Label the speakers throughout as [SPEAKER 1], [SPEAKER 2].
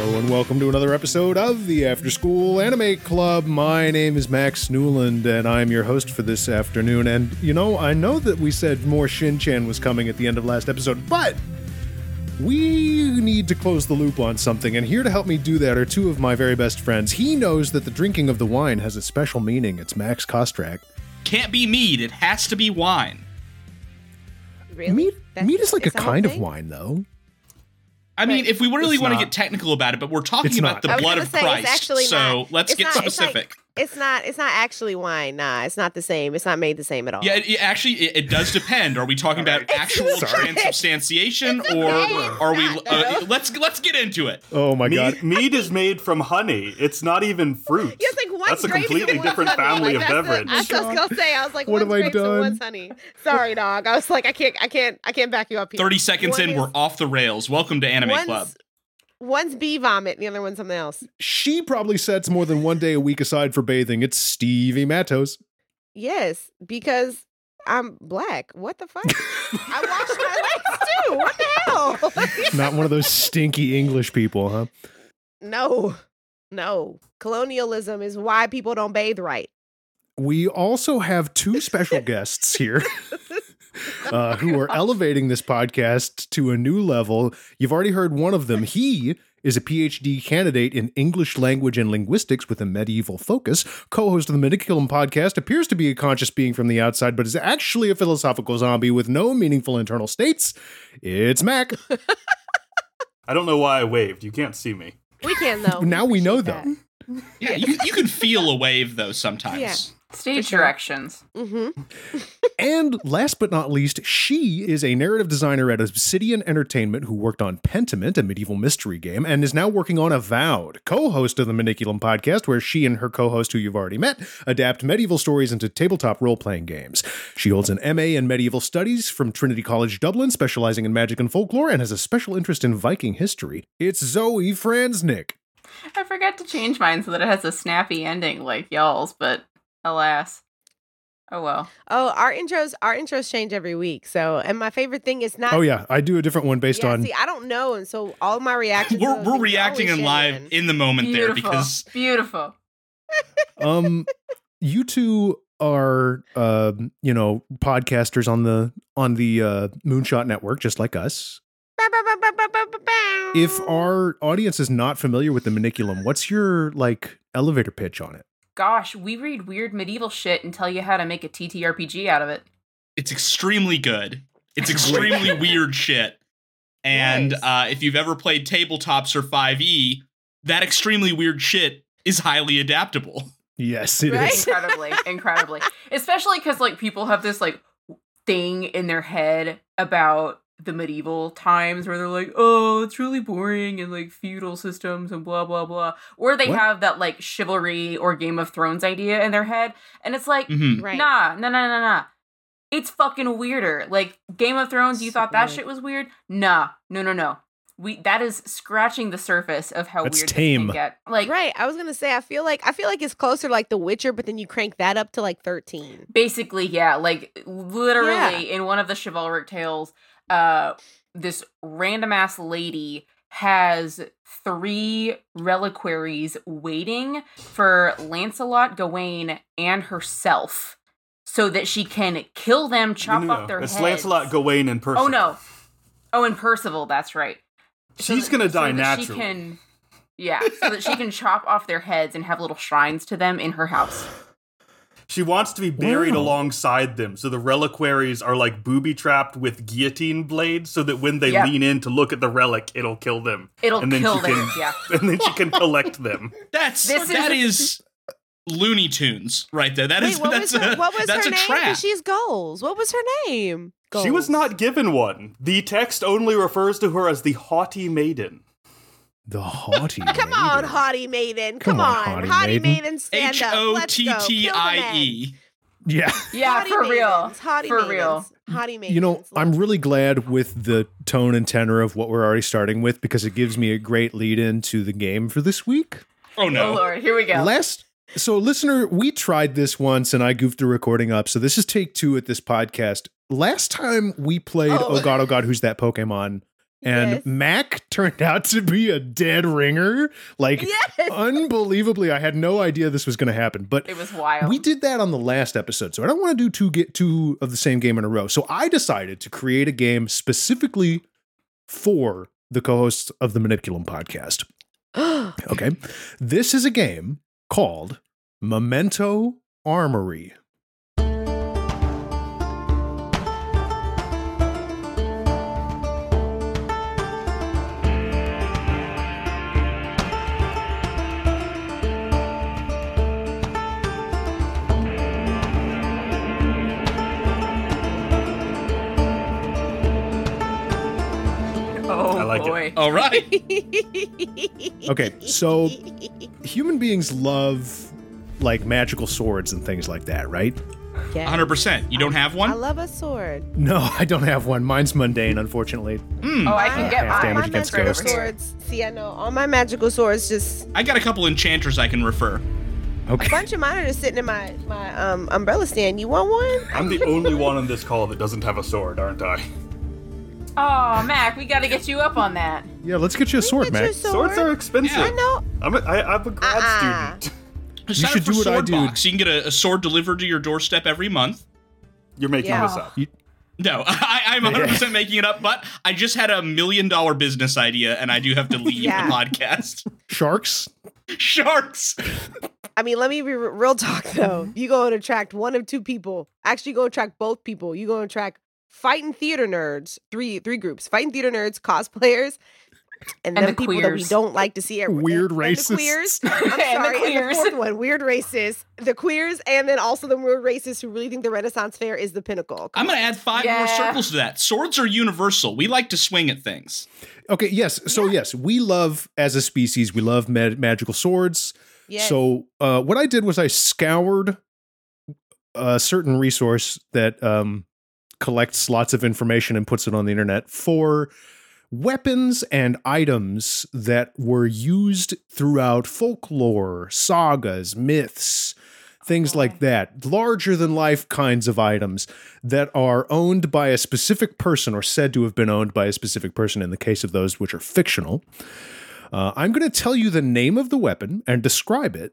[SPEAKER 1] to another episode of the After School Anime Club. My name is Max Newland, and I'm your host for this afternoon. And you know, I know that we said more Shin Chan was coming at the end of last episode, but we need to close the loop on something, and here to help me do that are two of my very best friends. He knows that the drinking of the wine has a special meaning. It's Max Kostrak.
[SPEAKER 2] Can't be mead. It has to be wine.
[SPEAKER 3] Really?
[SPEAKER 1] Mead,
[SPEAKER 3] That's-
[SPEAKER 1] mead is like a
[SPEAKER 3] it's the whole
[SPEAKER 1] kind of
[SPEAKER 3] thing?
[SPEAKER 1] wine, though.
[SPEAKER 2] I mean, if we really
[SPEAKER 4] It's
[SPEAKER 2] want to
[SPEAKER 4] not.
[SPEAKER 2] get technical about it, but we're talking
[SPEAKER 1] It's
[SPEAKER 2] about
[SPEAKER 1] not.
[SPEAKER 2] the
[SPEAKER 1] I
[SPEAKER 3] was
[SPEAKER 2] blood
[SPEAKER 3] gonna
[SPEAKER 2] of
[SPEAKER 3] say, it's
[SPEAKER 2] Christ.
[SPEAKER 3] actually
[SPEAKER 2] so
[SPEAKER 3] not-
[SPEAKER 2] let's
[SPEAKER 3] it's
[SPEAKER 2] get
[SPEAKER 3] not- it's like-
[SPEAKER 2] specific.
[SPEAKER 3] It's not. It's not actually wine. Nah, it's not the same. It's not made the same at all.
[SPEAKER 2] yeah, it, it actually, it, it does depend. Are we talking about actual
[SPEAKER 3] Sorry.
[SPEAKER 2] transubstantiation,
[SPEAKER 3] It's okay,
[SPEAKER 2] or
[SPEAKER 3] it's
[SPEAKER 2] are we?
[SPEAKER 3] not,
[SPEAKER 2] Uh,
[SPEAKER 3] though.
[SPEAKER 2] let's let's get into it.
[SPEAKER 1] Oh my
[SPEAKER 4] mead,
[SPEAKER 1] god.
[SPEAKER 4] mead is made from honey. It's not even fruit.
[SPEAKER 3] Yeah, it's like one
[SPEAKER 4] That's a
[SPEAKER 3] grape and
[SPEAKER 4] completely
[SPEAKER 3] one
[SPEAKER 4] different
[SPEAKER 3] honey.
[SPEAKER 4] family of
[SPEAKER 3] Like, that's
[SPEAKER 4] beverage.
[SPEAKER 3] the- I was gonna say, I was like,
[SPEAKER 1] What have
[SPEAKER 3] one's
[SPEAKER 1] I
[SPEAKER 3] grapes and
[SPEAKER 1] done?
[SPEAKER 3] one's honey. Sorry, dog. I was like, I can't, I can't, I can't back you up here.
[SPEAKER 2] Thirty seconds
[SPEAKER 3] One
[SPEAKER 2] in,
[SPEAKER 3] is-
[SPEAKER 2] we're off the rails. Welcome to Anime
[SPEAKER 3] one's,
[SPEAKER 2] Club.
[SPEAKER 3] One's bee vomit, and the other one's something else.
[SPEAKER 1] She probably sets more than one day a week aside for bathing. It's Stevie Matos.
[SPEAKER 3] Yes, because I'm black. What the fuck? I washed my legs too. What the hell?
[SPEAKER 1] Not one of those stinky English people, huh?
[SPEAKER 3] no, no. Colonialism is why people don't bathe right.
[SPEAKER 1] We also have two special guests here uh, who are elevating this podcast to a new level. You've already heard one of them. He is a PhD candidate in English language and linguistics with a medieval focus, co host of the Mediculum podcast, appears to be a conscious being from the outside, but is actually a philosophical zombie with no meaningful internal states. It's Mac.
[SPEAKER 4] I don't know why I waved. You can't see me.
[SPEAKER 3] Oh, We can though.
[SPEAKER 1] Now we know,
[SPEAKER 3] Appreciate
[SPEAKER 1] though.
[SPEAKER 2] Yeah, you, you can feel a wave though sometimes.
[SPEAKER 3] Yeah.
[SPEAKER 5] Stage directions.
[SPEAKER 3] that. Mhm.
[SPEAKER 1] And last but not least, she is a narrative designer at Obsidian Entertainment who worked on Pentiment, a medieval mystery game, and is now working on Avowed, co host of the Maniculum podcast, where she and her co host, who you've already met, adapt medieval stories into tabletop role playing games. She holds an MA in medieval studies from Trinity College Dublin, specializing in magic and folklore, and has a special interest in Viking history. It's Zoe Franznick.
[SPEAKER 5] I forgot to change mine so that it has a snappy ending like y'all's, but alas. Oh well.
[SPEAKER 3] Oh, our intros, our intros change every week. So, and my favorite thing is not.
[SPEAKER 1] Oh, yeah, I do a different one based
[SPEAKER 3] Yeah,
[SPEAKER 1] on.
[SPEAKER 3] see, I don't know, and so all my reactions.
[SPEAKER 2] We're, we're reacting in live in the moment there
[SPEAKER 5] Beautiful.
[SPEAKER 2] because
[SPEAKER 5] Beautiful.
[SPEAKER 1] um you two are uh you know podcasters on the on the uh moonshot network just like us if our audience is not familiar with the maniculum what's your like elevator pitch on it
[SPEAKER 5] Gosh, we read weird medieval shit and tell you how to make a TTRPG out of it.
[SPEAKER 2] It's extremely good. It's extremely weird shit. And
[SPEAKER 3] Nice.
[SPEAKER 2] uh, if you've ever played tabletops or 5e, that extremely weird shit is highly adaptable.
[SPEAKER 1] yes it is.
[SPEAKER 3] Right?
[SPEAKER 5] Incredibly, incredibly. Especially because like people have this like thing in their head about the medieval times where they're like, oh, it's really boring and like feudal systems and blah blah blah. Or they
[SPEAKER 1] What?
[SPEAKER 5] have that like chivalry or Game of Thrones idea in their head, and it's like
[SPEAKER 1] Mm-hmm.
[SPEAKER 2] Mhm.
[SPEAKER 3] right.
[SPEAKER 5] Nah, nah, nah, nah, nah. It's fucking weirder. Like Game of Thrones, you thought that
[SPEAKER 3] Right.
[SPEAKER 5] shit was weird? Nah, no, no, no. We that is scratching the surface of how
[SPEAKER 1] That's
[SPEAKER 5] weird this
[SPEAKER 1] tame.
[SPEAKER 5] can get. Like
[SPEAKER 3] right. I was gonna say, I feel like I feel like it's closer to like The Witcher, but then you crank that up to like thirteen.
[SPEAKER 5] basically, yeah. Like literally, in one of the chivalric tales, uh, this random ass lady has three reliquaries waiting for Lancelot, Gawain, and herself, so that she can kill them, chop
[SPEAKER 4] No, no,
[SPEAKER 5] off
[SPEAKER 4] no.
[SPEAKER 5] their
[SPEAKER 4] it's
[SPEAKER 5] heads.
[SPEAKER 4] Lancelot Gawain in person.
[SPEAKER 5] Oh no. Oh, and Percival. That's right. So
[SPEAKER 4] She's
[SPEAKER 5] that-
[SPEAKER 4] gonna
[SPEAKER 5] so
[SPEAKER 4] die
[SPEAKER 5] that
[SPEAKER 4] naturally.
[SPEAKER 5] She can, yeah, so that she can chop off their heads and have little shrines to them in her house.
[SPEAKER 4] She wants to be buried
[SPEAKER 1] Wow.
[SPEAKER 4] alongside them, so the reliquaries are like booby trapped with guillotine blades, so that when they
[SPEAKER 5] Yeah.
[SPEAKER 4] lean in to look at the relic, it'll kill them,
[SPEAKER 5] It'll
[SPEAKER 4] And then
[SPEAKER 5] kill
[SPEAKER 4] she
[SPEAKER 5] them.
[SPEAKER 4] can-
[SPEAKER 5] Yeah.
[SPEAKER 4] and then she can collect them.
[SPEAKER 2] That's
[SPEAKER 5] This
[SPEAKER 2] that
[SPEAKER 5] is-
[SPEAKER 2] is Looney Tunes right there. That is
[SPEAKER 3] Wait, what
[SPEAKER 2] that's
[SPEAKER 3] was her,
[SPEAKER 2] a
[SPEAKER 3] what was
[SPEAKER 2] that's
[SPEAKER 3] her
[SPEAKER 2] a
[SPEAKER 3] name? 'Cause
[SPEAKER 2] trap.
[SPEAKER 3] She's goals. What was her name?
[SPEAKER 4] She was
[SPEAKER 3] Goals.
[SPEAKER 4] not given one. The text only refers to her as the haughty maiden.
[SPEAKER 1] the haughty
[SPEAKER 3] Come on,
[SPEAKER 1] lady.
[SPEAKER 3] haughty maiden. Come,
[SPEAKER 1] on,
[SPEAKER 3] on,
[SPEAKER 1] haughty
[SPEAKER 3] haughty
[SPEAKER 1] maiden.
[SPEAKER 3] maiden. stand
[SPEAKER 2] H
[SPEAKER 3] up.
[SPEAKER 2] O
[SPEAKER 3] Let's
[SPEAKER 2] T
[SPEAKER 3] go. Kill
[SPEAKER 2] T
[SPEAKER 3] the
[SPEAKER 2] I
[SPEAKER 3] man.
[SPEAKER 2] E.
[SPEAKER 1] yeah
[SPEAKER 5] Yeah,
[SPEAKER 3] Haughty
[SPEAKER 5] for real.
[SPEAKER 4] Oh,
[SPEAKER 3] maidens, Haughty
[SPEAKER 5] For real.
[SPEAKER 3] maidens, Haughty maidens.
[SPEAKER 1] you know i'm
[SPEAKER 3] Let's-
[SPEAKER 1] really glad with the tone and tenor of what we're already starting with because it gives me a great lead into the game for this week
[SPEAKER 2] Oh
[SPEAKER 5] Oh
[SPEAKER 2] no.
[SPEAKER 5] lord, here we go.
[SPEAKER 1] Last so listener, we tried this once and I goofed the recording up. So this is take two at this podcast. Last time we played
[SPEAKER 3] Oh.
[SPEAKER 1] Oh, God, Oh God, Who's That Pokemon? And
[SPEAKER 3] Yes.
[SPEAKER 1] Mac turned out to be a dead ringer. Like,
[SPEAKER 3] Yes.
[SPEAKER 1] unbelievably, I had no idea this was going to happen. But
[SPEAKER 5] It was wild.
[SPEAKER 1] we did that on the last episode, so I don't want to do two get two of the same game in a row. So I decided to create a game specifically for the co-hosts of the Maniculum podcast. Okay, this is a game called Memento Armory.
[SPEAKER 5] oh
[SPEAKER 4] I like it.
[SPEAKER 5] Oh, boy.
[SPEAKER 2] All right.
[SPEAKER 1] Okay, so- Human beings love like magical swords and things like that, right?
[SPEAKER 3] Yes.
[SPEAKER 2] 100%. You don't have
[SPEAKER 3] I
[SPEAKER 2] one?
[SPEAKER 3] love a sword.
[SPEAKER 1] No, I don't have one. Mine's mundane, unfortunately.
[SPEAKER 2] Hmm.
[SPEAKER 5] Oh, I can
[SPEAKER 3] Mine-
[SPEAKER 5] get
[SPEAKER 1] Half
[SPEAKER 5] mine.
[SPEAKER 1] damage
[SPEAKER 3] my
[SPEAKER 1] against
[SPEAKER 3] magical
[SPEAKER 1] ghosts.
[SPEAKER 3] swords. See, I know all my magical swords. Just
[SPEAKER 2] I got a couple enchanters I can refer.
[SPEAKER 3] a
[SPEAKER 1] Okay.
[SPEAKER 3] bunch of mine are just sitting in my my um umbrella stand. You want one?
[SPEAKER 4] I'm the only one on this call that doesn't have a sword, aren't I?
[SPEAKER 5] Oh, Mac, we got to get you up on that.
[SPEAKER 1] Yeah, let's get you a sword,
[SPEAKER 3] get
[SPEAKER 1] Mac.
[SPEAKER 3] you a sword.
[SPEAKER 4] Swords are expensive.
[SPEAKER 2] Yeah.
[SPEAKER 3] I know.
[SPEAKER 4] I'm a, I, I'm a grad
[SPEAKER 3] Uh-uh.
[SPEAKER 4] student.
[SPEAKER 2] Sign up
[SPEAKER 1] should
[SPEAKER 2] for
[SPEAKER 1] do what I
[SPEAKER 2] Sword
[SPEAKER 1] do.
[SPEAKER 2] Box. You can get a, a sword delivered to your doorstep every month.
[SPEAKER 4] You're making
[SPEAKER 3] Yeah.
[SPEAKER 4] this up.
[SPEAKER 2] No, I, I'm 100% making it up, but I just had a million dollar business idea and I do have to leave
[SPEAKER 3] Yeah.
[SPEAKER 2] the podcast.
[SPEAKER 1] Sharks.
[SPEAKER 2] Sharks!
[SPEAKER 3] I mean, let me be r- real talk though. You going to attract one of two people. Actually, going to attract both people. You going to attract fighting theater nerds. Three three groups: fighting theater nerds, cosplayers, and, them
[SPEAKER 5] And the
[SPEAKER 3] people that we
[SPEAKER 5] queers.
[SPEAKER 3] don't like to see. everywhere.
[SPEAKER 1] Weird
[SPEAKER 3] And the
[SPEAKER 1] racists.
[SPEAKER 3] queers.
[SPEAKER 5] and
[SPEAKER 3] I'm sorry.
[SPEAKER 5] the
[SPEAKER 3] and
[SPEAKER 5] queers.
[SPEAKER 3] fourth one, weird racists, the queers, and then also the weird racists who really think the Renaissance Fair is the pinnacle.
[SPEAKER 2] I'm going to add five more
[SPEAKER 5] Yeah.
[SPEAKER 2] circles to that. Swords are universal. We like to swing at things.
[SPEAKER 1] Okay, yes. So yes, we love as a species, we love mag- magical swords.
[SPEAKER 3] Yes.
[SPEAKER 1] So uh, what I did was I scoured a certain resource that um, collects lots of information and puts it on the internet for weapons and items that were used throughout folklore, sagas, myths, things like that, larger than life kinds of items that are owned by a specific person or said to have been owned by a specific person in the case of those which are fictional. Uh, I'm going to tell you the name of the weapon and describe it.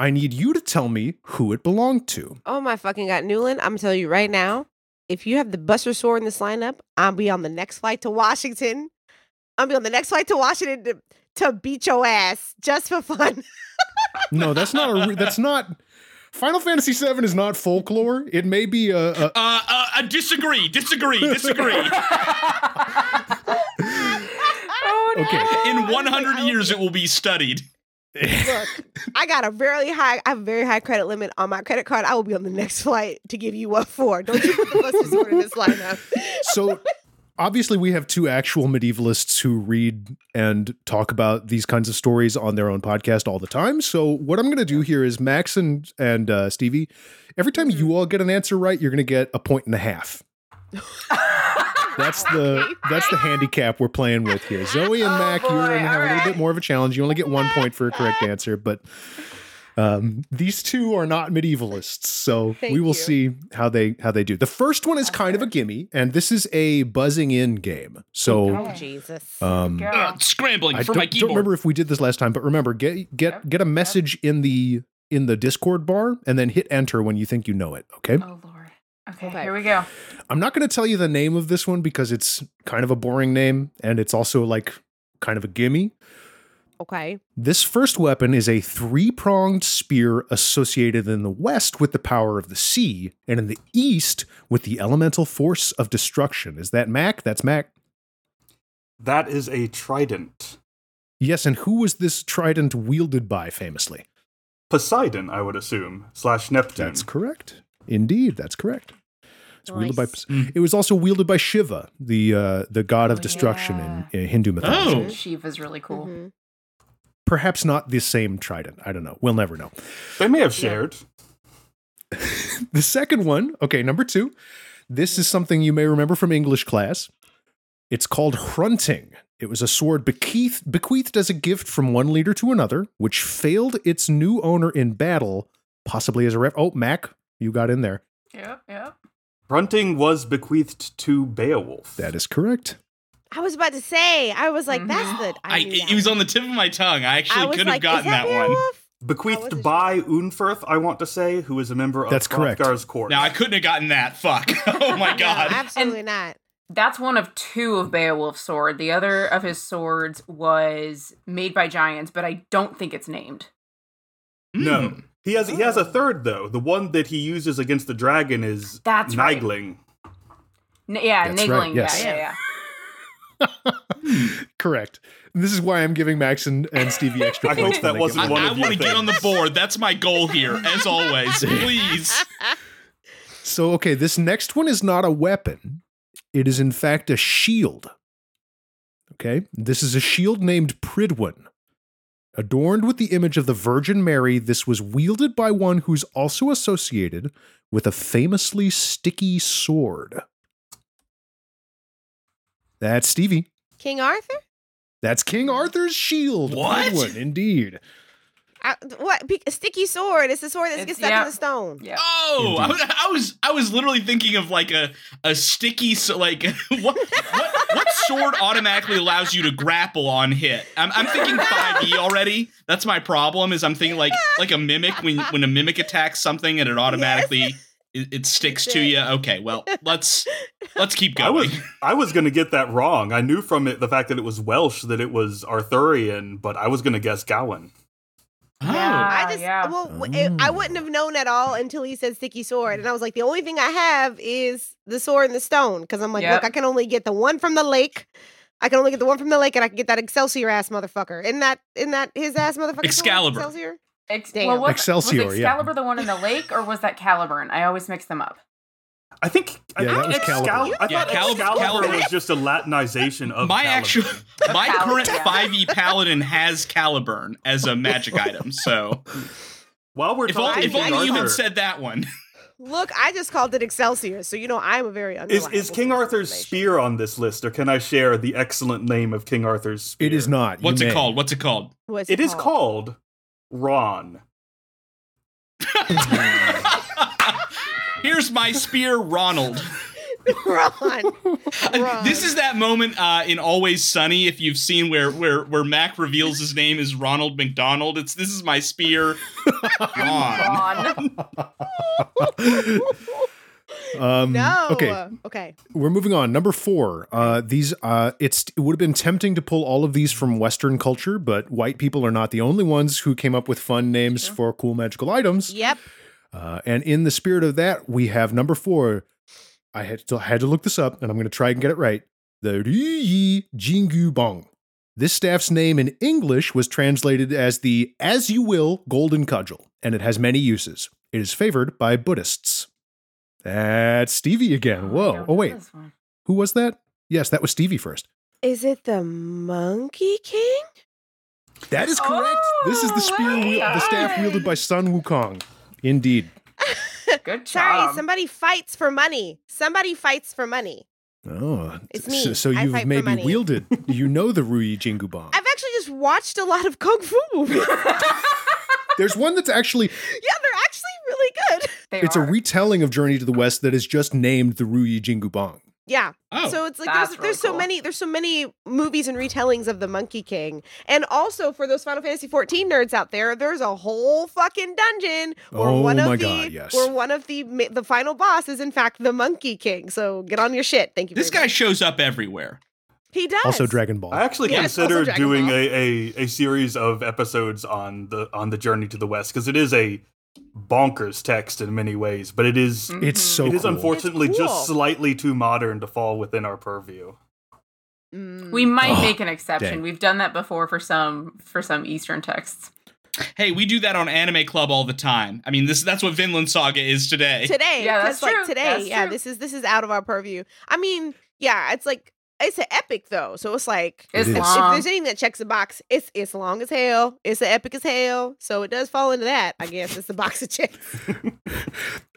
[SPEAKER 1] I need you to tell me who it belonged to.
[SPEAKER 3] oh my fucking god, Newland! I'm telling you right now, if you have the Buster Sword in this lineup, I'll be on the next flight to Washington. I'll be on the next flight to Washington to, to beat your ass just for fun.
[SPEAKER 1] No, that's not a. Re- that's not. Final Fantasy VII is not folklore. It may be a. a
[SPEAKER 2] Uh, uh, uh disagree, disagree, disagree.
[SPEAKER 5] oh, no.
[SPEAKER 1] Okay.
[SPEAKER 2] In 100 years, it will be studied.
[SPEAKER 3] Look, I got a very high, I have a very high credit limit on my credit card. I will be on the next flight to give you what for. Don't you put the Buster Sword in this lineup.
[SPEAKER 1] so obviously we have two actual medievalists who read and talk about these kinds of stories on their own podcast all the time so what i'm going to do here is max and and uh, stevie every time you all get an answer right you're going to get a point and a half that's the that's the handicap we're playing with here zoe and
[SPEAKER 5] Oh,
[SPEAKER 1] mac you're going
[SPEAKER 5] boy,
[SPEAKER 1] to have
[SPEAKER 5] all
[SPEAKER 1] a little bit
[SPEAKER 5] right.
[SPEAKER 1] more of a challenge you only get one point for a correct answer but um, these two are not medievalists, so
[SPEAKER 3] Thank
[SPEAKER 1] we will
[SPEAKER 3] you.
[SPEAKER 1] see how they how they do. The first one is kind of a gimme, and this is a buzzing in game. So
[SPEAKER 3] Oh, Jesus.
[SPEAKER 1] um,
[SPEAKER 5] Go.
[SPEAKER 2] Uh, scrambling
[SPEAKER 1] I
[SPEAKER 2] for
[SPEAKER 1] don't,
[SPEAKER 2] my
[SPEAKER 1] don't
[SPEAKER 2] keyboard.
[SPEAKER 1] remember if we did this last time, but remember get get get a message in the in the Discord bar, and then hit enter when you think you know it. Okay,
[SPEAKER 5] Oh, Lord. Okay,
[SPEAKER 3] Okay.
[SPEAKER 5] here we go.
[SPEAKER 1] I'm not going to tell you the name of this one because it's kind of a boring name, and it's also like kind of a gimme.
[SPEAKER 3] Okay.
[SPEAKER 1] This first weapon is a three pronged spear associated in the West with the power of the sea, and in the East with the elemental force of destruction. Is that Mac? That's Mac.
[SPEAKER 4] That is a trident.
[SPEAKER 1] Yes, and who was this trident wielded by famously?
[SPEAKER 4] Poseidon, I would assume, slash Neptune.
[SPEAKER 1] That's correct. Indeed, that's correct. It's wielded by,
[SPEAKER 3] Nice.
[SPEAKER 2] Mm.
[SPEAKER 1] it was also wielded by Shiva, the uh, the god of
[SPEAKER 5] Oh,
[SPEAKER 1] destruction in,
[SPEAKER 5] yeah.
[SPEAKER 1] in Hindu mythology.
[SPEAKER 2] Oh.
[SPEAKER 5] Shiva's really cool.
[SPEAKER 3] Mhm.
[SPEAKER 1] Perhaps not the same trident. I don't know. We'll never know.
[SPEAKER 4] They may have shared.
[SPEAKER 1] The second one, okay, number two. This is something you may remember from English class. It's called hrunting. It was a sword bequeathed, bequeathed as a gift from one leader to another, which failed its new owner in battle, possibly as a ref. Oh, Mac, you got in there.
[SPEAKER 3] Mm-hmm.
[SPEAKER 5] Yep, yep.
[SPEAKER 4] Grunting was bequeathed to Beowulf.
[SPEAKER 1] That is correct.
[SPEAKER 3] I was about to say. I was like, that's the.
[SPEAKER 2] Mm-hmm. I,
[SPEAKER 3] I, knew that
[SPEAKER 2] it was
[SPEAKER 3] one.
[SPEAKER 2] on the tip of my tongue. I
[SPEAKER 3] I
[SPEAKER 2] actually
[SPEAKER 3] was
[SPEAKER 2] could have
[SPEAKER 3] like, is
[SPEAKER 2] gotten that, one.
[SPEAKER 3] Beowulf? How was
[SPEAKER 4] Bequeathed
[SPEAKER 3] it?
[SPEAKER 4] by Unferth, I want to say, who is a member of
[SPEAKER 1] That's correct.
[SPEAKER 4] Hrothgar's court.
[SPEAKER 2] Now I couldn't have gotten that. Fuck. Oh my
[SPEAKER 3] No,
[SPEAKER 2] god.
[SPEAKER 3] absolutely not.
[SPEAKER 5] That's one of two of Beowulf's sword. The other of his swords was made by giants, but I don't think it's named.
[SPEAKER 4] No.
[SPEAKER 2] Mm.
[SPEAKER 4] He has he has
[SPEAKER 3] Oh.
[SPEAKER 4] a third though. The one that he uses against the dragon is
[SPEAKER 5] That's right.
[SPEAKER 4] Nigling.
[SPEAKER 5] N- yeah,
[SPEAKER 1] That's
[SPEAKER 5] niggling.
[SPEAKER 1] right, yes.
[SPEAKER 5] Yeah, yeah, yeah.
[SPEAKER 1] Correct. This is why I'm giving Max and, and Stevie extra
[SPEAKER 4] I
[SPEAKER 1] points. when
[SPEAKER 4] hope
[SPEAKER 1] they
[SPEAKER 4] that
[SPEAKER 1] get
[SPEAKER 4] wasn't
[SPEAKER 1] my
[SPEAKER 2] I,
[SPEAKER 4] one
[SPEAKER 1] vote.
[SPEAKER 4] of your
[SPEAKER 2] want to get on the
[SPEAKER 4] things.
[SPEAKER 2] board. That's my goal here, as always. Please.
[SPEAKER 1] So, okay, this next one is not a weapon. It is, in fact, a shield. Okay, this is a shield named Pridwin. Adorned with the image of the Virgin Mary, this was wielded by one who's also associated with a famously sticky sword. That's Stevie.
[SPEAKER 3] King Arthur?
[SPEAKER 1] That's King Arthur's shield.
[SPEAKER 2] What?
[SPEAKER 1] Pridwin, indeed.
[SPEAKER 3] I, what? Be- a sticky sword. It's a sword that
[SPEAKER 5] It's-
[SPEAKER 3] gets stuck
[SPEAKER 5] yeah.
[SPEAKER 3] in the stone.
[SPEAKER 5] Yeah.
[SPEAKER 2] Oh, I, was- I was I was literally thinking of like a a sticky so like what what what sword automatically allows you to grapple on hit. I'm I'm thinking 5e already. That's my problem is I'm thinking like like a mimic when when a mimic attacks something and it automatically it, it sticks to you. Okay, well, let's let's keep
[SPEAKER 4] I
[SPEAKER 2] going.
[SPEAKER 4] was I was gonna get that wrong. I knew from it the fact that it was Welsh that it was Arthurian, but I was gonna guess Gawain.
[SPEAKER 2] Oh.
[SPEAKER 5] Yeah.
[SPEAKER 3] I
[SPEAKER 5] Ah,
[SPEAKER 3] just,
[SPEAKER 5] yeah.
[SPEAKER 3] well, w- it- I wouldn't have known at all until he said sticky sword. And I was like, the only thing I have is the sword and the stone. Cause I'm like,
[SPEAKER 5] Yep.
[SPEAKER 3] look, I can only get the one from the lake. I can only get the one from the lake and I can get that Excelsior ass motherfucker. Isn't that, isn't that his ass motherfucker? sword?
[SPEAKER 2] Excalibur.
[SPEAKER 3] Excelsior?
[SPEAKER 5] Ex-
[SPEAKER 3] Damn.
[SPEAKER 5] well, was,
[SPEAKER 1] Excelsior,
[SPEAKER 5] was
[SPEAKER 1] yeah.
[SPEAKER 5] Excalibur the one in the lake, or was that Caliburn? I always mix them up.
[SPEAKER 4] I think I
[SPEAKER 1] Yeah,
[SPEAKER 4] think
[SPEAKER 1] that was
[SPEAKER 4] Excal-
[SPEAKER 1] Caliban.
[SPEAKER 4] I
[SPEAKER 2] Yeah,
[SPEAKER 4] thought
[SPEAKER 2] Caliban-
[SPEAKER 4] Excalibur
[SPEAKER 2] Caliban.
[SPEAKER 4] was just a Latinization of
[SPEAKER 2] my
[SPEAKER 4] Caliban.
[SPEAKER 2] actual my
[SPEAKER 5] Caliburn,
[SPEAKER 2] current
[SPEAKER 5] yeah.
[SPEAKER 2] 5e paladin has Caliburn as a magic item. So,
[SPEAKER 4] While we're
[SPEAKER 2] if,
[SPEAKER 4] talking,
[SPEAKER 2] only- if
[SPEAKER 4] King
[SPEAKER 2] only you
[SPEAKER 4] Arthur,
[SPEAKER 2] had said that one.
[SPEAKER 3] Look, I just called it Excelsior. So, you know, I'm a very
[SPEAKER 4] is
[SPEAKER 3] unreliable
[SPEAKER 4] is King
[SPEAKER 3] source of
[SPEAKER 4] Arthur's
[SPEAKER 3] information.
[SPEAKER 4] spear on this list, or can I share the excellent name of King Arthur's spear?
[SPEAKER 1] It is not. You
[SPEAKER 2] What's it
[SPEAKER 1] may.
[SPEAKER 2] called? What's it called?
[SPEAKER 3] What's
[SPEAKER 4] It is called Ron.
[SPEAKER 2] Here's my spear, Ronald.
[SPEAKER 3] Ron. Ron.
[SPEAKER 2] This is that moment uh, in Always Sunny, if you've seen where where where Mac reveals his name is Ronald McDonald. It's this is my spear, Ron.
[SPEAKER 5] On
[SPEAKER 4] Hmm.
[SPEAKER 1] um,
[SPEAKER 3] no.
[SPEAKER 1] Okay,
[SPEAKER 3] Okay.
[SPEAKER 1] we're moving on. Number four. Uh, these uh, it's it would have been tempting to pull all of these from Western culture, but white people are not the only ones who came up with fun names for cool magical items.
[SPEAKER 3] Yep.
[SPEAKER 1] Uh, and in the spirit of that, we have number four. I had to had to look this up, and I'm going to try and get it right. The Ryi Jingu Bong. This staff's name in English was translated as the "As You Will" Golden Cudgel, and it has many uses. It is favored by Buddhists. That's Stevie again.
[SPEAKER 5] I
[SPEAKER 1] Whoa!
[SPEAKER 5] don't
[SPEAKER 1] Oh
[SPEAKER 5] know
[SPEAKER 1] wait,
[SPEAKER 5] this one.
[SPEAKER 1] who was that? Yes, that was Stevie first.
[SPEAKER 3] Is it the Monkey King?
[SPEAKER 1] That is correct. this is the spear,
[SPEAKER 5] Oh,
[SPEAKER 1] wield, the staff
[SPEAKER 5] God.
[SPEAKER 1] wielded by Sun Wukong. Indeed.
[SPEAKER 5] Good job.
[SPEAKER 3] Sorry, somebody fights for money. Somebody fights for money.
[SPEAKER 1] Oh,
[SPEAKER 3] It's
[SPEAKER 1] so-
[SPEAKER 3] me.
[SPEAKER 1] So,
[SPEAKER 3] I
[SPEAKER 1] you've
[SPEAKER 3] fight for
[SPEAKER 1] maybe
[SPEAKER 3] money.
[SPEAKER 1] wielded, you know the Rui Jingu bomb.
[SPEAKER 3] I've actually just watched a lot of kung fu movies. yeah,
[SPEAKER 1] There's one that's actually,
[SPEAKER 3] they're actually really good.
[SPEAKER 5] They
[SPEAKER 1] it's a
[SPEAKER 5] are.
[SPEAKER 1] retelling of Journey to the West that is just named the Rui Jingu Bong.
[SPEAKER 3] Yeah.
[SPEAKER 2] Oh,
[SPEAKER 3] so it's like there's,
[SPEAKER 5] that's really
[SPEAKER 3] there's so
[SPEAKER 5] cool.
[SPEAKER 3] many there's so many movies and retellings of the Monkey King. And also for those Final Fantasy 14 nerds out there, there's a whole fucking dungeon where
[SPEAKER 1] Oh
[SPEAKER 3] one of
[SPEAKER 1] my
[SPEAKER 3] the
[SPEAKER 1] God, yes.
[SPEAKER 3] where one of the ma- the final boss is in fact the Monkey King. So get on your shit. Thank you.
[SPEAKER 2] this
[SPEAKER 3] very
[SPEAKER 2] guy shows up everywhere.
[SPEAKER 3] much. he does.
[SPEAKER 1] Also Dragon Ball.
[SPEAKER 4] I actually
[SPEAKER 3] Yes, also
[SPEAKER 4] considered
[SPEAKER 3] Dragon
[SPEAKER 4] doing
[SPEAKER 3] Ball.
[SPEAKER 4] a, a, a series of episodes on the on the journey to the west because it is a bonkers text in many ways, but it is
[SPEAKER 5] Mhm.
[SPEAKER 1] it's so
[SPEAKER 4] it is
[SPEAKER 1] cool.
[SPEAKER 4] unfortunately
[SPEAKER 3] It's
[SPEAKER 4] just
[SPEAKER 3] cool.
[SPEAKER 4] slightly too modern to fall within our purview.
[SPEAKER 3] Mm.
[SPEAKER 5] We might
[SPEAKER 1] Oh,
[SPEAKER 5] make an exception.
[SPEAKER 1] dang.
[SPEAKER 5] We've done that before for some for some Eastern texts.
[SPEAKER 2] Hey, we do that on Anime Club all the time. I mean, this that's what Vinland Saga is today.
[SPEAKER 3] today.
[SPEAKER 5] Yeah,
[SPEAKER 3] 'cause,
[SPEAKER 5] that's
[SPEAKER 3] like
[SPEAKER 5] true.
[SPEAKER 3] today.
[SPEAKER 5] That's
[SPEAKER 3] yeah,
[SPEAKER 5] true.
[SPEAKER 3] this is this is out of our purview. I mean, yeah, it's like it's an epic though. So it's like
[SPEAKER 1] It
[SPEAKER 5] It's
[SPEAKER 1] is.
[SPEAKER 3] if, if
[SPEAKER 5] long.
[SPEAKER 3] there's anything that checks the box, it's it's long as hell. It's an epic as hell. So it does fall into that. I guess it's the box of checks.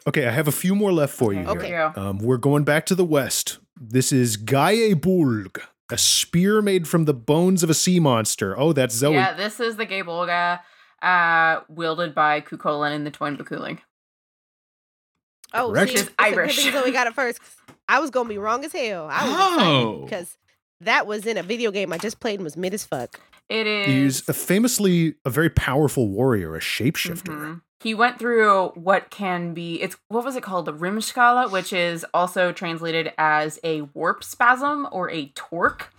[SPEAKER 1] Okay, I have a few more left for you.
[SPEAKER 5] Okay.
[SPEAKER 1] here.
[SPEAKER 5] Yeah.
[SPEAKER 1] Um, we're going back to the West. This is Gaie Bulg, a spear made from the bones of a sea monster. Oh, that's Zoe.
[SPEAKER 5] Yeah, this is the Gay Bulga, uh, wielded by Kukulin in the Twin Bakuling.
[SPEAKER 3] Oh,
[SPEAKER 1] Correct.
[SPEAKER 3] see,
[SPEAKER 1] She's
[SPEAKER 3] it's a
[SPEAKER 5] Irish.
[SPEAKER 3] Good thing Zoe got it first. 'cause I was gonna be wrong as hell. I was
[SPEAKER 2] Oh.
[SPEAKER 3] because
[SPEAKER 6] That was in a video game I just played and was mid as fuck.
[SPEAKER 5] It is.
[SPEAKER 1] He's a famously a very powerful warrior, a shapeshifter.
[SPEAKER 5] Mhm. He went through what can be it's what was it called the rimskala, which is also translated as a warp spasm or a torque.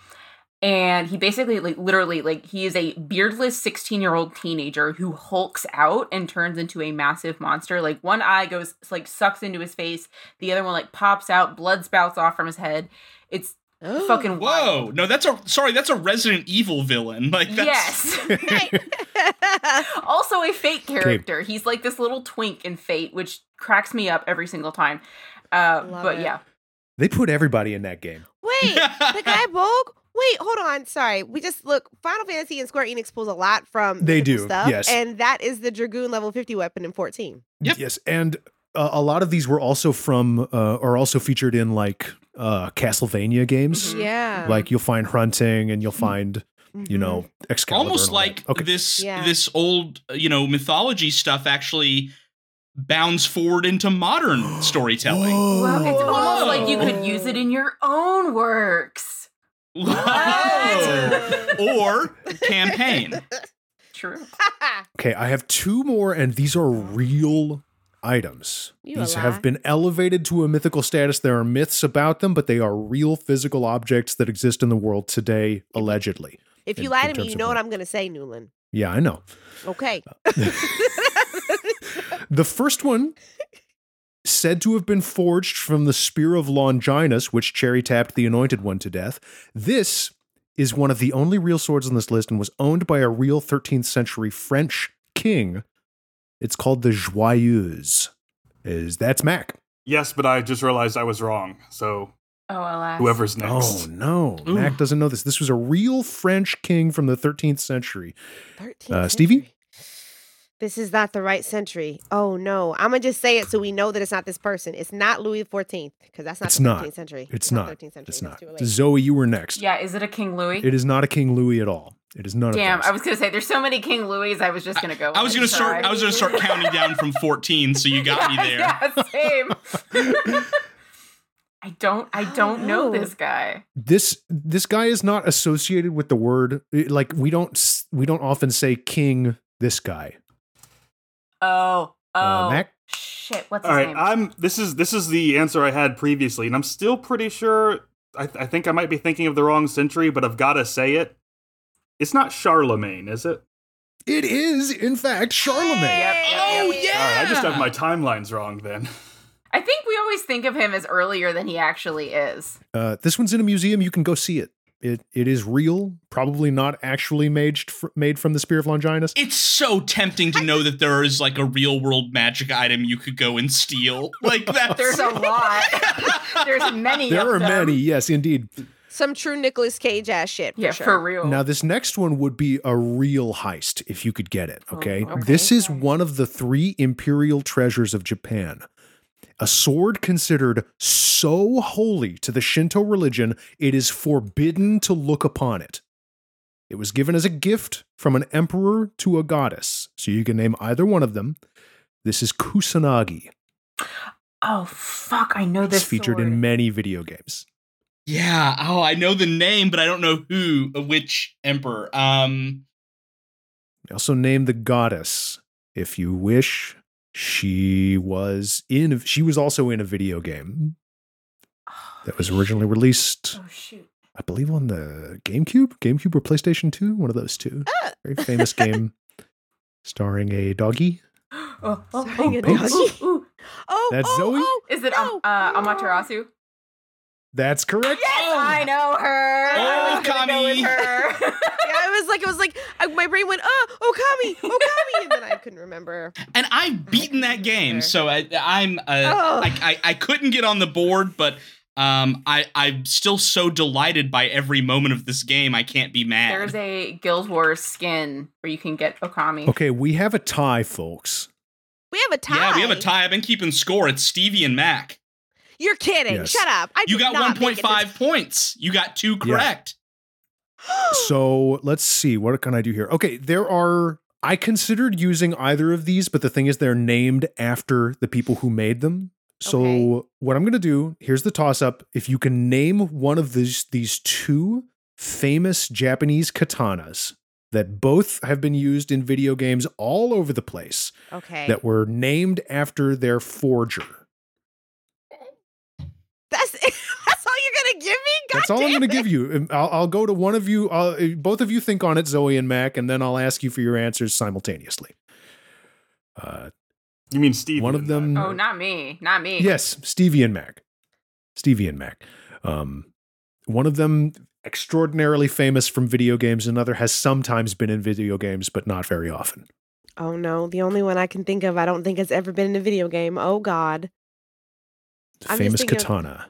[SPEAKER 5] And he basically, like, literally, like, he is a beardless 16 year old teenager who hulks out and turns into a massive monster. Like, one eye goes, like, sucks into his face. The other one, like, pops out. Blood spouts off from his head. It's fucking wild.
[SPEAKER 2] Whoa. No, that's a sorry, that's a Resident Evil villain. Like that's
[SPEAKER 5] Yes. also a fate character. He's like this little twink in Fate, which cracks me up every single time. Uh,
[SPEAKER 6] Love
[SPEAKER 5] but
[SPEAKER 6] it.
[SPEAKER 5] yeah,
[SPEAKER 1] They put everybody in that game.
[SPEAKER 6] Wait, the guy Bogue? Wait, hold on. Sorry. We just look Final Fantasy and Square Enix pulls a lot from
[SPEAKER 1] They
[SPEAKER 6] mythical
[SPEAKER 1] do,
[SPEAKER 6] stuff,
[SPEAKER 1] yes.
[SPEAKER 6] And that is the Dragoon level 50 weapon in 14.
[SPEAKER 2] Yep.
[SPEAKER 1] Yes, and uh, a lot of these were also from uh, are also featured in like uh, Castlevania games.
[SPEAKER 3] Mm-hmm.
[SPEAKER 5] Mhm.
[SPEAKER 6] Yeah.
[SPEAKER 1] Mm-hmm. Like you'll find hunting, and you'll find you know Excalibur.
[SPEAKER 2] almost
[SPEAKER 1] and all that.
[SPEAKER 2] like
[SPEAKER 1] okay,
[SPEAKER 2] this
[SPEAKER 6] Yeah.
[SPEAKER 2] this old you know mythology stuff actually bounds forward into modern storytelling.
[SPEAKER 5] well, it's almost like you
[SPEAKER 1] Whoa.
[SPEAKER 5] could use it in your own works.
[SPEAKER 6] Oh!
[SPEAKER 2] Whoa. or campaign.
[SPEAKER 5] True.
[SPEAKER 1] Okay, I have two more, and these are real items.
[SPEAKER 6] You
[SPEAKER 1] these
[SPEAKER 6] a lie.
[SPEAKER 1] have been elevated to a mythical status. There are myths about them, but they are real physical objects that exist in the world today, allegedly.
[SPEAKER 6] if you
[SPEAKER 1] in-
[SPEAKER 6] lie
[SPEAKER 1] in
[SPEAKER 6] to me,
[SPEAKER 1] terms
[SPEAKER 6] you
[SPEAKER 1] of Uh,
[SPEAKER 6] know what
[SPEAKER 1] what-
[SPEAKER 6] I'm gonna say, Newland.
[SPEAKER 1] Yeah, I know.
[SPEAKER 6] Okay.
[SPEAKER 1] The first one, said to have been forged from the spear of Longinus, which cherry tapped the anointed one to death. This is one of the only real swords on this list and was owned by a real 13th century French king. It's called the Joyeuse. Is that's Mac.
[SPEAKER 4] Yes, but I just realized I was wrong. So
[SPEAKER 5] Oh, alas.
[SPEAKER 4] whoever's
[SPEAKER 1] Oh
[SPEAKER 4] next.
[SPEAKER 1] no,
[SPEAKER 2] Ooh.
[SPEAKER 1] Mac doesn't know this. This was a real French king from the 13th century.
[SPEAKER 6] 13th
[SPEAKER 1] Uh, Stevie?
[SPEAKER 6] century. This is not the right century. Oh no. I'm gonna just say it so we know that it's not this person. It's not Louis XIV, because that's not
[SPEAKER 1] It's
[SPEAKER 6] the
[SPEAKER 1] not.
[SPEAKER 6] 13th century.
[SPEAKER 1] It's not.
[SPEAKER 6] 13th century.
[SPEAKER 1] It's
[SPEAKER 6] That's
[SPEAKER 1] not.
[SPEAKER 6] too late.
[SPEAKER 1] Zoe, you were next.
[SPEAKER 5] Yeah, is it a King Louis?
[SPEAKER 1] It is not a King Louis at all. It is none
[SPEAKER 5] Damn,
[SPEAKER 1] of
[SPEAKER 5] I
[SPEAKER 1] those.
[SPEAKER 5] was gonna say there's so many King Louis. I was just gonna go.
[SPEAKER 2] I was gonna start I was gonna start counting down from 14, so you got me there.
[SPEAKER 5] Yeah, same. I don't. I don't know
[SPEAKER 6] Oh,
[SPEAKER 5] this guy.
[SPEAKER 1] this this guy is not associated with the word it- like we don't s- we don't often say king this guy
[SPEAKER 5] Oh. Oh.
[SPEAKER 1] Uh, Mac?
[SPEAKER 5] Shit. What's
[SPEAKER 4] All
[SPEAKER 5] his
[SPEAKER 4] right,
[SPEAKER 5] name?
[SPEAKER 4] I'm. This is this is the answer I had previously, and I'm still pretty sure. I, I think I might be thinking of the wrong century, but I've got to say it. It's not Charlemagne, is it?
[SPEAKER 1] it is in fact charlemagne
[SPEAKER 5] Yep, yep,
[SPEAKER 2] Oh
[SPEAKER 5] yep.
[SPEAKER 2] yeah.
[SPEAKER 4] All right, I just have my timelines wrong then.
[SPEAKER 5] I think we always think of him as earlier than he actually is.
[SPEAKER 1] uh, this one's in a museum you can go see it it it is real probably not actually made fr- made from the spear of longinus
[SPEAKER 2] It's so tempting to know that there is like a real world magic item you could go and steal. Like that's
[SPEAKER 5] There's a lot. There's many.
[SPEAKER 1] there
[SPEAKER 5] of
[SPEAKER 1] are
[SPEAKER 5] them.
[SPEAKER 1] many yes indeed
[SPEAKER 6] Some true Nicolas Cage ass shit. For
[SPEAKER 5] Yeah,
[SPEAKER 6] sure.
[SPEAKER 5] for real.
[SPEAKER 1] now this next one would be a real heist if you could get it
[SPEAKER 5] Oh,
[SPEAKER 1] okay,
[SPEAKER 5] okay.
[SPEAKER 1] this is one of the three imperial treasures of japan a sword considered so holy to the Shinto religion, it is forbidden to look upon it. It was given as a gift from an emperor to a goddess, so you can name either one of them. This is Kusanagi.
[SPEAKER 5] oh fuck! I know
[SPEAKER 1] It's
[SPEAKER 5] this.
[SPEAKER 1] featured
[SPEAKER 5] sword.
[SPEAKER 1] in many video games.
[SPEAKER 2] Yeah. Oh, I know the name, but I don't know who, uh, which emperor. Um.
[SPEAKER 1] They also named the goddess, if you wish. She was in. She was also in a video game
[SPEAKER 5] Oh,
[SPEAKER 1] that was originally released
[SPEAKER 5] shit. Oh shoot!
[SPEAKER 1] I believe on the GameCube, GameCube or PlayStation 2, one of those two.
[SPEAKER 6] Ah.
[SPEAKER 1] Very famous game starring a doggy.
[SPEAKER 5] Oh, oh, oh,
[SPEAKER 6] Sorry,
[SPEAKER 1] a doggy.
[SPEAKER 5] ooh, ooh.
[SPEAKER 6] Oh,
[SPEAKER 1] That's
[SPEAKER 6] oh,
[SPEAKER 1] Zoe?
[SPEAKER 6] oh,
[SPEAKER 5] Is it
[SPEAKER 6] no.
[SPEAKER 5] um, uh, Amaterasu?
[SPEAKER 1] That's correct.
[SPEAKER 5] Yes, I know her. I
[SPEAKER 3] er,
[SPEAKER 2] Oh,
[SPEAKER 5] was gonna go with
[SPEAKER 2] Kami.
[SPEAKER 5] her.
[SPEAKER 6] yeah, it was like it was like I, my brain went,
[SPEAKER 3] "Uh,
[SPEAKER 6] oh, oh, Kami, oh, Kami, and then I couldn't remember.
[SPEAKER 2] And I've beaten that game, so I, I'm. Uh,
[SPEAKER 6] Oh.
[SPEAKER 2] I, I I couldn't get on the board, but um, I I'm still so delighted by every moment of this game. I can't be mad.
[SPEAKER 5] There's a Guild Wars skin where you can get Okami.
[SPEAKER 1] Okay, we have a tie, folks.
[SPEAKER 6] We have a tie.
[SPEAKER 2] Yeah, we have a tie. I've been keeping score. It's Stevie and Mac.
[SPEAKER 6] You're kidding.
[SPEAKER 1] Yes.
[SPEAKER 6] Shut up. I
[SPEAKER 2] You
[SPEAKER 6] did
[SPEAKER 2] got
[SPEAKER 6] not make it
[SPEAKER 2] 1.5 points. You got two
[SPEAKER 1] Yeah.
[SPEAKER 2] correct.
[SPEAKER 6] this-
[SPEAKER 1] So let's see. What can I do here? Okay, there are. I considered using either of these, but the thing is, they're named after the people who made them. So
[SPEAKER 6] Okay.
[SPEAKER 1] what I'm going to do here's the toss up. If you can name one of these these two, famous Japanese katanas that both have been used in video games all over the place
[SPEAKER 3] Okay.
[SPEAKER 1] that were named after their forger.
[SPEAKER 3] That's that's all you're gonna give me. God
[SPEAKER 1] That's all I'm
[SPEAKER 3] damn
[SPEAKER 1] going to
[SPEAKER 3] it.
[SPEAKER 1] give you. Um, I'll, I'll go to one of you. I'll, uh, both of you think on it, Zoe and Mac, and then I'll ask you for your answers simultaneously. Uh,
[SPEAKER 4] You mean Steve?
[SPEAKER 1] One of them-
[SPEAKER 5] Oh, not me. Not me.
[SPEAKER 3] Hmm.
[SPEAKER 1] yes, Stevie and Mac. Stevie and Mac. Um, one of them extraordinarily famous from video games. Another has sometimes been in video games, but not very often.
[SPEAKER 3] Oh no, the only one I can think of, I don't think has ever been in a video game. Oh God.
[SPEAKER 1] The
[SPEAKER 3] I'm just
[SPEAKER 1] famous
[SPEAKER 3] thinking of-
[SPEAKER 1] katana.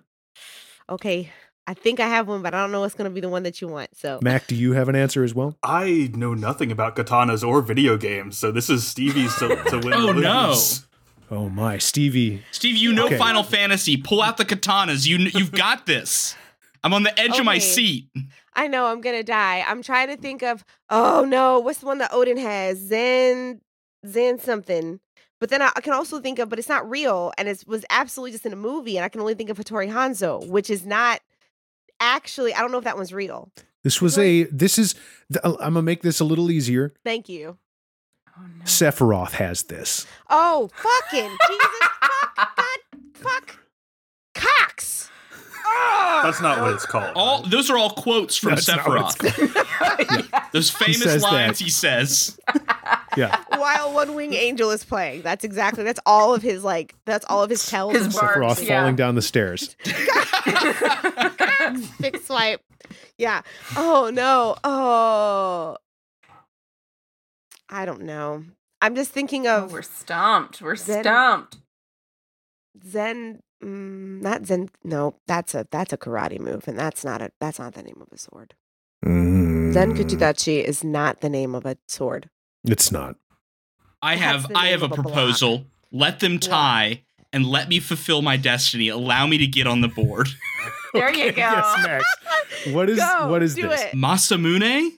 [SPEAKER 3] Okay, I think I have one, but I don't know what's gonna be the one that you want. So
[SPEAKER 1] Mac, do you have an answer as well?
[SPEAKER 4] I know nothing about katanas or video games, so this is Stevie's to, to win.
[SPEAKER 2] Oh,
[SPEAKER 4] or
[SPEAKER 2] no.
[SPEAKER 4] lose.
[SPEAKER 1] Oh my, Stevie.
[SPEAKER 2] Steve, you know
[SPEAKER 1] Okay.
[SPEAKER 2] Final Fantasy. Pull out the katanas. You you've got this. I'm on the edge of my
[SPEAKER 3] Okay.
[SPEAKER 2] seat.
[SPEAKER 3] I know I'm gonna die. I'm trying to think of. Oh no, what's the one that Odin has? Zen, Zen something. But then I, I can also think of, but it's not real, and it was absolutely just in a movie, and I can only think of Hattori Hanzo, which is not actually. I don't know if that one's real.
[SPEAKER 1] This was a. This is. th- I'm gonna make this a little easier.
[SPEAKER 3] Thank you.
[SPEAKER 5] Oh,
[SPEAKER 3] Hmm.
[SPEAKER 5] no.
[SPEAKER 1] Sephiroth has this.
[SPEAKER 3] Oh fucking Jesus! Fuck! God! Fuck! Cox!
[SPEAKER 4] That's not what it's called.
[SPEAKER 2] All
[SPEAKER 4] right?
[SPEAKER 2] those are all quotes from
[SPEAKER 1] That's not what it's
[SPEAKER 2] Sephiroth. Those famous
[SPEAKER 1] says that.
[SPEAKER 2] lines he says.
[SPEAKER 1] Yeah,
[SPEAKER 3] While One Wing Angel is playing, that's exactly that's all of his like that's all of his tells.
[SPEAKER 5] His
[SPEAKER 3] and
[SPEAKER 5] bar-
[SPEAKER 1] Sephiroth
[SPEAKER 5] Yeah.
[SPEAKER 1] falling down the stairs.
[SPEAKER 3] Big swipe. Yeah. Oh no. Oh. I don't know. I'm just thinking
[SPEAKER 5] Oh,
[SPEAKER 3] of
[SPEAKER 5] we're stumped. We're
[SPEAKER 3] Then-
[SPEAKER 5] stumped.
[SPEAKER 3] Zen. Mm, not Zen. No, that's a that's a karate move, and that's not a that's not the name of a sword.
[SPEAKER 1] Mm.
[SPEAKER 3] Zen Kuchidachi is not the name of a sword.
[SPEAKER 1] It's not.
[SPEAKER 2] I
[SPEAKER 3] That's
[SPEAKER 2] have
[SPEAKER 3] the
[SPEAKER 2] I have a
[SPEAKER 3] name of a block.
[SPEAKER 2] proposal. Let them tie and let me fulfill my destiny. Allow me to get on the board.
[SPEAKER 5] There you go.
[SPEAKER 1] Yes, Max. What is
[SPEAKER 3] Go,
[SPEAKER 1] what is
[SPEAKER 3] do
[SPEAKER 1] this?
[SPEAKER 3] it.
[SPEAKER 2] Masamune?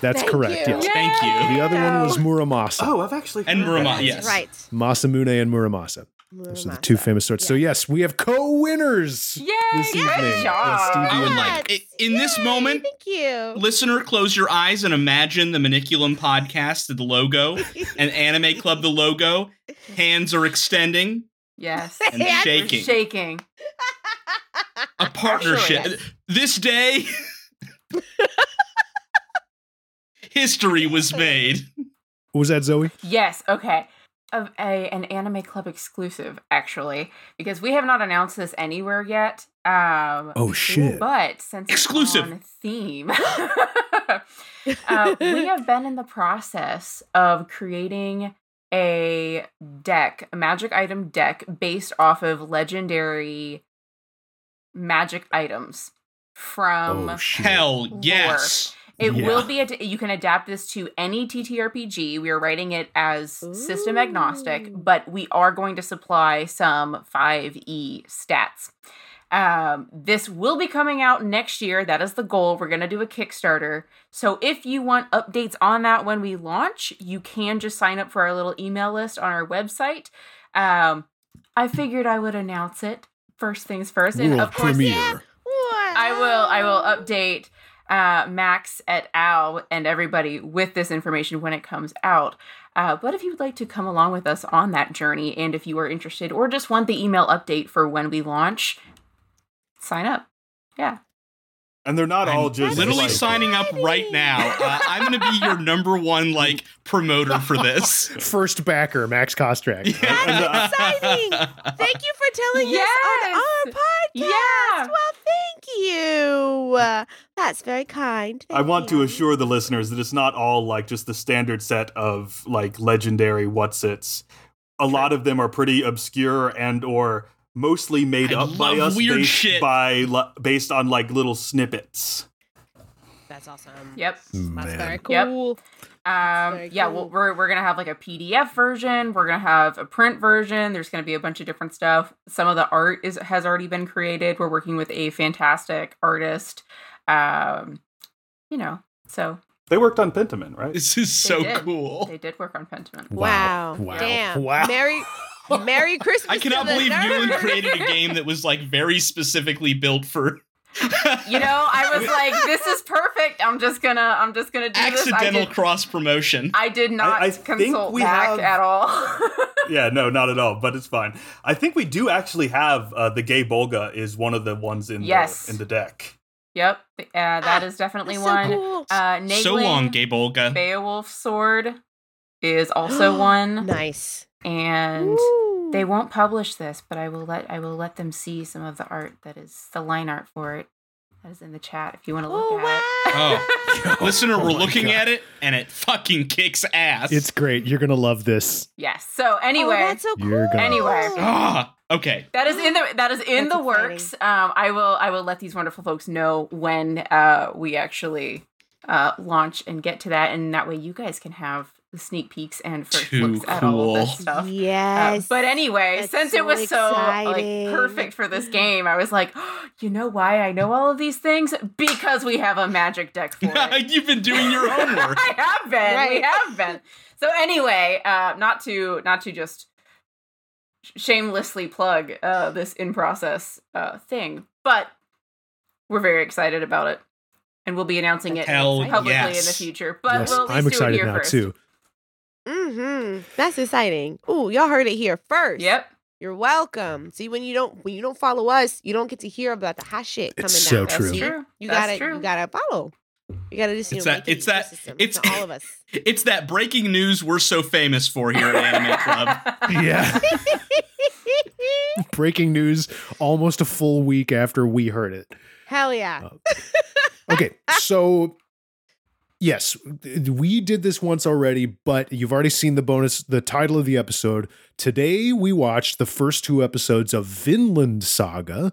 [SPEAKER 1] That's
[SPEAKER 3] Thank
[SPEAKER 1] correct.
[SPEAKER 3] you.
[SPEAKER 1] Yes.
[SPEAKER 2] Yeah. Thank you.
[SPEAKER 1] The other one was
[SPEAKER 3] Go.
[SPEAKER 1] Muramasa.
[SPEAKER 4] Oh, I've actually
[SPEAKER 2] And
[SPEAKER 4] heard
[SPEAKER 2] Murama-
[SPEAKER 4] that.
[SPEAKER 2] yes.
[SPEAKER 3] right.
[SPEAKER 1] Masamune and Muramasa. Those are the two
[SPEAKER 3] Muramasa.
[SPEAKER 1] famous swords. So
[SPEAKER 3] Yeah.
[SPEAKER 1] yes, we have co-winners.
[SPEAKER 5] Yay!
[SPEAKER 1] This
[SPEAKER 5] Good
[SPEAKER 1] evening,
[SPEAKER 5] job.
[SPEAKER 1] Stevie
[SPEAKER 2] I would
[SPEAKER 1] and-
[SPEAKER 2] like
[SPEAKER 3] Yes.
[SPEAKER 2] i- in this
[SPEAKER 3] Yay,
[SPEAKER 2] moment-
[SPEAKER 3] Thank
[SPEAKER 2] Oh.
[SPEAKER 3] you.
[SPEAKER 2] Listener, close your eyes and imagine the Maniculum podcast, the logo, and Anime Club, the logo. Hands are extending.
[SPEAKER 5] Yes.
[SPEAKER 2] and
[SPEAKER 3] Yeah.
[SPEAKER 5] We're
[SPEAKER 2] shaking.
[SPEAKER 5] shaking.
[SPEAKER 2] A partnership.
[SPEAKER 5] Actually,
[SPEAKER 2] This day, history was made.
[SPEAKER 1] What was that Zoe?
[SPEAKER 5] Yes. Okay. Of a an anime club exclusive, actually, because we have not announced this anywhere yet. Um,
[SPEAKER 1] Oh shit.
[SPEAKER 5] But since it's
[SPEAKER 2] Exclusive.
[SPEAKER 5] on theme, uh, we have been in the process of creating a deck, a magic item deck based off of legendary magic items from.
[SPEAKER 1] oh shit.
[SPEAKER 2] Hell
[SPEAKER 5] Lore.
[SPEAKER 2] yes.
[SPEAKER 5] It
[SPEAKER 1] Yeah.
[SPEAKER 5] will be. Ad- you can adapt this to any TTRPG. We are writing it as system agnostic,
[SPEAKER 3] Ooh.
[SPEAKER 5] but we are going to supply some 5e stats. Um, this will be coming out next year. That is the goal. We're going to do a Kickstarter. So if you want updates on that when we launch, you can just sign up for our little email list on our website. Um, I figured I would announce it first things first. And
[SPEAKER 1] World
[SPEAKER 5] of course,
[SPEAKER 1] premiere.
[SPEAKER 3] yeah.
[SPEAKER 5] I will I will
[SPEAKER 3] Ah.
[SPEAKER 5] update uh, Max et al. and everybody with this information when it comes out. Uh, but if you would like to come along with us on that journey, and if you are interested or just want the email update for when we launch, sign up. Yeah.
[SPEAKER 4] And they're not
[SPEAKER 2] I'm
[SPEAKER 4] all just
[SPEAKER 2] literally
[SPEAKER 4] like,
[SPEAKER 2] signing up right now. Uh, I'm going to be your number one like promoter for this. uh,
[SPEAKER 1] First backer, Max Kostrak.
[SPEAKER 3] That's exciting. Thank you for telling us on our
[SPEAKER 5] Yes.
[SPEAKER 3] podcast.
[SPEAKER 5] Yeah.
[SPEAKER 3] Well, thank you. Uh, That's very kind.
[SPEAKER 4] I
[SPEAKER 3] Thank
[SPEAKER 4] want to
[SPEAKER 3] you.
[SPEAKER 4] assure the listeners that it's not all like just the standard set of like legendary what's its. A lot of them are pretty obscure and or mostly made
[SPEAKER 2] I
[SPEAKER 4] up by
[SPEAKER 2] love
[SPEAKER 4] us
[SPEAKER 2] weird
[SPEAKER 4] based
[SPEAKER 2] shit.
[SPEAKER 4] by li- based on like little snippets.
[SPEAKER 3] That's awesome.
[SPEAKER 5] Yep.
[SPEAKER 3] That's
[SPEAKER 1] Man.
[SPEAKER 3] very
[SPEAKER 5] Yep.
[SPEAKER 3] cool.
[SPEAKER 5] Um,
[SPEAKER 3] very
[SPEAKER 5] yeah,
[SPEAKER 3] cool.
[SPEAKER 5] well, we're we're gonna have like a PDF version. We're gonna have a print version. There's gonna be a bunch of different stuff. Some of the art is has already been created. We're working with a fantastic artist. Um, you know, so
[SPEAKER 4] They worked on Pentiment, right?
[SPEAKER 2] This is so
[SPEAKER 5] did.
[SPEAKER 2] cool.
[SPEAKER 5] they did work on Pentiment.
[SPEAKER 3] Wow.
[SPEAKER 1] Wow.
[SPEAKER 3] Damn.
[SPEAKER 1] Wow.
[SPEAKER 3] Merry, Merry Christmas.
[SPEAKER 2] I cannot
[SPEAKER 3] to the
[SPEAKER 2] believe
[SPEAKER 3] nerd.
[SPEAKER 2] Newland created a game that was like very specifically built for
[SPEAKER 5] You know, I was like, this is perfect. I'm just gonna, I'm just gonna do this. I
[SPEAKER 2] Accidental
[SPEAKER 5] did,
[SPEAKER 2] cross promotion.
[SPEAKER 5] I did not
[SPEAKER 4] I think
[SPEAKER 5] consult
[SPEAKER 4] we
[SPEAKER 5] back
[SPEAKER 4] have-
[SPEAKER 5] at all.
[SPEAKER 4] yeah, no, not at all. But it's fine. I think we do actually have uh, the gay Bolga is one of the ones in
[SPEAKER 5] Yes.
[SPEAKER 4] the, in the deck.
[SPEAKER 5] yep, uh, that is definitely
[SPEAKER 6] That's so
[SPEAKER 5] one.
[SPEAKER 6] cool.
[SPEAKER 5] Uh, Nagling,
[SPEAKER 2] so long, Gabe Olga.
[SPEAKER 5] Beowulf sword is also one,
[SPEAKER 6] Nice.
[SPEAKER 5] and
[SPEAKER 6] Ooh.
[SPEAKER 5] they won't publish this, but I will let I will let them see some of the art that is the line art for it that is in the chat if you want to look
[SPEAKER 6] Oh,
[SPEAKER 5] at.
[SPEAKER 2] wow.
[SPEAKER 5] it.
[SPEAKER 2] Listener,
[SPEAKER 1] Oh
[SPEAKER 2] we're
[SPEAKER 1] my
[SPEAKER 2] looking
[SPEAKER 1] God.
[SPEAKER 2] at it and it fucking kicks ass.
[SPEAKER 1] It's great. You're gonna love this.
[SPEAKER 5] yes. So anyway,
[SPEAKER 6] oh, that's so cool.
[SPEAKER 1] You're gonna-
[SPEAKER 5] Anyway.
[SPEAKER 2] ah okay.
[SPEAKER 5] That is in the that is in
[SPEAKER 6] That's
[SPEAKER 5] the works. Um, I will I will let these wonderful folks know when uh, we actually uh, launch and get to that, and that way you guys can have the sneak peeks and first
[SPEAKER 2] Too
[SPEAKER 5] looks at all of
[SPEAKER 2] cool.
[SPEAKER 5] this stuff. Uh,
[SPEAKER 6] Yes.
[SPEAKER 5] but anyway,
[SPEAKER 6] That's
[SPEAKER 5] since
[SPEAKER 6] so
[SPEAKER 5] it was so
[SPEAKER 6] exciting.
[SPEAKER 5] like perfect for this game, I was like, you know why I know all of these things because we have a magic deck for it.
[SPEAKER 2] You've been doing your homework.
[SPEAKER 5] I have been. We
[SPEAKER 6] Right.
[SPEAKER 5] have been. So anyway, uh, not to not to just sh- shamelessly plug uh, this in process uh, thing, but we're very excited about it, and we'll be announcing it
[SPEAKER 2] Hell
[SPEAKER 5] publicly in the
[SPEAKER 2] yes.
[SPEAKER 5] future. But
[SPEAKER 1] yes,
[SPEAKER 5] we'll at least
[SPEAKER 1] I'm
[SPEAKER 5] do
[SPEAKER 1] excited
[SPEAKER 5] it here
[SPEAKER 1] now
[SPEAKER 5] first.
[SPEAKER 1] too.
[SPEAKER 6] hmm
[SPEAKER 3] Mm-hmm.
[SPEAKER 6] That's exciting. Ooh, y'all heard it here first.
[SPEAKER 5] Yep.
[SPEAKER 1] Oh,
[SPEAKER 6] You're welcome. See, when you don't when you don't follow us, you don't get to hear about the hot shit coming
[SPEAKER 1] It's so
[SPEAKER 6] down.
[SPEAKER 5] That's
[SPEAKER 1] true.
[SPEAKER 5] true.
[SPEAKER 6] See? You
[SPEAKER 5] That's
[SPEAKER 6] gotta
[SPEAKER 5] true.
[SPEAKER 6] you gotta follow. You gotta just you
[SPEAKER 2] It's
[SPEAKER 6] know
[SPEAKER 2] that-
[SPEAKER 6] make it
[SPEAKER 2] it's that-
[SPEAKER 6] ecosystem.
[SPEAKER 2] it's-
[SPEAKER 6] for all of us.
[SPEAKER 2] It's that breaking news we're so famous for here at Anime Club.
[SPEAKER 1] Yeah. Breaking news almost a full week after we heard it.
[SPEAKER 6] Hell yeah.
[SPEAKER 1] Oh, Okay, so yes, th- we did this once already, but you've already seen the bonus, the title of the episode. Today we watched the first two episodes of Vinland Saga,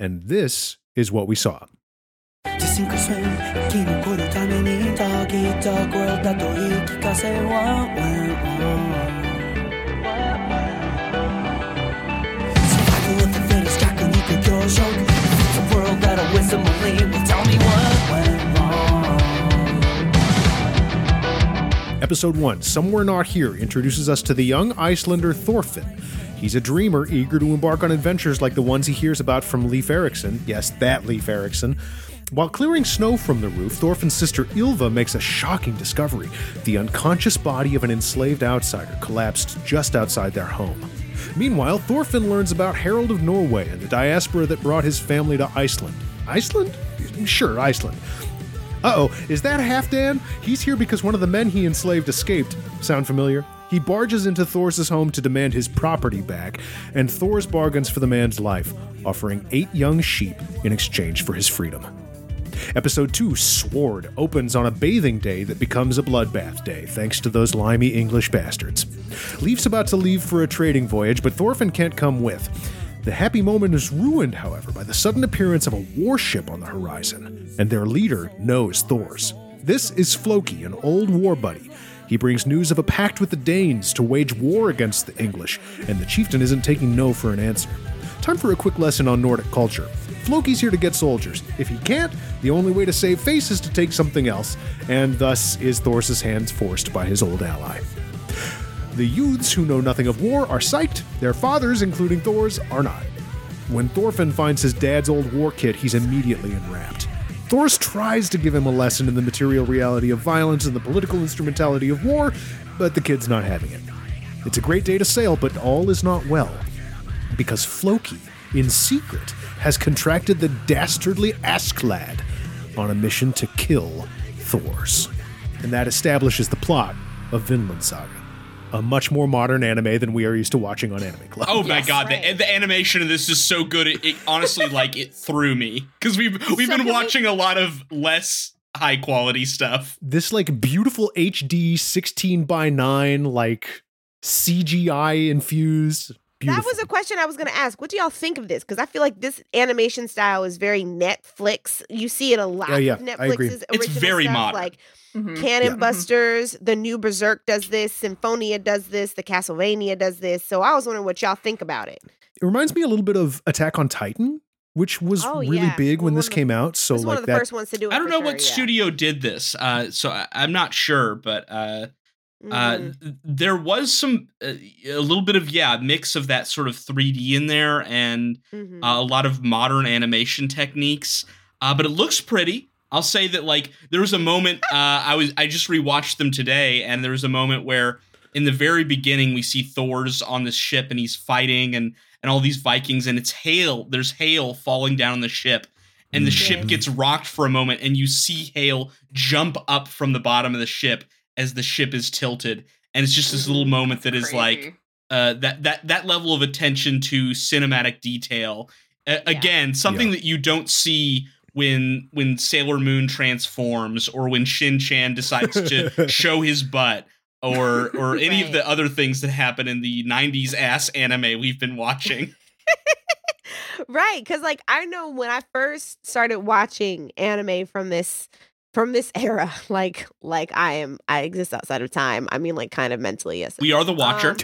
[SPEAKER 1] and this is what we saw.
[SPEAKER 7] 自信こそ生き残るために Doggy Dog World だと言い聞かせ Wow, wow, wow. Survival of the fittest 弱肉強食 It's a world that I wisdom believe Well tell me what went wrong
[SPEAKER 1] Episode 1 Somewhere Not Here introduces us to the young Icelander Thorfinn. He's a dreamer eager to embark on adventures like the ones he hears about from Leif Erikson. Yes, that Leif Erikson. While clearing snow from the roof, Thorfinn's sister Ilva makes a shocking discovery the unconscious body of an enslaved outsider collapsed just outside their home. Meanwhile, Thorfinn learns about Harold of Norway and the diaspora that brought his family to Iceland. Iceland? Sure, Iceland. Uh oh, is that Halfdan? He's here because one of the men he enslaved escaped. Sound familiar? He barges into Thor's home to demand his property back, and Thor's bargains for the man's life, offering eight young sheep in exchange for his freedom. Episode 2, Sword, opens on a bathing day that becomes a bloodbath day, thanks to those limey English bastards. Leif's about to leave for a trading voyage, but Thorfinn can't come with. The happy moment is ruined, however, by the sudden appearance of a warship on the horizon, and their leader knows Thor's. This is Floki, an old war buddy. He brings news of a pact with the Danes to wage war against the English, and the chieftain isn't taking no for an answer. Time for a quick lesson on Nordic culture. Floki's here to get soldiers. If he can't, the only way to save face is to take something else, and thus is Thor's hands forced by his old ally. The youths who know nothing of war are psyched, their fathers, including Thor's, are not. When Thorfinn finds his dad's old war kit, he's immediately enrapt. Thor's tries to give him a lesson in the material reality of violence and the political instrumentality of war, but the kid's not having it. It's a great day to sail, but all is not well because Floki, in secret, has contracted the dastardly Asklad on a mission to kill Thor's. And that establishes the plot of Vinland Saga, a much more modern anime than we are used to watching on Anime Club.
[SPEAKER 2] Oh my god, the,
[SPEAKER 6] right.
[SPEAKER 2] the animation of this is so good. It, it honestly like it threw me because we've we've
[SPEAKER 6] So
[SPEAKER 2] been
[SPEAKER 6] can we-
[SPEAKER 2] watching a lot of less high quality stuff.
[SPEAKER 1] This like beautiful HD 16 by 9 like CGI infused. Beautiful.
[SPEAKER 6] That was a question I was going to ask. What do y'all think of this? Because I feel like this animation style is very Netflix. You see it a lot.
[SPEAKER 1] Yeah, yeah,
[SPEAKER 6] of
[SPEAKER 1] I agree.
[SPEAKER 6] Netflix's
[SPEAKER 2] It's
[SPEAKER 6] original
[SPEAKER 2] very
[SPEAKER 6] stuff,
[SPEAKER 2] modern.
[SPEAKER 6] Like
[SPEAKER 5] Mhm.
[SPEAKER 6] Cannon
[SPEAKER 1] Yeah.
[SPEAKER 6] Busters, the new Berserk does this, Symphonia does this, the Castlevania does this. So I was wondering what y'all think about it.
[SPEAKER 1] it reminds me a little bit of Attack on Titan, which was
[SPEAKER 6] Oh,
[SPEAKER 1] really
[SPEAKER 6] yeah.
[SPEAKER 1] big when
[SPEAKER 6] One
[SPEAKER 1] this
[SPEAKER 6] of the-
[SPEAKER 1] came out. So
[SPEAKER 6] it's one
[SPEAKER 1] like
[SPEAKER 6] of the
[SPEAKER 1] that
[SPEAKER 6] first ones to do it.
[SPEAKER 2] I don't
[SPEAKER 6] for
[SPEAKER 2] know
[SPEAKER 6] sure,
[SPEAKER 2] what
[SPEAKER 6] yeah.
[SPEAKER 2] studio did this, uh, so I, I'm not sure, but uh, Uh,
[SPEAKER 6] Mm-hmm.
[SPEAKER 3] Mm.
[SPEAKER 2] th- there was some uh, a little bit of yeah mix of that sort of 3D in there and
[SPEAKER 3] Mhm.
[SPEAKER 2] uh, a lot of modern animation techniques. Uh, but it looks pretty. I'll say that like there was a moment uh, I was I just rewatched them today, and there was a moment where in the very beginning we see Thor's on this ship and he's fighting and and all these Vikings and it's hail. There's hail falling down on the ship. And the ship
[SPEAKER 3] Yes.
[SPEAKER 2] gets rocked for a moment, and you see Hale jump up from the bottom of the ship as the ship is tilted. And it's just this little moment that is like,
[SPEAKER 5] Crazy.
[SPEAKER 2] uh, that that that level of attention to cinematic detail uh, again something that you don't see when when Sailor Moon transforms or when Shin Chan decides to show his butt or or any of
[SPEAKER 5] Right.
[SPEAKER 2] the other things that happen in the 90s ass anime we've been watching
[SPEAKER 3] right because like i know when i first started watching anime from this from this era like like i am i exist outside of time i mean like kind of mentally yes
[SPEAKER 2] we are the watcher
[SPEAKER 3] Um,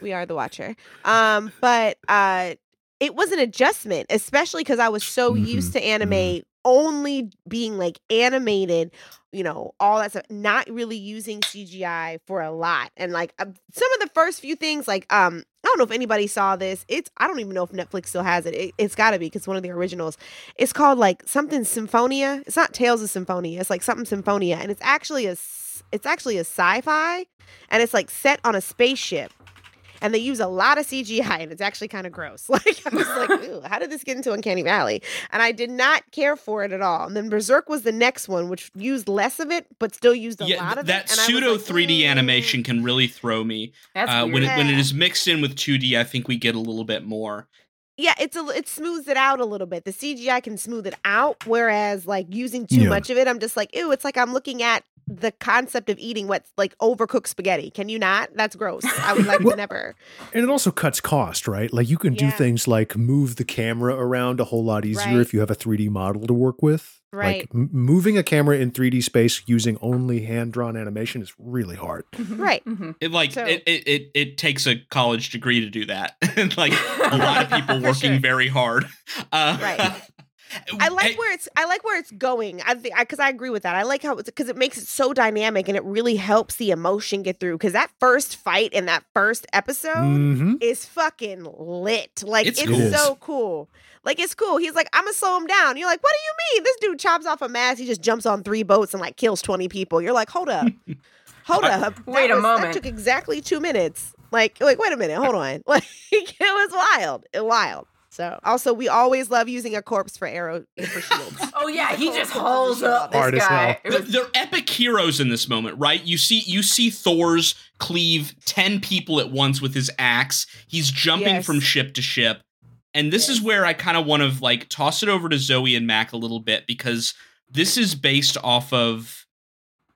[SPEAKER 3] we are the watcher um but uh it was an adjustment especially because i was so used to anime only being like animated you know all that stuff not really using cgi for a lot and like uh, some of the first few things like um i don't know if anybody saw this it's i don't even know if netflix still has it, it it's gotta be because one of the originals it's called like something symphonia it's not tales of symphonia it's like something symphonia and it's actually a s- it's actually a sci-fi and it's like set on a spaceship and they use a lot of CGI, and it's actually kind of gross. Like I was like, Ooh, how did this get into Uncanny Valley? And I did not care for it at all. And then Berserk was the next one, which used less of it, but still used a
[SPEAKER 2] yeah
[SPEAKER 3] lot
[SPEAKER 2] th-
[SPEAKER 3] of
[SPEAKER 2] that
[SPEAKER 3] it. and I was
[SPEAKER 2] pseudo
[SPEAKER 3] like,
[SPEAKER 2] 3D
[SPEAKER 3] "Mm."
[SPEAKER 2] animation can really throw me
[SPEAKER 5] That's
[SPEAKER 2] uh,
[SPEAKER 5] weird.
[SPEAKER 2] when it, when it
[SPEAKER 3] Yeah.
[SPEAKER 2] is mixed in with 2D I think we get a little bit more
[SPEAKER 3] yeah, it's a li- it smooths it out a little bit. The CGI can smooth it out, whereas like using too
[SPEAKER 1] Yeah.
[SPEAKER 3] much of it, I'm just like, ew. It's like I'm looking at the concept of eating what's like overcooked spaghetti. Can you not? That's gross. I would like to
[SPEAKER 1] Well-
[SPEAKER 3] never.
[SPEAKER 1] And it also cuts cost, right? Like you can do
[SPEAKER 3] Yeah.
[SPEAKER 1] things like move the camera around a whole lot easier
[SPEAKER 3] Right.
[SPEAKER 1] if you have a 3D model to work with.
[SPEAKER 3] Right.
[SPEAKER 1] Like m- moving a camera in 3D space using only hand drawn animation is really hard.
[SPEAKER 3] Right.
[SPEAKER 5] Mhm.
[SPEAKER 2] It like
[SPEAKER 3] So-
[SPEAKER 2] it, it, it it takes a college degree to do that. And, like a lot of people
[SPEAKER 3] For
[SPEAKER 2] working
[SPEAKER 3] sure.
[SPEAKER 2] very hard. Uh,
[SPEAKER 3] Right. I like where it's I like where it's going. I think because I, agree with that. I like how it's because it makes it so dynamic and it really helps the emotion get through. Because that first fight in that first episode
[SPEAKER 1] Mm-hmm.
[SPEAKER 3] is fucking lit. Like
[SPEAKER 2] It's
[SPEAKER 3] it's,
[SPEAKER 1] cool.
[SPEAKER 3] so cool. Like it's cool. He's like, I'm gonna slow him down. You're like, what do you mean? This dude chops off a mast. He just jumps on three boats and like kills twenty people. You're like, hold up, hold up. That
[SPEAKER 5] Wait a
[SPEAKER 3] was- That
[SPEAKER 5] moment.
[SPEAKER 3] took exactly two minutes. Like, like wait a minute, hold on. Like it was wild. It wild. So also, we always love using a corpse for arrow and for shields.
[SPEAKER 5] Oh yeah, he just hauls up this
[SPEAKER 1] Hard as
[SPEAKER 5] guy. It
[SPEAKER 2] Th-
[SPEAKER 5] was-
[SPEAKER 2] they're epic heroes in this moment, right? You see you see Thor's cleave 10 people at once with his axe. He's jumping
[SPEAKER 3] Yes.
[SPEAKER 2] from ship to ship. And this is where I kind of want to like toss it over to Zoe and Mac a little bit because this is based off of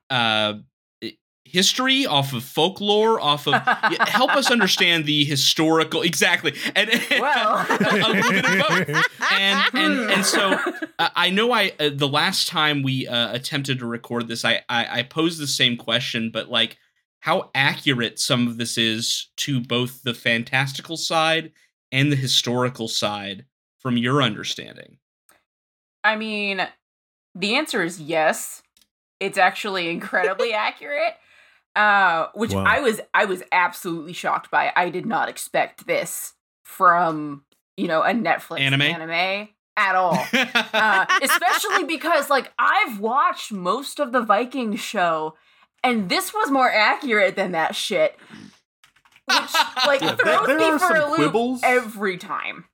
[SPEAKER 2] uh i- history, off of folklore, off of Yeah, help us understand the historical exactly. And
[SPEAKER 5] Well.
[SPEAKER 2] a little bit of both and and, and so
[SPEAKER 5] Hmm.
[SPEAKER 2] uh, I know I uh, the last time we uh, attempted to record this, I, I I posed the same question, but like how accurate some of this is to both the fantastical side and the historical side from your understanding.
[SPEAKER 5] I mean, the answer is yes. It's actually incredibly accurate. Uh, which
[SPEAKER 1] Wow.
[SPEAKER 5] I was I was absolutely shocked by. I did not expect this from, you know, a Netflix
[SPEAKER 2] Anime?
[SPEAKER 5] anime at
[SPEAKER 3] Oh.
[SPEAKER 5] all. uh, especially because like I've watched most of the Viking show, and this was more accurate than that shit. Which like
[SPEAKER 4] Yeah, there-
[SPEAKER 5] throws
[SPEAKER 4] there
[SPEAKER 5] me
[SPEAKER 4] are
[SPEAKER 5] for
[SPEAKER 4] some
[SPEAKER 5] a loop
[SPEAKER 4] quibbles.
[SPEAKER 5] every time.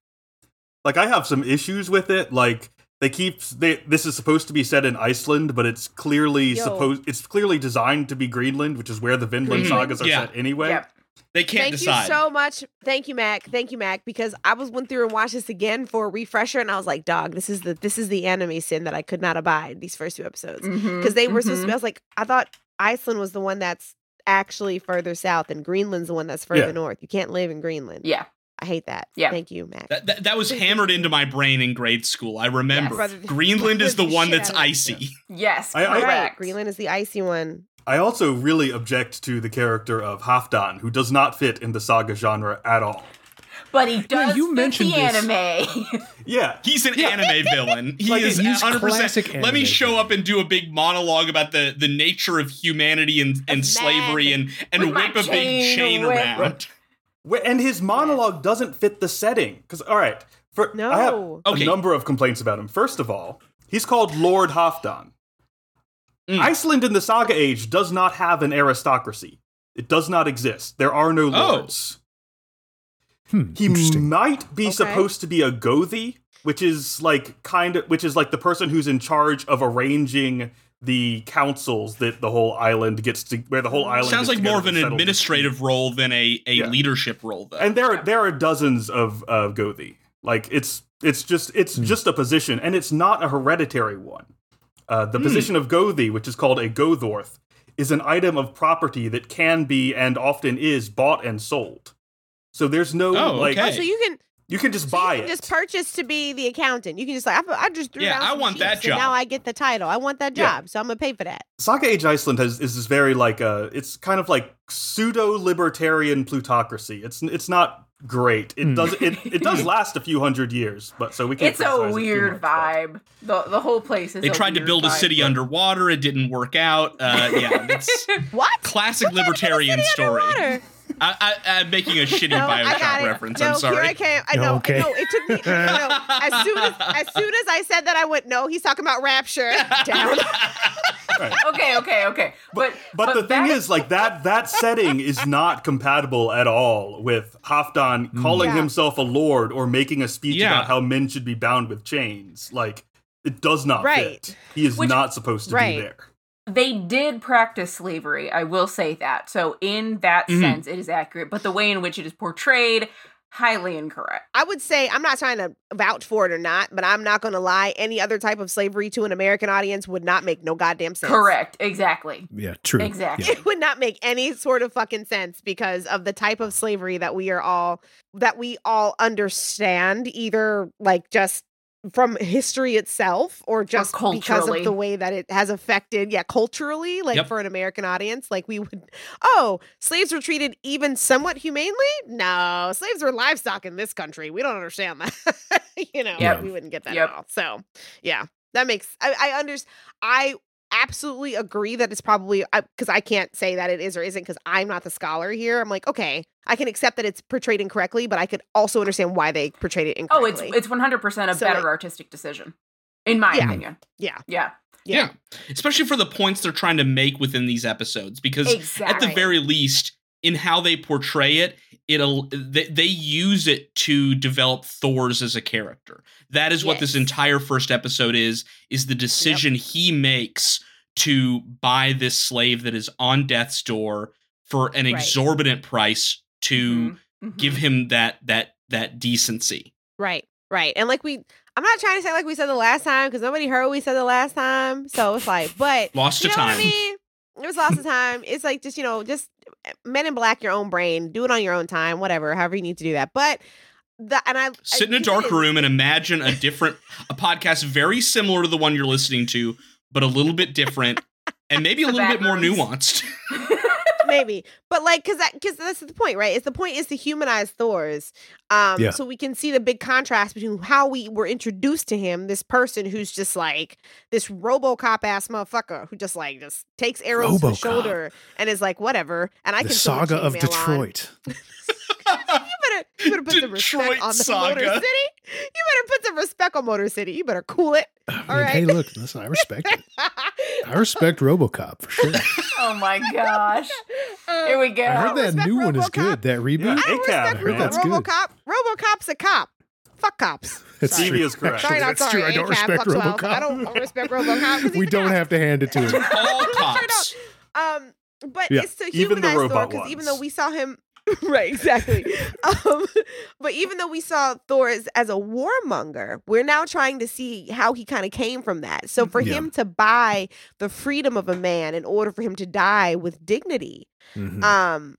[SPEAKER 4] like I have some issues with it. Like they keep they this is supposed to be set in Iceland, but it's clearly
[SPEAKER 3] Yo.
[SPEAKER 4] supposed it's clearly designed to be Greenland, which is where the Vinland
[SPEAKER 2] Mhm.
[SPEAKER 4] sagas are
[SPEAKER 2] Yeah.
[SPEAKER 4] set anyway.
[SPEAKER 5] Yep.
[SPEAKER 2] they can't
[SPEAKER 3] Thank
[SPEAKER 2] decide.
[SPEAKER 3] you so much. Thank you, Mac. Thank you, Mac. Because I was went through and watched this again for a refresher, and I was like, "Dog, this is the this is the anime sin that I could not abide." These first two episodes
[SPEAKER 5] Mhm,
[SPEAKER 3] because they were supposed to
[SPEAKER 5] mhm.
[SPEAKER 3] be. I was like, I thought Iceland was the one that's actually further south, and Greenland's the one that's further
[SPEAKER 4] Yeah.
[SPEAKER 3] north. You can't live in Greenland.
[SPEAKER 5] Yeah.
[SPEAKER 3] I hate that.
[SPEAKER 5] Yeah.
[SPEAKER 3] Thank you, Mac.
[SPEAKER 2] That, that, that was hammered into my brain in grade school. I remember
[SPEAKER 3] Yes. Brother-
[SPEAKER 2] Greenland is the
[SPEAKER 3] brother the
[SPEAKER 2] one
[SPEAKER 3] shit
[SPEAKER 2] that's
[SPEAKER 3] out of it.
[SPEAKER 2] icy.
[SPEAKER 5] Yes.
[SPEAKER 4] I- I-
[SPEAKER 5] correct.
[SPEAKER 3] right. Greenland is the icy one.
[SPEAKER 4] I also really object to the character of Halfdan, who does not fit in the saga genre at all.
[SPEAKER 5] but he does
[SPEAKER 1] you
[SPEAKER 5] fit
[SPEAKER 1] mentioned
[SPEAKER 5] the
[SPEAKER 1] this.
[SPEAKER 5] anime.
[SPEAKER 4] Yeah.
[SPEAKER 2] He's an anime villain. He
[SPEAKER 1] Like,
[SPEAKER 2] is
[SPEAKER 1] he's
[SPEAKER 2] 100.
[SPEAKER 1] classic
[SPEAKER 2] percent Let me
[SPEAKER 1] anime
[SPEAKER 2] show up and do a big monologue about the the nature of humanity and, and
[SPEAKER 5] Of
[SPEAKER 2] slavery
[SPEAKER 5] man.
[SPEAKER 2] and and
[SPEAKER 5] With my
[SPEAKER 2] whip a big
[SPEAKER 5] chain
[SPEAKER 2] chain
[SPEAKER 5] whip.
[SPEAKER 2] around.
[SPEAKER 4] Wh- And his monologue doesn't fit the setting. Because, all right, for, I have
[SPEAKER 3] No. Oh,
[SPEAKER 2] Okay.
[SPEAKER 4] a number of complaints about him. First of all, he's called Lord Halfdan.
[SPEAKER 2] Mm.
[SPEAKER 4] Iceland in the Saga Age does not have an aristocracy. It does not exist. There are no
[SPEAKER 2] Oh.
[SPEAKER 4] lords.
[SPEAKER 1] Hmm,
[SPEAKER 4] He
[SPEAKER 1] interesting.
[SPEAKER 4] might be
[SPEAKER 3] Okay.
[SPEAKER 4] supposed to be a Gothi, which is like kind of, which is like the person who's in charge of arranging the councils that the whole island gets to, where the whole island
[SPEAKER 2] Sounds
[SPEAKER 4] gets
[SPEAKER 2] like more
[SPEAKER 4] together
[SPEAKER 2] of
[SPEAKER 4] to
[SPEAKER 2] an
[SPEAKER 4] settle disputes.
[SPEAKER 2] administrative role than a a
[SPEAKER 4] Yeah.
[SPEAKER 2] leadership role though.
[SPEAKER 4] and there are there are dozens of of Gothi. Like it's it's just
[SPEAKER 2] Hmm.
[SPEAKER 4] it's just a position, and it's not a hereditary one. Uh,
[SPEAKER 2] Hmm.
[SPEAKER 4] the position of Gothi, which is called a Gothorth, is an item of property that can be and often is bought and sold. So there's no
[SPEAKER 2] Oh,
[SPEAKER 4] like
[SPEAKER 2] okay.
[SPEAKER 3] So you can
[SPEAKER 4] you can just
[SPEAKER 3] so
[SPEAKER 4] buy
[SPEAKER 3] you can
[SPEAKER 4] it.
[SPEAKER 3] just purchase to be the accountant. You can just like I, I just threw
[SPEAKER 2] Yeah,
[SPEAKER 3] down
[SPEAKER 2] I
[SPEAKER 3] some
[SPEAKER 2] want that
[SPEAKER 3] sheets, and Now
[SPEAKER 2] job.
[SPEAKER 3] I get the title. I want that
[SPEAKER 4] Yeah.
[SPEAKER 3] job, so I'm gonna pay for that.
[SPEAKER 4] Saga Age Iceland has is this very like uh it's kind of like pseudo libertarian plutocracy. It's it's not great. It
[SPEAKER 1] Hmm.
[SPEAKER 4] does it, it does last a few hundred years, but so we can't.
[SPEAKER 5] it's a
[SPEAKER 4] criticize it too
[SPEAKER 5] weird
[SPEAKER 4] much, but-
[SPEAKER 5] vibe. The the whole place is.
[SPEAKER 2] they
[SPEAKER 5] a
[SPEAKER 2] tried to
[SPEAKER 5] weird
[SPEAKER 2] build a
[SPEAKER 5] vibe.
[SPEAKER 2] city underwater. It didn't work out. Uh, yeah, it's
[SPEAKER 3] What?
[SPEAKER 2] classic
[SPEAKER 3] What kind of
[SPEAKER 2] libertarian
[SPEAKER 3] city
[SPEAKER 2] story.
[SPEAKER 3] underwater?
[SPEAKER 2] I, I, I'm making a shitty
[SPEAKER 3] No, I got
[SPEAKER 2] Bioshock
[SPEAKER 3] it.
[SPEAKER 2] reference.
[SPEAKER 3] No,
[SPEAKER 2] I'm sorry.
[SPEAKER 3] Here I came. I know.
[SPEAKER 1] Okay.
[SPEAKER 3] No, it took me. No, no, no. As soon as as soon as I said that, I went. No, he's talking about rapture. Down.
[SPEAKER 5] Okay, okay, okay. But
[SPEAKER 4] But, the thing
[SPEAKER 5] that-
[SPEAKER 4] is, like that that setting is not compatible at all with Halfdan calling
[SPEAKER 3] Yeah.
[SPEAKER 4] himself a lord or making a speech
[SPEAKER 2] Yeah.
[SPEAKER 4] about how men should be bound with chains. Like it does not
[SPEAKER 3] Right.
[SPEAKER 4] fit. He is
[SPEAKER 5] Which-
[SPEAKER 4] not supposed to
[SPEAKER 3] right.
[SPEAKER 4] be there.
[SPEAKER 5] they did practice slavery. I will say that. So in that
[SPEAKER 2] Mhm.
[SPEAKER 5] sense, it is accurate. But the way in which it is portrayed, highly incorrect.
[SPEAKER 3] I would say I'm not trying to vouch for it or not, but I'm not going to lie. Any other type of slavery to an American audience would not make no goddamn sense.
[SPEAKER 5] Correct. Exactly.
[SPEAKER 1] Yeah, true.
[SPEAKER 5] Exactly.
[SPEAKER 1] Yeah.
[SPEAKER 3] It would not make any sort of fucking sense because of the type of slavery that we are all that we all understand, either like just from history itself or just because of
[SPEAKER 5] culturally.
[SPEAKER 3] the way that it has affected yeah culturally like
[SPEAKER 2] Yep.
[SPEAKER 3] for an american audience like we would oh slaves were treated even somewhat humanely no slaves were livestock in this country we don't understand that you know
[SPEAKER 1] Yep.
[SPEAKER 3] we wouldn't get that
[SPEAKER 5] Yep.
[SPEAKER 3] at all so yeah that makes i, I understand i absolutely agree that it's probably because I, can't say that it is or isn't because i'm not the scholar here i'm like okay i can accept that it's portrayed incorrectly but i could also understand why they portrayed it
[SPEAKER 5] Oh,
[SPEAKER 3] incorrectly
[SPEAKER 5] it's it's one hundred percent a
[SPEAKER 3] So,
[SPEAKER 5] better
[SPEAKER 3] like-
[SPEAKER 5] artistic decision, in my
[SPEAKER 3] Yeah.
[SPEAKER 5] opinion.
[SPEAKER 3] yeah
[SPEAKER 5] Yeah.
[SPEAKER 2] Yeah. Especially for the points they're trying to make within these episodes, because at
[SPEAKER 5] Exactly.
[SPEAKER 2] the very least, in how they portray it, it'll they, they use it to develop Thor's as a character. That is what this
[SPEAKER 5] Yes.
[SPEAKER 2] entire first episode is: is the decision he makes to buy this slave that is on death's door for an
[SPEAKER 3] Right. Mm-hmm.
[SPEAKER 2] exorbitant price to
[SPEAKER 5] Mhm.
[SPEAKER 2] give him that that that decency.
[SPEAKER 3] right right and like we i'm not trying to say like we said the last time because nobody heard what we said the last time so it's like but
[SPEAKER 2] Lost to
[SPEAKER 3] you know
[SPEAKER 2] time.
[SPEAKER 3] what I mean? It was lost of time. It's like just you know, just eh, men in black, your own brain, do it on your own time, whatever, however you need to do that. But the and I
[SPEAKER 2] sit in
[SPEAKER 3] I
[SPEAKER 2] a
[SPEAKER 3] think
[SPEAKER 2] dark
[SPEAKER 3] it is-
[SPEAKER 2] room and imagine a different a podcast very similar to the one you're listening to but a little bit different and maybe a
[SPEAKER 5] The
[SPEAKER 2] little bit more
[SPEAKER 5] backgrounds.
[SPEAKER 2] nuanced
[SPEAKER 5] Mm-hmm.
[SPEAKER 3] maybe, but like because that because that's the point, right? It's the point is to humanize Thor's, um,
[SPEAKER 1] Yeah.
[SPEAKER 3] so we can see the big contrast between how we were introduced to him, this person who's just like this RoboCop ass motherfucker who just like just takes arrows to the
[SPEAKER 1] RoboCop.
[SPEAKER 3] shoulder and is like whatever, and I
[SPEAKER 1] the
[SPEAKER 3] can throw a
[SPEAKER 1] saga of
[SPEAKER 3] chainmail on.
[SPEAKER 1] Detroit.
[SPEAKER 3] You better, you better put
[SPEAKER 2] Detroit
[SPEAKER 3] some respect on the Motor
[SPEAKER 2] Saga.
[SPEAKER 3] City. You better put some respect on Motor City. You better cool it.
[SPEAKER 1] I mean,
[SPEAKER 3] right.
[SPEAKER 1] hey, look, listen, I respect it. I respect RoboCop for sure.
[SPEAKER 5] Oh my gosh. Here we go.
[SPEAKER 1] I
[SPEAKER 3] I
[SPEAKER 1] heard that
[SPEAKER 3] respect
[SPEAKER 1] new one is
[SPEAKER 3] RoboCop.
[SPEAKER 1] good. That reboot.
[SPEAKER 4] Yeah.
[SPEAKER 3] I don't
[SPEAKER 4] ACAB,
[SPEAKER 3] respect
[SPEAKER 1] man. That's good.
[SPEAKER 3] RoboCop. RoboCop's a cop. Fuck cops.
[SPEAKER 1] That's
[SPEAKER 4] Stevie
[SPEAKER 1] true.
[SPEAKER 4] is correct.
[SPEAKER 1] Actually,
[SPEAKER 3] Sorry, not
[SPEAKER 1] that's
[SPEAKER 3] sorry.
[SPEAKER 1] true. I don't
[SPEAKER 3] ACAB,
[SPEAKER 1] respect
[SPEAKER 3] fuck 12. I
[SPEAKER 1] RoboCop.
[SPEAKER 3] don't respect RoboCop. 'cause he's
[SPEAKER 1] We
[SPEAKER 3] a
[SPEAKER 1] don't
[SPEAKER 3] cop.
[SPEAKER 1] have to hand it to him.
[SPEAKER 2] all
[SPEAKER 3] Straight up.
[SPEAKER 2] cops
[SPEAKER 3] Um, but
[SPEAKER 1] Yeah.
[SPEAKER 3] it's to
[SPEAKER 4] Even the
[SPEAKER 3] humanize Thor
[SPEAKER 4] robot
[SPEAKER 3] because even though
[SPEAKER 4] ones.
[SPEAKER 3] we saw him, right, exactly. um, but even though we saw Thor as, as a warmonger, we're now trying to see how he kind of came from that. So for
[SPEAKER 1] Yeah.
[SPEAKER 3] him to buy the freedom of a man in order for him to die with dignity,
[SPEAKER 1] Mhm.
[SPEAKER 4] Mm-hmm.
[SPEAKER 3] um,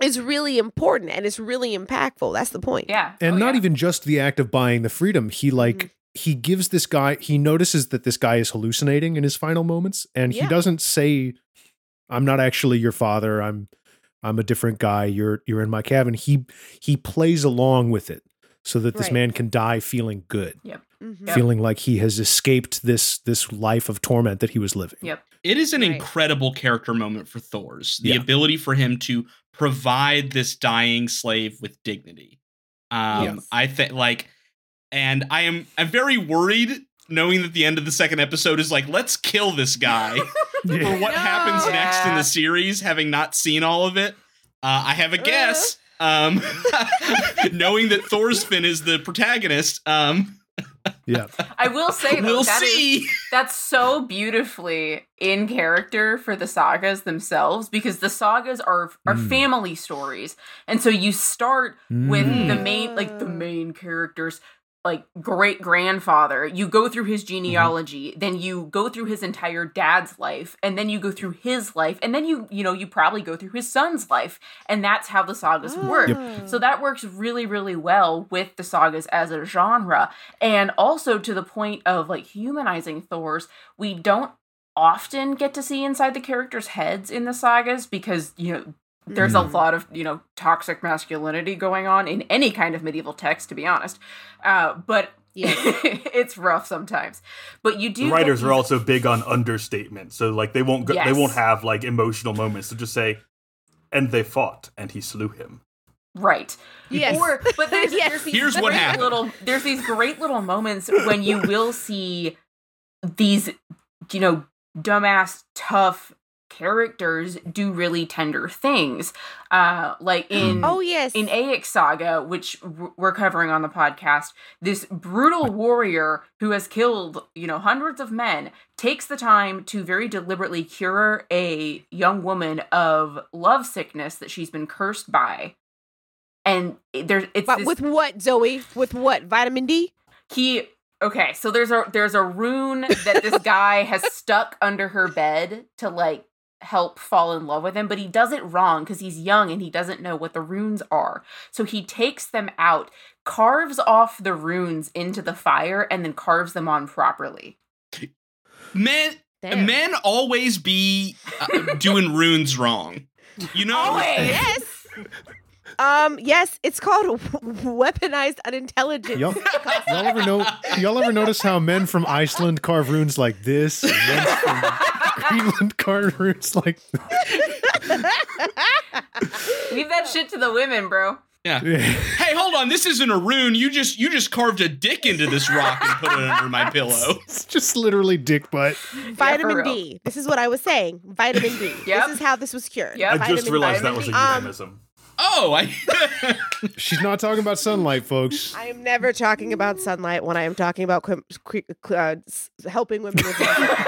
[SPEAKER 3] is really important and it's really impactful. That's the point.
[SPEAKER 5] Yeah.
[SPEAKER 1] and
[SPEAKER 5] Oh,
[SPEAKER 1] not
[SPEAKER 5] yeah.
[SPEAKER 1] even just the act of buying the freedom he like
[SPEAKER 3] Mhm.
[SPEAKER 1] he gives this guy he notices that this guy is hallucinating in his final moments and
[SPEAKER 3] Yeah.
[SPEAKER 1] he doesn't say i'm not actually your father i'm I'm a different guy. You're you're in my cabin. He he plays along with it so that this
[SPEAKER 3] Right.
[SPEAKER 1] man can die feeling good,
[SPEAKER 3] Mhm.
[SPEAKER 5] Yep.
[SPEAKER 1] feeling like he has escaped this this life of torment that he was living.
[SPEAKER 5] Yep.
[SPEAKER 2] It is an
[SPEAKER 3] Right.
[SPEAKER 2] incredible character moment for Thor's. The
[SPEAKER 1] Yeah.
[SPEAKER 2] ability for him to provide this dying slave with dignity. Um,
[SPEAKER 3] Yes.
[SPEAKER 2] I think like, and I am I'm very worried knowing that the end of the second episode is like, let's kill this guy for what happens
[SPEAKER 5] No.
[SPEAKER 2] next in
[SPEAKER 5] Yeah.
[SPEAKER 2] the series. Having not seen all of it, uh, I have a guess.
[SPEAKER 5] Uh.
[SPEAKER 2] Um, knowing that Thor's Finn is the protagonist, um,
[SPEAKER 1] Yeah.
[SPEAKER 5] I will say though,
[SPEAKER 2] we'll
[SPEAKER 5] that is-
[SPEAKER 2] see.
[SPEAKER 5] that's so beautifully in character for the sagas themselves because the sagas are are
[SPEAKER 1] Mm.
[SPEAKER 5] family stories, and so you start with the
[SPEAKER 1] Mm.
[SPEAKER 5] main like the
[SPEAKER 3] Mm.
[SPEAKER 5] main characters like great grandfather you go through
[SPEAKER 1] Mm-hmm.
[SPEAKER 5] his genealogy then you go through his entire dad's life and then you go through his life and then you you know you probably go through his son's life and that's how the sagas
[SPEAKER 3] Ah.
[SPEAKER 5] work so that works really, really well with the sagas as a genre. And also to the point of like humanizing Thor's, we don't often get to see inside the characters' heads in the sagas because, you know,
[SPEAKER 3] Ah.
[SPEAKER 5] there's a
[SPEAKER 3] Mm-hmm.
[SPEAKER 1] Mhm.
[SPEAKER 5] lot of, you know, toxic masculinity going on in any kind of medieval text, to be honest. Uh, but
[SPEAKER 3] Yes.
[SPEAKER 5] it's rough sometimes. But you do.
[SPEAKER 4] the
[SPEAKER 5] get
[SPEAKER 4] writers are
[SPEAKER 5] these-
[SPEAKER 4] also big on understatement, so like they won't go, they
[SPEAKER 5] Yes.
[SPEAKER 4] won't have like emotional moments. They'll just say, "And they fought, and he slew him."
[SPEAKER 5] Right.
[SPEAKER 3] Yes.
[SPEAKER 5] Or, but there's,
[SPEAKER 3] Yes.
[SPEAKER 5] there's these
[SPEAKER 2] Here's what
[SPEAKER 5] great
[SPEAKER 2] happened.
[SPEAKER 5] little there's these great little moments when you will see these you know dumbass tough characters do really tender things uh like
[SPEAKER 2] Hmm.
[SPEAKER 5] in
[SPEAKER 3] oh yes.
[SPEAKER 5] in Aex Saga, which w- we're covering on the podcast, this brutal warrior who has killed, you know, hundreds of men takes the time to very deliberately cure a young woman of love sickness that she's been cursed by. And there's it's
[SPEAKER 3] but
[SPEAKER 5] this-
[SPEAKER 3] with what, Zoe? With what? Vitamin D?
[SPEAKER 5] he okay so there's a there's a rune that this guy has stuck under her bed to like help fall in love with him but he does it wrong because he's young and he doesn't know what the runes are so he takes them out carves off the runes into the fire and then carves them on properly
[SPEAKER 2] Men,
[SPEAKER 3] Damn.
[SPEAKER 2] Men always be uh, doing runes wrong. You know?
[SPEAKER 5] always
[SPEAKER 3] Yes. Um. Yes, it's called weaponized unintelligence.
[SPEAKER 1] Y'all, y'all ever know? Y'all ever notice how men from Iceland carve runes like this? And men from Greenland carve runes like
[SPEAKER 5] leave that shit to the women bro
[SPEAKER 2] Hey, hold on. This isn't a rune. You just you just carved a dick into this rock and put it under my pillow.
[SPEAKER 1] it's just literally dick butt.
[SPEAKER 5] for
[SPEAKER 3] Vitamin
[SPEAKER 5] real.
[SPEAKER 3] D. This is what I was saying. Vitamin D.
[SPEAKER 5] Yep.
[SPEAKER 3] This is how this was cured.
[SPEAKER 5] Yep.
[SPEAKER 4] I just
[SPEAKER 5] Vitamin-
[SPEAKER 4] realized that
[SPEAKER 5] vitamin
[SPEAKER 4] was a
[SPEAKER 5] D.
[SPEAKER 3] Um,
[SPEAKER 4] euphemism.
[SPEAKER 2] Oh, I
[SPEAKER 1] She's not talking about sunlight, folks.
[SPEAKER 3] I am never talking about sunlight when I am talking about quim- cre- cl- uh, s- helping women with love sickness.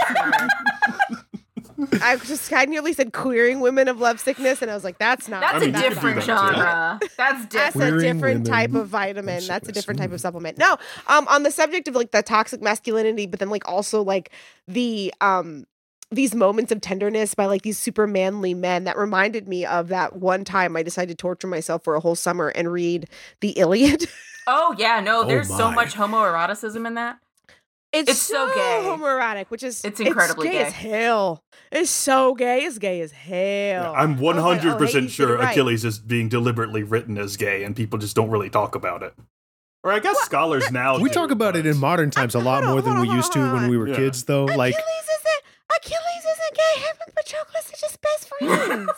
[SPEAKER 3] I just I nearly said queering women of love sickness, and I was like, that's not.
[SPEAKER 5] that's
[SPEAKER 4] I mean, you
[SPEAKER 5] a
[SPEAKER 4] could do
[SPEAKER 5] different
[SPEAKER 4] that too.
[SPEAKER 5] genre that's
[SPEAKER 3] That's
[SPEAKER 5] different
[SPEAKER 3] a
[SPEAKER 1] Queering
[SPEAKER 3] different type
[SPEAKER 1] women
[SPEAKER 3] of vitamin.
[SPEAKER 1] love
[SPEAKER 3] That's a
[SPEAKER 1] sickness.
[SPEAKER 3] different type of
[SPEAKER 1] Mm.
[SPEAKER 3] supplement. No, um, on the subject of like the toxic masculinity, but then like also like the um these moments of tenderness by like these super manly men that reminded me of that one time I decided to torture myself for a whole summer and read the Iliad.
[SPEAKER 5] oh yeah no
[SPEAKER 1] Oh
[SPEAKER 5] there's so
[SPEAKER 1] my.
[SPEAKER 5] much homoeroticism in that
[SPEAKER 3] It's,
[SPEAKER 5] It's so gay.
[SPEAKER 3] homoerotic, which is
[SPEAKER 5] It's incredibly
[SPEAKER 3] gay, as
[SPEAKER 5] gay.
[SPEAKER 3] hell. It's so gay. It's gay as hell.
[SPEAKER 4] I'm
[SPEAKER 3] I was like,
[SPEAKER 4] 100
[SPEAKER 3] oh, hey, you
[SPEAKER 4] percent
[SPEAKER 3] did
[SPEAKER 4] sure
[SPEAKER 3] it right.
[SPEAKER 4] Achilles is being deliberately written as gay, and people just don't really talk about it. Or I guess scholars now
[SPEAKER 1] We
[SPEAKER 4] do,
[SPEAKER 1] talk about it in
[SPEAKER 4] but-
[SPEAKER 1] modern times a lot
[SPEAKER 3] Hold on,
[SPEAKER 1] more than
[SPEAKER 3] hold
[SPEAKER 1] we
[SPEAKER 3] on,
[SPEAKER 1] used to
[SPEAKER 3] hold on,
[SPEAKER 1] when we were
[SPEAKER 4] hold on.
[SPEAKER 1] kids, though. Like,
[SPEAKER 3] Achilles isn't Achilles isn't gay. Him and Patroclus are just best friends.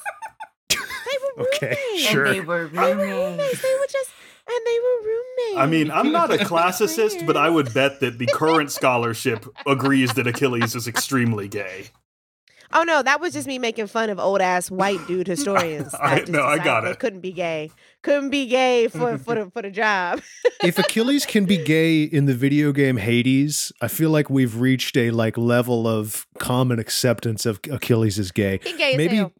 [SPEAKER 3] they were
[SPEAKER 1] Okay,
[SPEAKER 3] roommates.
[SPEAKER 1] Sure.
[SPEAKER 5] and they were
[SPEAKER 3] They were
[SPEAKER 5] roommates
[SPEAKER 3] roommates. They were just and they were roommates.
[SPEAKER 4] I mean, I'm not a classicist, but I would bet that the current scholarship agrees that Achilles is extremely gay.
[SPEAKER 3] oh no, that was just me making fun of old ass white dude historians.
[SPEAKER 4] I-
[SPEAKER 3] that just
[SPEAKER 4] no, I
[SPEAKER 3] decided
[SPEAKER 4] got
[SPEAKER 3] they
[SPEAKER 4] it.
[SPEAKER 3] Couldn't be gay. Couldn't be gay for for the, for the job.
[SPEAKER 1] if Achilles can be gay in the video game Hades, I feel like we've reached a like level of common acceptance of Achilles as gay.
[SPEAKER 3] He gay as
[SPEAKER 1] Maybe
[SPEAKER 3] hell.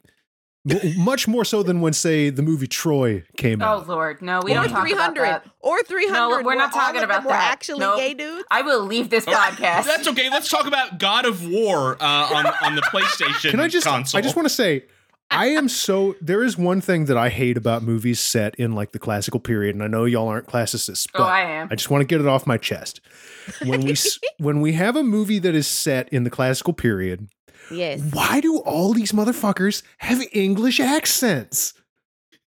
[SPEAKER 1] m- much more so than when, say, the movie Troy came
[SPEAKER 5] Oh
[SPEAKER 1] out.
[SPEAKER 5] lord, no, we
[SPEAKER 3] Or
[SPEAKER 5] don't talk
[SPEAKER 3] three
[SPEAKER 5] about
[SPEAKER 3] hundred.
[SPEAKER 5] that.
[SPEAKER 3] Or three hundred.
[SPEAKER 5] we're not talking about
[SPEAKER 3] We're
[SPEAKER 5] that.
[SPEAKER 3] actually
[SPEAKER 5] Nope.
[SPEAKER 3] gay dudes.
[SPEAKER 5] I will leave this podcast.
[SPEAKER 2] that's okay. Let's talk about God of War uh, on on the PlayStation
[SPEAKER 1] Can I just?
[SPEAKER 2] console.
[SPEAKER 1] I just want to say, I am so. There is one thing that I hate about movies set in like the classical period, and I know y'all aren't classicists, but
[SPEAKER 5] oh, I am.
[SPEAKER 1] I just want to get it off my chest. When we s- when we have a movie that is set in the classical period,
[SPEAKER 3] Yes.
[SPEAKER 1] why do all these motherfuckers have English accents?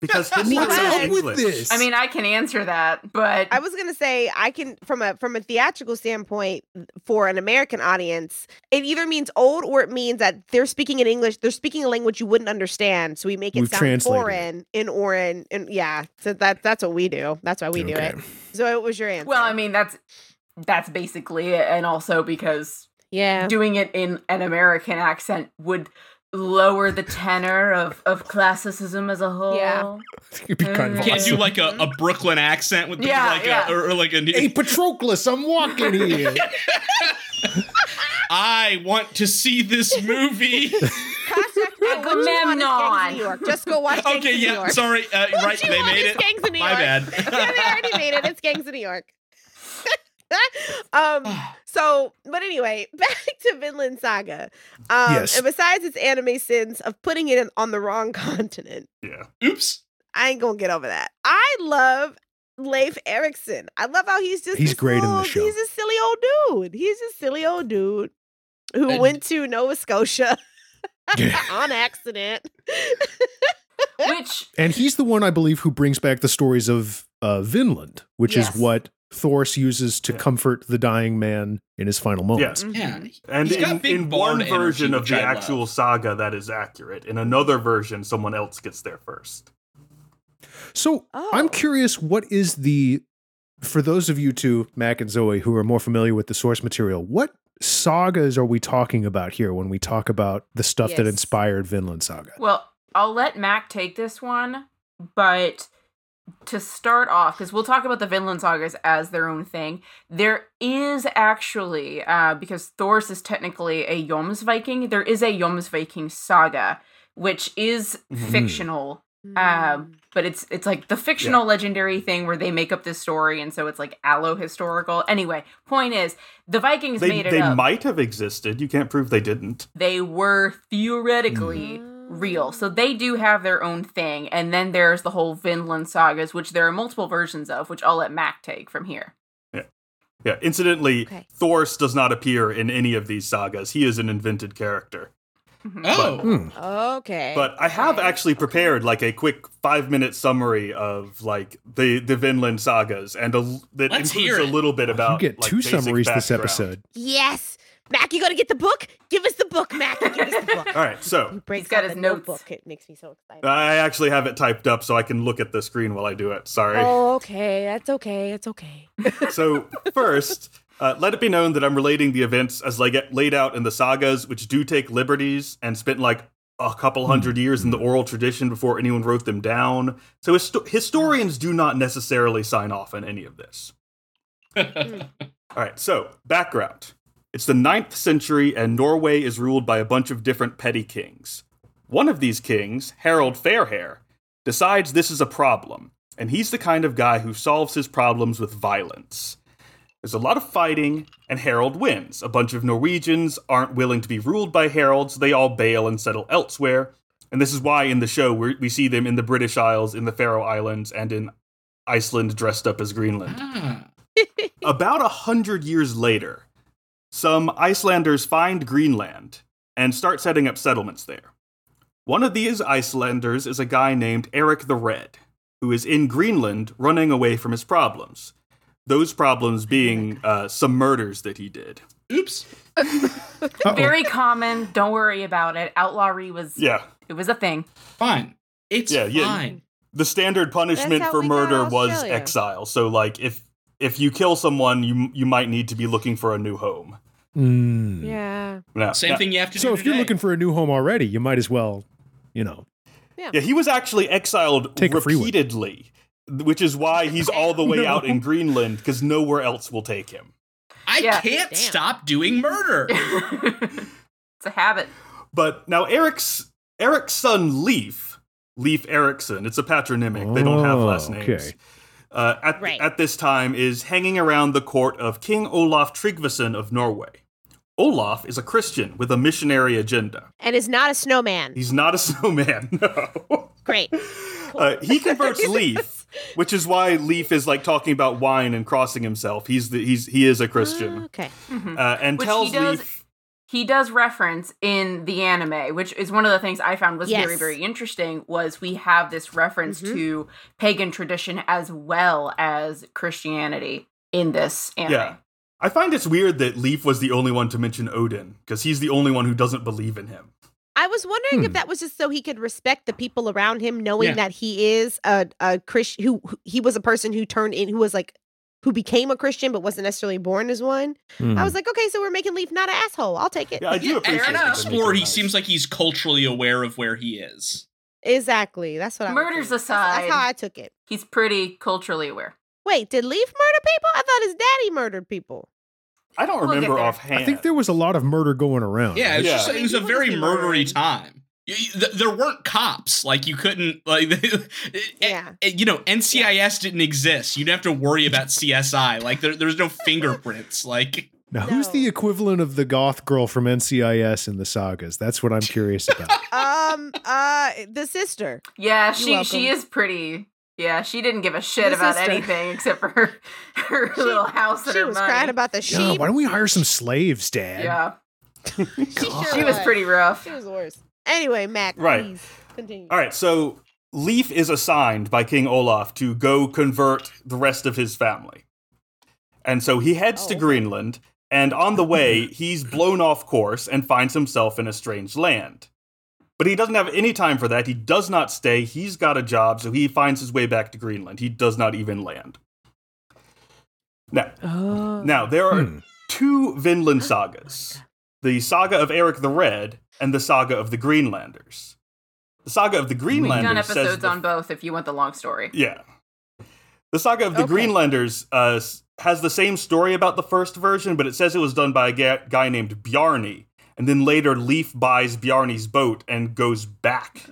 [SPEAKER 4] because history
[SPEAKER 3] What's
[SPEAKER 4] is
[SPEAKER 3] up
[SPEAKER 1] with
[SPEAKER 4] English.
[SPEAKER 1] this?
[SPEAKER 5] I mean, I can answer that, but
[SPEAKER 3] I was gonna say I can from a from a theatrical standpoint for an American audience, it either means old or it means that they're speaking in English. They're speaking a language you wouldn't understand, so we make it
[SPEAKER 1] We've
[SPEAKER 3] sound
[SPEAKER 1] translated it.
[SPEAKER 3] foreign in orin and yeah. So that that's what we do. That's why we do
[SPEAKER 1] Okay.
[SPEAKER 3] it. So what was your answer?
[SPEAKER 5] well, I mean that's that's basically it, and also because
[SPEAKER 3] yeah,
[SPEAKER 5] doing it in an American accent would lower the tenor of of classicism as a whole.
[SPEAKER 3] Yeah.
[SPEAKER 1] It'd be kind of
[SPEAKER 5] Can't
[SPEAKER 2] Can't
[SPEAKER 1] awesome.
[SPEAKER 2] do like a, a Brooklyn accent with
[SPEAKER 5] Yeah,
[SPEAKER 2] like
[SPEAKER 5] yeah.
[SPEAKER 2] a or like a
[SPEAKER 1] Hey Patroclus, I'm walking here.
[SPEAKER 2] I want to see this movie.
[SPEAKER 3] Hashtag I want you on these gangs in New
[SPEAKER 5] Agamemnon.
[SPEAKER 3] York. Just go watch. Gangs
[SPEAKER 2] okay,
[SPEAKER 3] in New
[SPEAKER 2] yeah.
[SPEAKER 3] York.
[SPEAKER 2] Sorry, uh,
[SPEAKER 3] What
[SPEAKER 2] right?
[SPEAKER 3] you
[SPEAKER 2] They
[SPEAKER 3] want
[SPEAKER 2] made
[SPEAKER 3] is
[SPEAKER 2] it.
[SPEAKER 3] Gangs in New
[SPEAKER 2] My
[SPEAKER 3] York. yeah,
[SPEAKER 2] bad.
[SPEAKER 3] they already made it. It's Gangs of New York. um. So, but anyway, back to Vinland Saga. Um,
[SPEAKER 1] Yes.
[SPEAKER 3] And besides its anime sins of putting it in, on the wrong continent,
[SPEAKER 4] Yeah.
[SPEAKER 2] Oops.
[SPEAKER 3] I ain't gonna get over that. I love Leif Erikson. I love how he's just
[SPEAKER 1] He's
[SPEAKER 3] this
[SPEAKER 1] great in the
[SPEAKER 3] little-
[SPEAKER 1] show.
[SPEAKER 3] He's a silly old dude. He's a silly old dude who
[SPEAKER 2] And-
[SPEAKER 3] went to Nova Scotia
[SPEAKER 1] Yeah.
[SPEAKER 3] on accident.
[SPEAKER 5] Which
[SPEAKER 1] And he's the one I believe who brings back the stories of uh, Vinland, which
[SPEAKER 5] Yes.
[SPEAKER 1] is what Thoris uses to
[SPEAKER 4] Yeah.
[SPEAKER 1] comfort the dying man in his final moments.
[SPEAKER 3] Mm-hmm.
[SPEAKER 2] Yeah.
[SPEAKER 4] And
[SPEAKER 2] He's got
[SPEAKER 4] in,
[SPEAKER 2] big
[SPEAKER 4] in
[SPEAKER 2] barn
[SPEAKER 4] one
[SPEAKER 2] energy,
[SPEAKER 4] version of
[SPEAKER 2] which
[SPEAKER 4] the
[SPEAKER 2] I love.
[SPEAKER 4] actual saga, that is accurate. In another version, someone else gets there first.
[SPEAKER 1] So
[SPEAKER 3] Oh.
[SPEAKER 1] I'm curious, what is the for those of you two, Mac and Zoe, who are more familiar with the source material, what sagas are we talking about here when we talk about the stuff that
[SPEAKER 3] Yes.
[SPEAKER 1] inspired Vinland Saga?
[SPEAKER 5] Well, I'll let Mac take this one, but to start off, because we'll talk about the Vinland sagas as their own thing, there is actually, uh, because Thoris is technically a Jomsviking, there is a Jomsviking saga, which is
[SPEAKER 4] Mhm.
[SPEAKER 5] fictional,
[SPEAKER 3] Hmm.
[SPEAKER 5] um, but it's it's like the fictional legendary thing where they make up this story, and so it's like allo historical. Anyway, point is, the Vikings
[SPEAKER 4] They,
[SPEAKER 5] made it
[SPEAKER 4] they
[SPEAKER 5] up
[SPEAKER 4] might have existed. You can't prove they didn't.
[SPEAKER 5] they were theoretically
[SPEAKER 4] Mm-hmm.
[SPEAKER 5] real. So they do have their own thing. And then there's the whole Vinland sagas, which there are multiple versions of, which I'll let Mac take from here.
[SPEAKER 4] Yeah. Incidentally,
[SPEAKER 3] Okay.
[SPEAKER 4] Thor's does not appear in any of these sagas. He is an invented character.
[SPEAKER 2] Oh.
[SPEAKER 1] Hmm.
[SPEAKER 3] okay.
[SPEAKER 4] But I have actually prepared like a quick five minute summary of like the the Vinland sagas, and a, l- that
[SPEAKER 2] Let's
[SPEAKER 4] includes
[SPEAKER 2] hear
[SPEAKER 4] a
[SPEAKER 2] it.
[SPEAKER 4] little bit about
[SPEAKER 1] you get
[SPEAKER 4] like,
[SPEAKER 1] two
[SPEAKER 4] basic
[SPEAKER 1] summaries this
[SPEAKER 4] background.
[SPEAKER 1] episode.
[SPEAKER 3] Yes. Mac, you gonna get the book? Give us the book, Mac. Give us the book.
[SPEAKER 4] All right, so Uh,
[SPEAKER 3] He breaks
[SPEAKER 5] He's got
[SPEAKER 3] out
[SPEAKER 5] his
[SPEAKER 3] the
[SPEAKER 5] notes.
[SPEAKER 3] notebook. It makes me so excited.
[SPEAKER 4] I actually have it typed up so I can look at the screen while I do it. Sorry. Mm.
[SPEAKER 3] oh, okay. That's okay. It's okay.
[SPEAKER 4] So first, uh, let it be known that I'm relating the events as they get laid out in the sagas, which do take liberties and spent like a couple hundred years in the oral tradition before anyone wrote them down. So histo- historians do not necessarily sign off on any of this. All right, so background. It's the 9th century, and Norway is ruled by a bunch of different petty kings. One of these kings, Harold Fairhair, decides this is a problem, and he's the kind of guy who solves his problems with violence. There's a lot of fighting, and Harold wins. A bunch of Norwegians aren't willing to be ruled by Harold, so they all bail and settle elsewhere. And this is why in the show we're, we see them in the British Isles, in the Faroe Islands, and in Iceland dressed up as Greenland
[SPEAKER 2] Ah.
[SPEAKER 4] about a hundred years later, some Icelanders find Greenland and start setting up settlements there. One of these Icelanders is a guy named Eric the Red, who is in Greenland running away from his problems. Those problems being uh, some murders that he did.
[SPEAKER 3] mm.
[SPEAKER 2] Oops.
[SPEAKER 1] Uh-oh.
[SPEAKER 5] Very common. Don't worry about it. Outlawry was
[SPEAKER 4] Yeah,
[SPEAKER 5] it was a thing.
[SPEAKER 2] Fine. It's
[SPEAKER 4] Yeah, yeah.
[SPEAKER 2] fine.
[SPEAKER 4] the standard punishment
[SPEAKER 3] how
[SPEAKER 4] for
[SPEAKER 3] we got
[SPEAKER 4] murder was
[SPEAKER 3] Australia.
[SPEAKER 4] exile. So, like, if if you kill someone, you you might need to be looking for a new home.
[SPEAKER 1] Mm.
[SPEAKER 3] Yeah.
[SPEAKER 4] Now,
[SPEAKER 2] Same
[SPEAKER 4] now-
[SPEAKER 2] thing you have to
[SPEAKER 1] So
[SPEAKER 2] do.
[SPEAKER 1] if you're
[SPEAKER 2] today.
[SPEAKER 1] looking for a new home already, you might as well, you know.
[SPEAKER 4] Yeah, he was actually exiled
[SPEAKER 1] Take a free one.
[SPEAKER 4] repeatedly, which is why he's all the way
[SPEAKER 1] No.
[SPEAKER 4] out in Greenland because nowhere else will take him.
[SPEAKER 2] I
[SPEAKER 5] Yeah.
[SPEAKER 2] can't
[SPEAKER 3] Damn.
[SPEAKER 2] stop doing murder.
[SPEAKER 5] it's a habit.
[SPEAKER 4] But now Eric's Eric's son Leaf, Leaf Ericson, it's a patronymic. they don't have
[SPEAKER 1] Oh,
[SPEAKER 4] last names.
[SPEAKER 1] okay.
[SPEAKER 4] Uh, at,
[SPEAKER 3] Right.
[SPEAKER 4] at this time is hanging around the court of King Olaf Tryggvason of Norway. Olaf is a Christian with a missionary agenda.
[SPEAKER 3] And is not a snowman.
[SPEAKER 4] He's not a snowman. No.
[SPEAKER 3] Great.
[SPEAKER 4] Uh, he converts Leaf, which is why Leaf is like talking about wine and crossing himself. He's the, he's he is a Christian,
[SPEAKER 3] Oh, Okay.
[SPEAKER 5] Mhm.
[SPEAKER 4] uh, and
[SPEAKER 5] Which he
[SPEAKER 4] tells
[SPEAKER 5] does-
[SPEAKER 4] Leaf
[SPEAKER 5] he does reference in the anime, which is one of the things I found was very,
[SPEAKER 3] Yes.
[SPEAKER 5] very interesting, was we have this reference
[SPEAKER 6] Mhm.
[SPEAKER 5] to pagan tradition as well as Christianity in this anime.
[SPEAKER 4] Yeah. I find it's weird that Leaf was the only one to mention Odin because he's the only one who doesn't believe in him.
[SPEAKER 3] I was wondering
[SPEAKER 1] Hmm.
[SPEAKER 3] if that was just so he could respect the people around him, knowing
[SPEAKER 2] Yeah.
[SPEAKER 3] that he is a a Christian who who- he was a person who turned in who was like who became a Christian but wasn't necessarily born as one.
[SPEAKER 1] Mm.
[SPEAKER 3] I was like, okay, so we're making Leaf not an asshole. I'll take it.
[SPEAKER 4] Hmm. Yeah, I do
[SPEAKER 2] Yeah,
[SPEAKER 4] appreciate
[SPEAKER 2] Aaron
[SPEAKER 4] that they
[SPEAKER 2] Explorer,
[SPEAKER 4] make
[SPEAKER 2] he
[SPEAKER 4] him
[SPEAKER 2] seems
[SPEAKER 4] nice.
[SPEAKER 2] like he's culturally aware of where he is.
[SPEAKER 3] Exactly. That's what I would
[SPEAKER 5] Murders
[SPEAKER 3] think. That's-
[SPEAKER 5] aside.
[SPEAKER 3] That's how I took it.
[SPEAKER 5] He's pretty culturally aware.
[SPEAKER 3] Wait, did Leaf murder people? I thought his daddy murdered people.
[SPEAKER 4] I don't
[SPEAKER 5] We'll get
[SPEAKER 4] remember
[SPEAKER 5] there.
[SPEAKER 4] offhand.
[SPEAKER 1] I think there was a lot of murder going around.
[SPEAKER 2] Yeah, it was,
[SPEAKER 4] Yeah.
[SPEAKER 2] Just, it was a
[SPEAKER 6] People just
[SPEAKER 2] very
[SPEAKER 6] be
[SPEAKER 2] murdery
[SPEAKER 6] murdering.
[SPEAKER 2] time. You- you- th- There weren't cops. Like you couldn't like
[SPEAKER 5] Eh.
[SPEAKER 3] Yeah.
[SPEAKER 2] eh, you know NCIS didn't exist. You'd have to worry about CSI. Like there, there's no fingerprints. Like
[SPEAKER 1] Now, who's
[SPEAKER 3] No.
[SPEAKER 1] the equivalent of the goth girl from NCIS in the sagas? That's what I'm curious about.
[SPEAKER 3] Um, uh, the sister.
[SPEAKER 5] Yeah, she
[SPEAKER 3] welcome.
[SPEAKER 5] she is pretty. Yeah, she didn't give a shit
[SPEAKER 3] The
[SPEAKER 5] about
[SPEAKER 3] sister.
[SPEAKER 5] anything except for her, her little house and
[SPEAKER 3] She
[SPEAKER 5] her
[SPEAKER 3] was
[SPEAKER 5] money.
[SPEAKER 3] crying about the sheep.
[SPEAKER 1] yeah, why don't we hire some slaves, Dad?
[SPEAKER 5] yeah,
[SPEAKER 3] she, sure
[SPEAKER 5] she was pretty rough.
[SPEAKER 3] She was the worst. Anyway, Mac,
[SPEAKER 4] Right.
[SPEAKER 3] please continue.
[SPEAKER 4] All right, so Leif is assigned by King Olaf to go convert the rest of his family. And so he heads to
[SPEAKER 3] Oh.
[SPEAKER 4] Greenland, and on the way, he's blown off course and finds himself in a strange land. But he doesn't have any time for that. He does not stay. He's got a job, so he finds his way back to Greenland. He does not even land. Now, now there are
[SPEAKER 1] Hmm.
[SPEAKER 4] two Vinland
[SPEAKER 5] Oh,
[SPEAKER 4] sagas the saga of Eric the Red and the saga of the Greenlanders. The saga of the
[SPEAKER 5] We've done
[SPEAKER 4] Greenlanders says
[SPEAKER 5] episodes
[SPEAKER 4] the-
[SPEAKER 5] on both. If you want the long story,
[SPEAKER 4] yeah. The saga of the
[SPEAKER 3] Okay.
[SPEAKER 4] Greenlanders uh, s- has the same story about the first version, but it says it was done by a ga- guy named Bjarni. And then later, Leif buys Bjarni's boat and goes back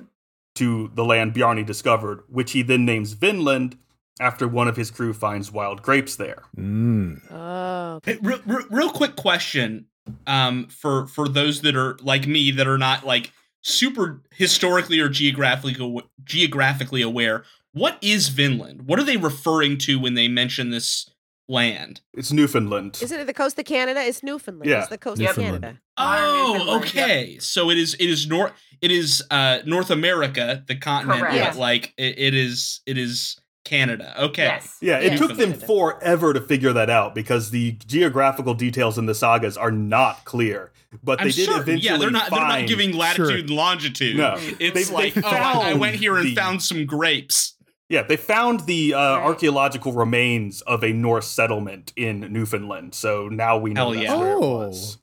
[SPEAKER 4] to the land Bjarni discovered, which he then names Vinland after one of his crew finds wild grapes there.
[SPEAKER 1] Mm.
[SPEAKER 3] Oh,
[SPEAKER 2] Hey, re- re- real quick question um, for for those that are like me that are not like super historically or geographically aw- geographically aware. What is Vinland? What are they referring to when they mention this land?
[SPEAKER 4] It's Newfoundland.
[SPEAKER 3] isn't it the coast of Canada? It's Newfoundland.
[SPEAKER 4] Yeah.
[SPEAKER 3] It's the coast
[SPEAKER 1] Newfoundland.
[SPEAKER 3] of Canada.
[SPEAKER 5] Modern
[SPEAKER 2] Oh,
[SPEAKER 5] Newfoundland, yep.
[SPEAKER 2] okay. So it is it is North it is uh North America, the continent,
[SPEAKER 5] Correct.
[SPEAKER 3] Yes.
[SPEAKER 2] but like it, it is it is Canada. Okay.
[SPEAKER 5] yes,
[SPEAKER 4] yeah, it
[SPEAKER 3] Yeah,
[SPEAKER 4] took them
[SPEAKER 3] Newfoundland.
[SPEAKER 4] forever to figure that out because the geographical details in the sagas are not clear. But
[SPEAKER 2] I'm
[SPEAKER 4] they did
[SPEAKER 2] sure.
[SPEAKER 4] eventually
[SPEAKER 2] Yeah, they're not they're not
[SPEAKER 4] find-
[SPEAKER 2] giving latitude
[SPEAKER 1] Sure.
[SPEAKER 2] and longitude.
[SPEAKER 4] No,
[SPEAKER 5] Mm.
[SPEAKER 2] It's
[SPEAKER 4] They-
[SPEAKER 2] like
[SPEAKER 4] they
[SPEAKER 2] oh, I, I went
[SPEAKER 4] found
[SPEAKER 2] here and
[SPEAKER 4] the-
[SPEAKER 2] found some grapes.
[SPEAKER 4] Yeah, they found the uh,
[SPEAKER 5] Right.
[SPEAKER 4] archaeological remains of a Norse settlement in Newfoundland, so now we
[SPEAKER 2] Hell
[SPEAKER 4] know that's
[SPEAKER 2] yeah.
[SPEAKER 4] where it
[SPEAKER 1] Oh.
[SPEAKER 4] was.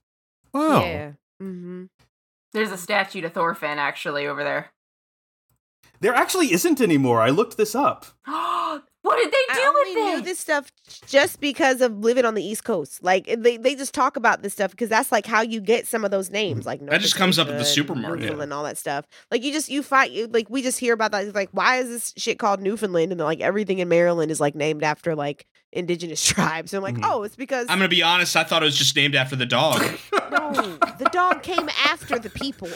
[SPEAKER 1] Wow.
[SPEAKER 3] Yeah. Mm-hmm.
[SPEAKER 5] there's a statue to Thorfinn actually over there.
[SPEAKER 4] There actually isn't anymore. I looked this up.
[SPEAKER 5] what did they do
[SPEAKER 3] I only knew
[SPEAKER 5] with this?
[SPEAKER 3] this stuff just because of living on the East Coast. Like they, they just talk about this stuff because that's like how you get some of those names. Like
[SPEAKER 2] That just comes up at the supermarket.
[SPEAKER 3] and all that stuff. Like you just you find you, like we just hear about that. It's like why is this shit called Newfoundland and like everything in Maryland is like named after like indigenous tribes. And I'm like
[SPEAKER 4] Mhm.
[SPEAKER 3] oh it's because
[SPEAKER 2] Mm-hmm. I'm gonna be honest, I thought it was just named after the dog.
[SPEAKER 3] no the dog came after the people.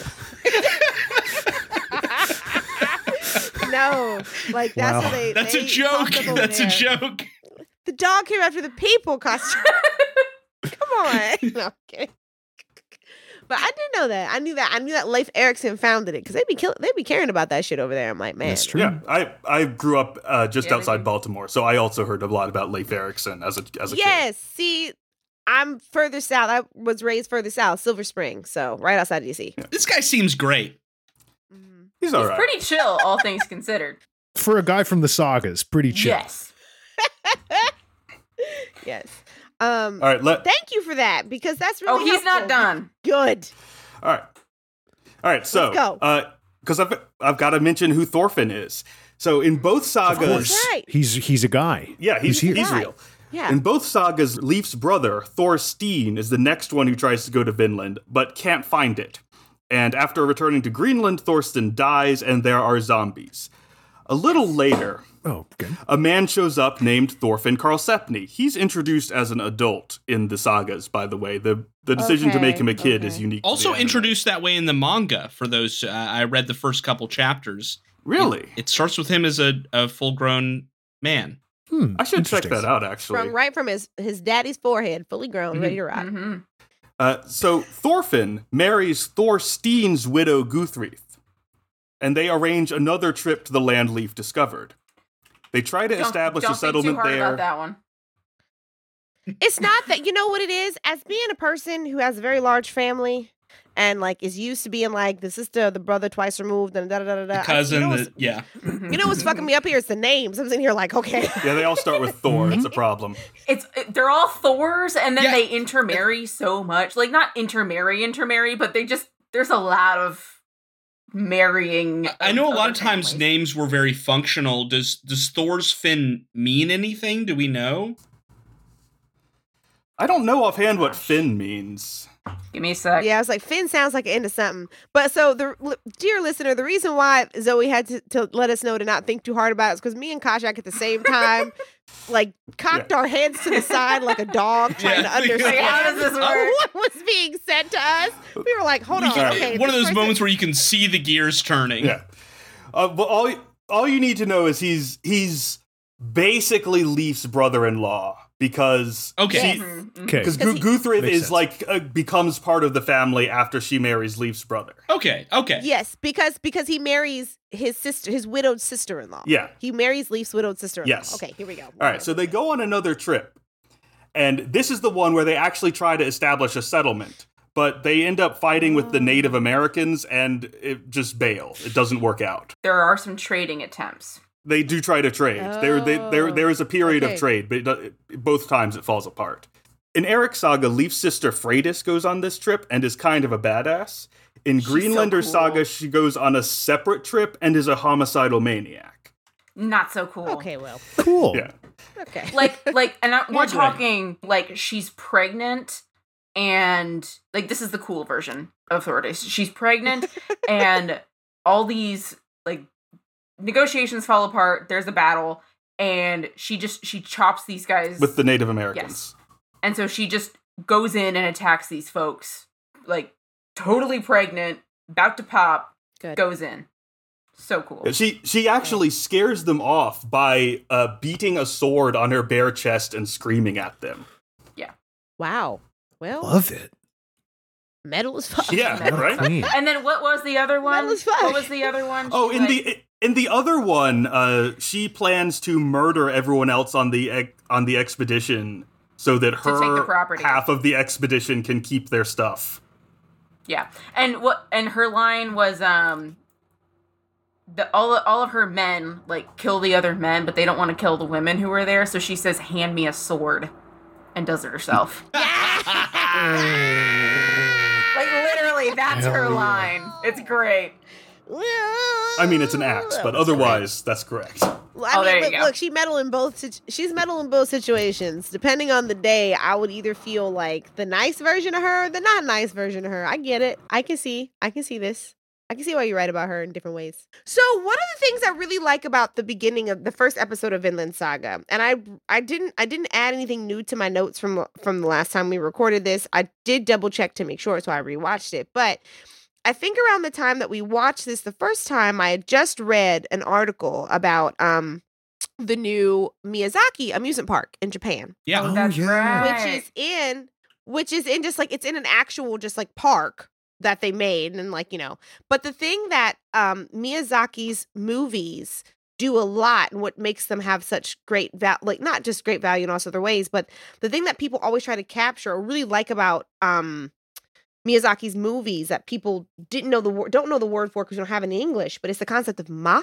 [SPEAKER 3] no, like that's
[SPEAKER 1] Wow.
[SPEAKER 3] what they.
[SPEAKER 2] That's a
[SPEAKER 3] they
[SPEAKER 2] joke.
[SPEAKER 3] talked about
[SPEAKER 2] That's a
[SPEAKER 3] there.
[SPEAKER 2] joke.
[SPEAKER 3] The dog came after the people costume. Come on. No, I'm kidding. But I didn't know that. I knew that. I knew that Leif Erikson founded it because they be kill- they be caring about that shit over there. I'm like, man,
[SPEAKER 1] That's true.
[SPEAKER 4] Yeah, I, I grew up uh, just
[SPEAKER 5] Yeah, they
[SPEAKER 4] outside
[SPEAKER 5] do.
[SPEAKER 4] Baltimore, so I also heard a lot about Leif Erikson as a as a kid.
[SPEAKER 3] yes. See, I'm further south. I was raised further south, Silver Spring, so right outside DC.
[SPEAKER 2] This guy seems great.
[SPEAKER 5] Mm-hmm.
[SPEAKER 3] Mhm.
[SPEAKER 4] He's all
[SPEAKER 5] He's
[SPEAKER 4] right.
[SPEAKER 5] pretty chill, all things considered.
[SPEAKER 1] For a guy from the sagas, pretty chill.
[SPEAKER 5] Yes.
[SPEAKER 3] Yes. Um.
[SPEAKER 4] all right, let
[SPEAKER 3] Thank you for that because that's
[SPEAKER 5] Oh,
[SPEAKER 3] really.
[SPEAKER 5] he's not
[SPEAKER 3] helpful.
[SPEAKER 5] done.
[SPEAKER 3] Good.
[SPEAKER 4] all right, all right. So,
[SPEAKER 3] Let's go.
[SPEAKER 4] because I've I've got to mention who Thorfinn is. So in both
[SPEAKER 1] Of
[SPEAKER 4] sagas,
[SPEAKER 1] course.
[SPEAKER 3] Right.
[SPEAKER 1] He's he's a guy.
[SPEAKER 4] yeah,
[SPEAKER 1] He's
[SPEAKER 4] he's
[SPEAKER 1] here.
[SPEAKER 4] he's
[SPEAKER 3] Right.
[SPEAKER 4] real.
[SPEAKER 3] Yeah.
[SPEAKER 4] In both sagas, Leif's brother, Thorstein, is the next one who tries to go to Vinland, but can't find it. And after returning to Greenland, Thorstein dies, and there are zombies. A little later,
[SPEAKER 1] Oh, okay.
[SPEAKER 4] a man shows up named Thorfinn Karlsefni. He's introduced as an adult in the sagas, by the way. The the decision to
[SPEAKER 3] Okay,
[SPEAKER 4] make him a kid is
[SPEAKER 3] okay.
[SPEAKER 4] unique. to the
[SPEAKER 2] Also
[SPEAKER 4] anime.
[SPEAKER 2] introduced that way in the manga for those uh, I read the first couple chapters.
[SPEAKER 4] Really?
[SPEAKER 2] It starts with him as a, a full grown man.
[SPEAKER 1] Hmm.
[SPEAKER 4] I should check
[SPEAKER 1] interesting.
[SPEAKER 4] that out, actually.
[SPEAKER 3] From right from his his daddy's forehead, fully grown,
[SPEAKER 2] Mhm.
[SPEAKER 3] ready to rock.
[SPEAKER 5] hmm
[SPEAKER 4] Uh, so Thorfinn marries Thorstein's widow Guthrith, and they arrange another trip to the land Leif discovered. They try to
[SPEAKER 5] Don't-
[SPEAKER 4] establish
[SPEAKER 5] don't
[SPEAKER 4] a settlement
[SPEAKER 5] think too hard
[SPEAKER 4] there.
[SPEAKER 5] About that one.
[SPEAKER 3] It's not that you know what it is. As being a person who has a very large family and like is used to being like the sister, the brother twice removed, and da da da da. da. Uh, I-
[SPEAKER 2] cousin.
[SPEAKER 3] You know,
[SPEAKER 2] that, yeah,
[SPEAKER 5] Mhm.
[SPEAKER 3] what's, you know what's fucking me up here? It's the names. I'm sitting here like, okay,
[SPEAKER 4] Yeah, they all start with Thor. It's a problem.
[SPEAKER 5] it's they're all Thors, and then
[SPEAKER 2] Yeah.
[SPEAKER 5] they intermarry so much. Like not intermarry, intermarry, but they just there's a lot of marrying.
[SPEAKER 2] I know a lot of
[SPEAKER 5] other
[SPEAKER 2] times
[SPEAKER 5] families.
[SPEAKER 2] names were very functional. Does does Thor's fin mean anything? Do we know?
[SPEAKER 4] I don't know offhand what Finn means.
[SPEAKER 5] Give me a sec.
[SPEAKER 3] yeah. I was like, Finn sounds like into something. But so the li- dear listener, the reason why Zoe had to, to let us know to not think too hard about it is because me and Kajak at the same time, like, cocked our heads to the side like a dog trying
[SPEAKER 2] Yeah.
[SPEAKER 3] to understand.
[SPEAKER 5] Like, how does this
[SPEAKER 3] What
[SPEAKER 5] work?
[SPEAKER 3] was being said to us? We were like, "Hold on, okay."
[SPEAKER 2] One of those
[SPEAKER 3] this person-
[SPEAKER 2] moments where you can see the gears turning.
[SPEAKER 4] Yeah. Uh, but all all you need to know is he's he's basically Leif's brother-in-law because
[SPEAKER 2] Okay.
[SPEAKER 4] she,
[SPEAKER 5] Mhm, mhm.
[SPEAKER 1] Okay.
[SPEAKER 4] because Gu- Guthrith
[SPEAKER 1] Makes
[SPEAKER 4] is
[SPEAKER 1] sense.
[SPEAKER 4] like uh, becomes part of the family after she marries Leif's brother.
[SPEAKER 2] Okay. Okay.
[SPEAKER 3] Yes, because because he marries his sister, his widowed sister-in-law.
[SPEAKER 4] Yeah.
[SPEAKER 3] he marries Leaf's widowed sister-in-law.
[SPEAKER 4] Yes.
[SPEAKER 3] Okay, here we go.
[SPEAKER 4] All right, so they go on another trip, and this is the one where they actually try to establish a settlement, but they end up fighting with the
[SPEAKER 5] Oh.
[SPEAKER 4] Native Americans and it just bail. It doesn't work out.
[SPEAKER 5] There are some trading attempts.
[SPEAKER 4] They do try to trade. There, they, there,
[SPEAKER 3] Oh,
[SPEAKER 4] there is a period
[SPEAKER 3] okay.
[SPEAKER 4] of trade, but it, do- it- both times it falls apart. In Eric's saga, Leaf's sister Freydis goes on this trip and is kind of a badass. In
[SPEAKER 5] She's so
[SPEAKER 4] Greenlander's
[SPEAKER 5] cool.
[SPEAKER 4] saga, she goes on a separate trip and is a homicidal maniac.
[SPEAKER 5] Not so cool.
[SPEAKER 3] Okay, well,
[SPEAKER 1] Cool.
[SPEAKER 4] Yeah.
[SPEAKER 3] okay.
[SPEAKER 5] like like and I, we're
[SPEAKER 2] Good.
[SPEAKER 5] talking like she's pregnant and like this is the cool version of Thordis. She's pregnant and all these like negotiations fall apart. There's a battle and she just she chops these guys
[SPEAKER 4] With the Native Americans.
[SPEAKER 5] and so she just goes in and attacks these folks like totally pregnant, about to pop,
[SPEAKER 3] Good.
[SPEAKER 5] goes in. So cool.
[SPEAKER 4] She she actually scares them off by uh, beating a sword on her bare chest and screaming at them.
[SPEAKER 3] Wow. Well,
[SPEAKER 1] Love it.
[SPEAKER 3] metal is fuck.
[SPEAKER 4] Yeah,
[SPEAKER 1] What a
[SPEAKER 4] right.
[SPEAKER 1] queen.
[SPEAKER 5] And then what was the other one?
[SPEAKER 3] was fun.
[SPEAKER 5] what was the other one?
[SPEAKER 4] Oh,
[SPEAKER 5] She,
[SPEAKER 4] in
[SPEAKER 5] like-
[SPEAKER 4] the in the other one, uh, she plans to murder everyone else on the ex- on the expedition so that
[SPEAKER 5] take the
[SPEAKER 4] her
[SPEAKER 5] property.
[SPEAKER 4] half of the expedition can keep their stuff.
[SPEAKER 5] Yeah, and what and her line was um, the all all of her men like kill the other men, but they don't want to kill the women who were there. So she says, "Hand me a sword," and does it herself. like literally, that's her line. It's great.
[SPEAKER 4] I mean, it's an axe, but otherwise, that's correct.
[SPEAKER 3] Well, I
[SPEAKER 5] Oh,
[SPEAKER 3] mean,
[SPEAKER 5] there you
[SPEAKER 3] look,
[SPEAKER 5] go.
[SPEAKER 3] look, she metal in both. sit- She's metal in both situations. Depending on the day, I would either feel like the nice version of her, or the not nice version of her. I get it. I can see. I can see this. I can see why you're right about her in different ways. So one of the things I really like about the beginning of the first episode of Vinland Saga, and I I didn't I didn't add anything new to my notes from from the last time we recorded this. I did double check to make sure, so I rewatched it. But I think around the time that we watched this the first time, I had just read an article about um the new Miyazaki amusement park in Japan,
[SPEAKER 2] Yeah.
[SPEAKER 5] Oh, that's
[SPEAKER 1] yeah.
[SPEAKER 5] right.
[SPEAKER 3] which is in which is in just like it's in an actual just like park that they made and like you know. But the thing that um Miyazaki's movies do a lot and what makes them have such great value like not just great value in also other ways but the thing that people always try to capture or really like about um miyazaki's movies that people didn't know the word don't know the word for because you don't have it in english but it's the concept of ma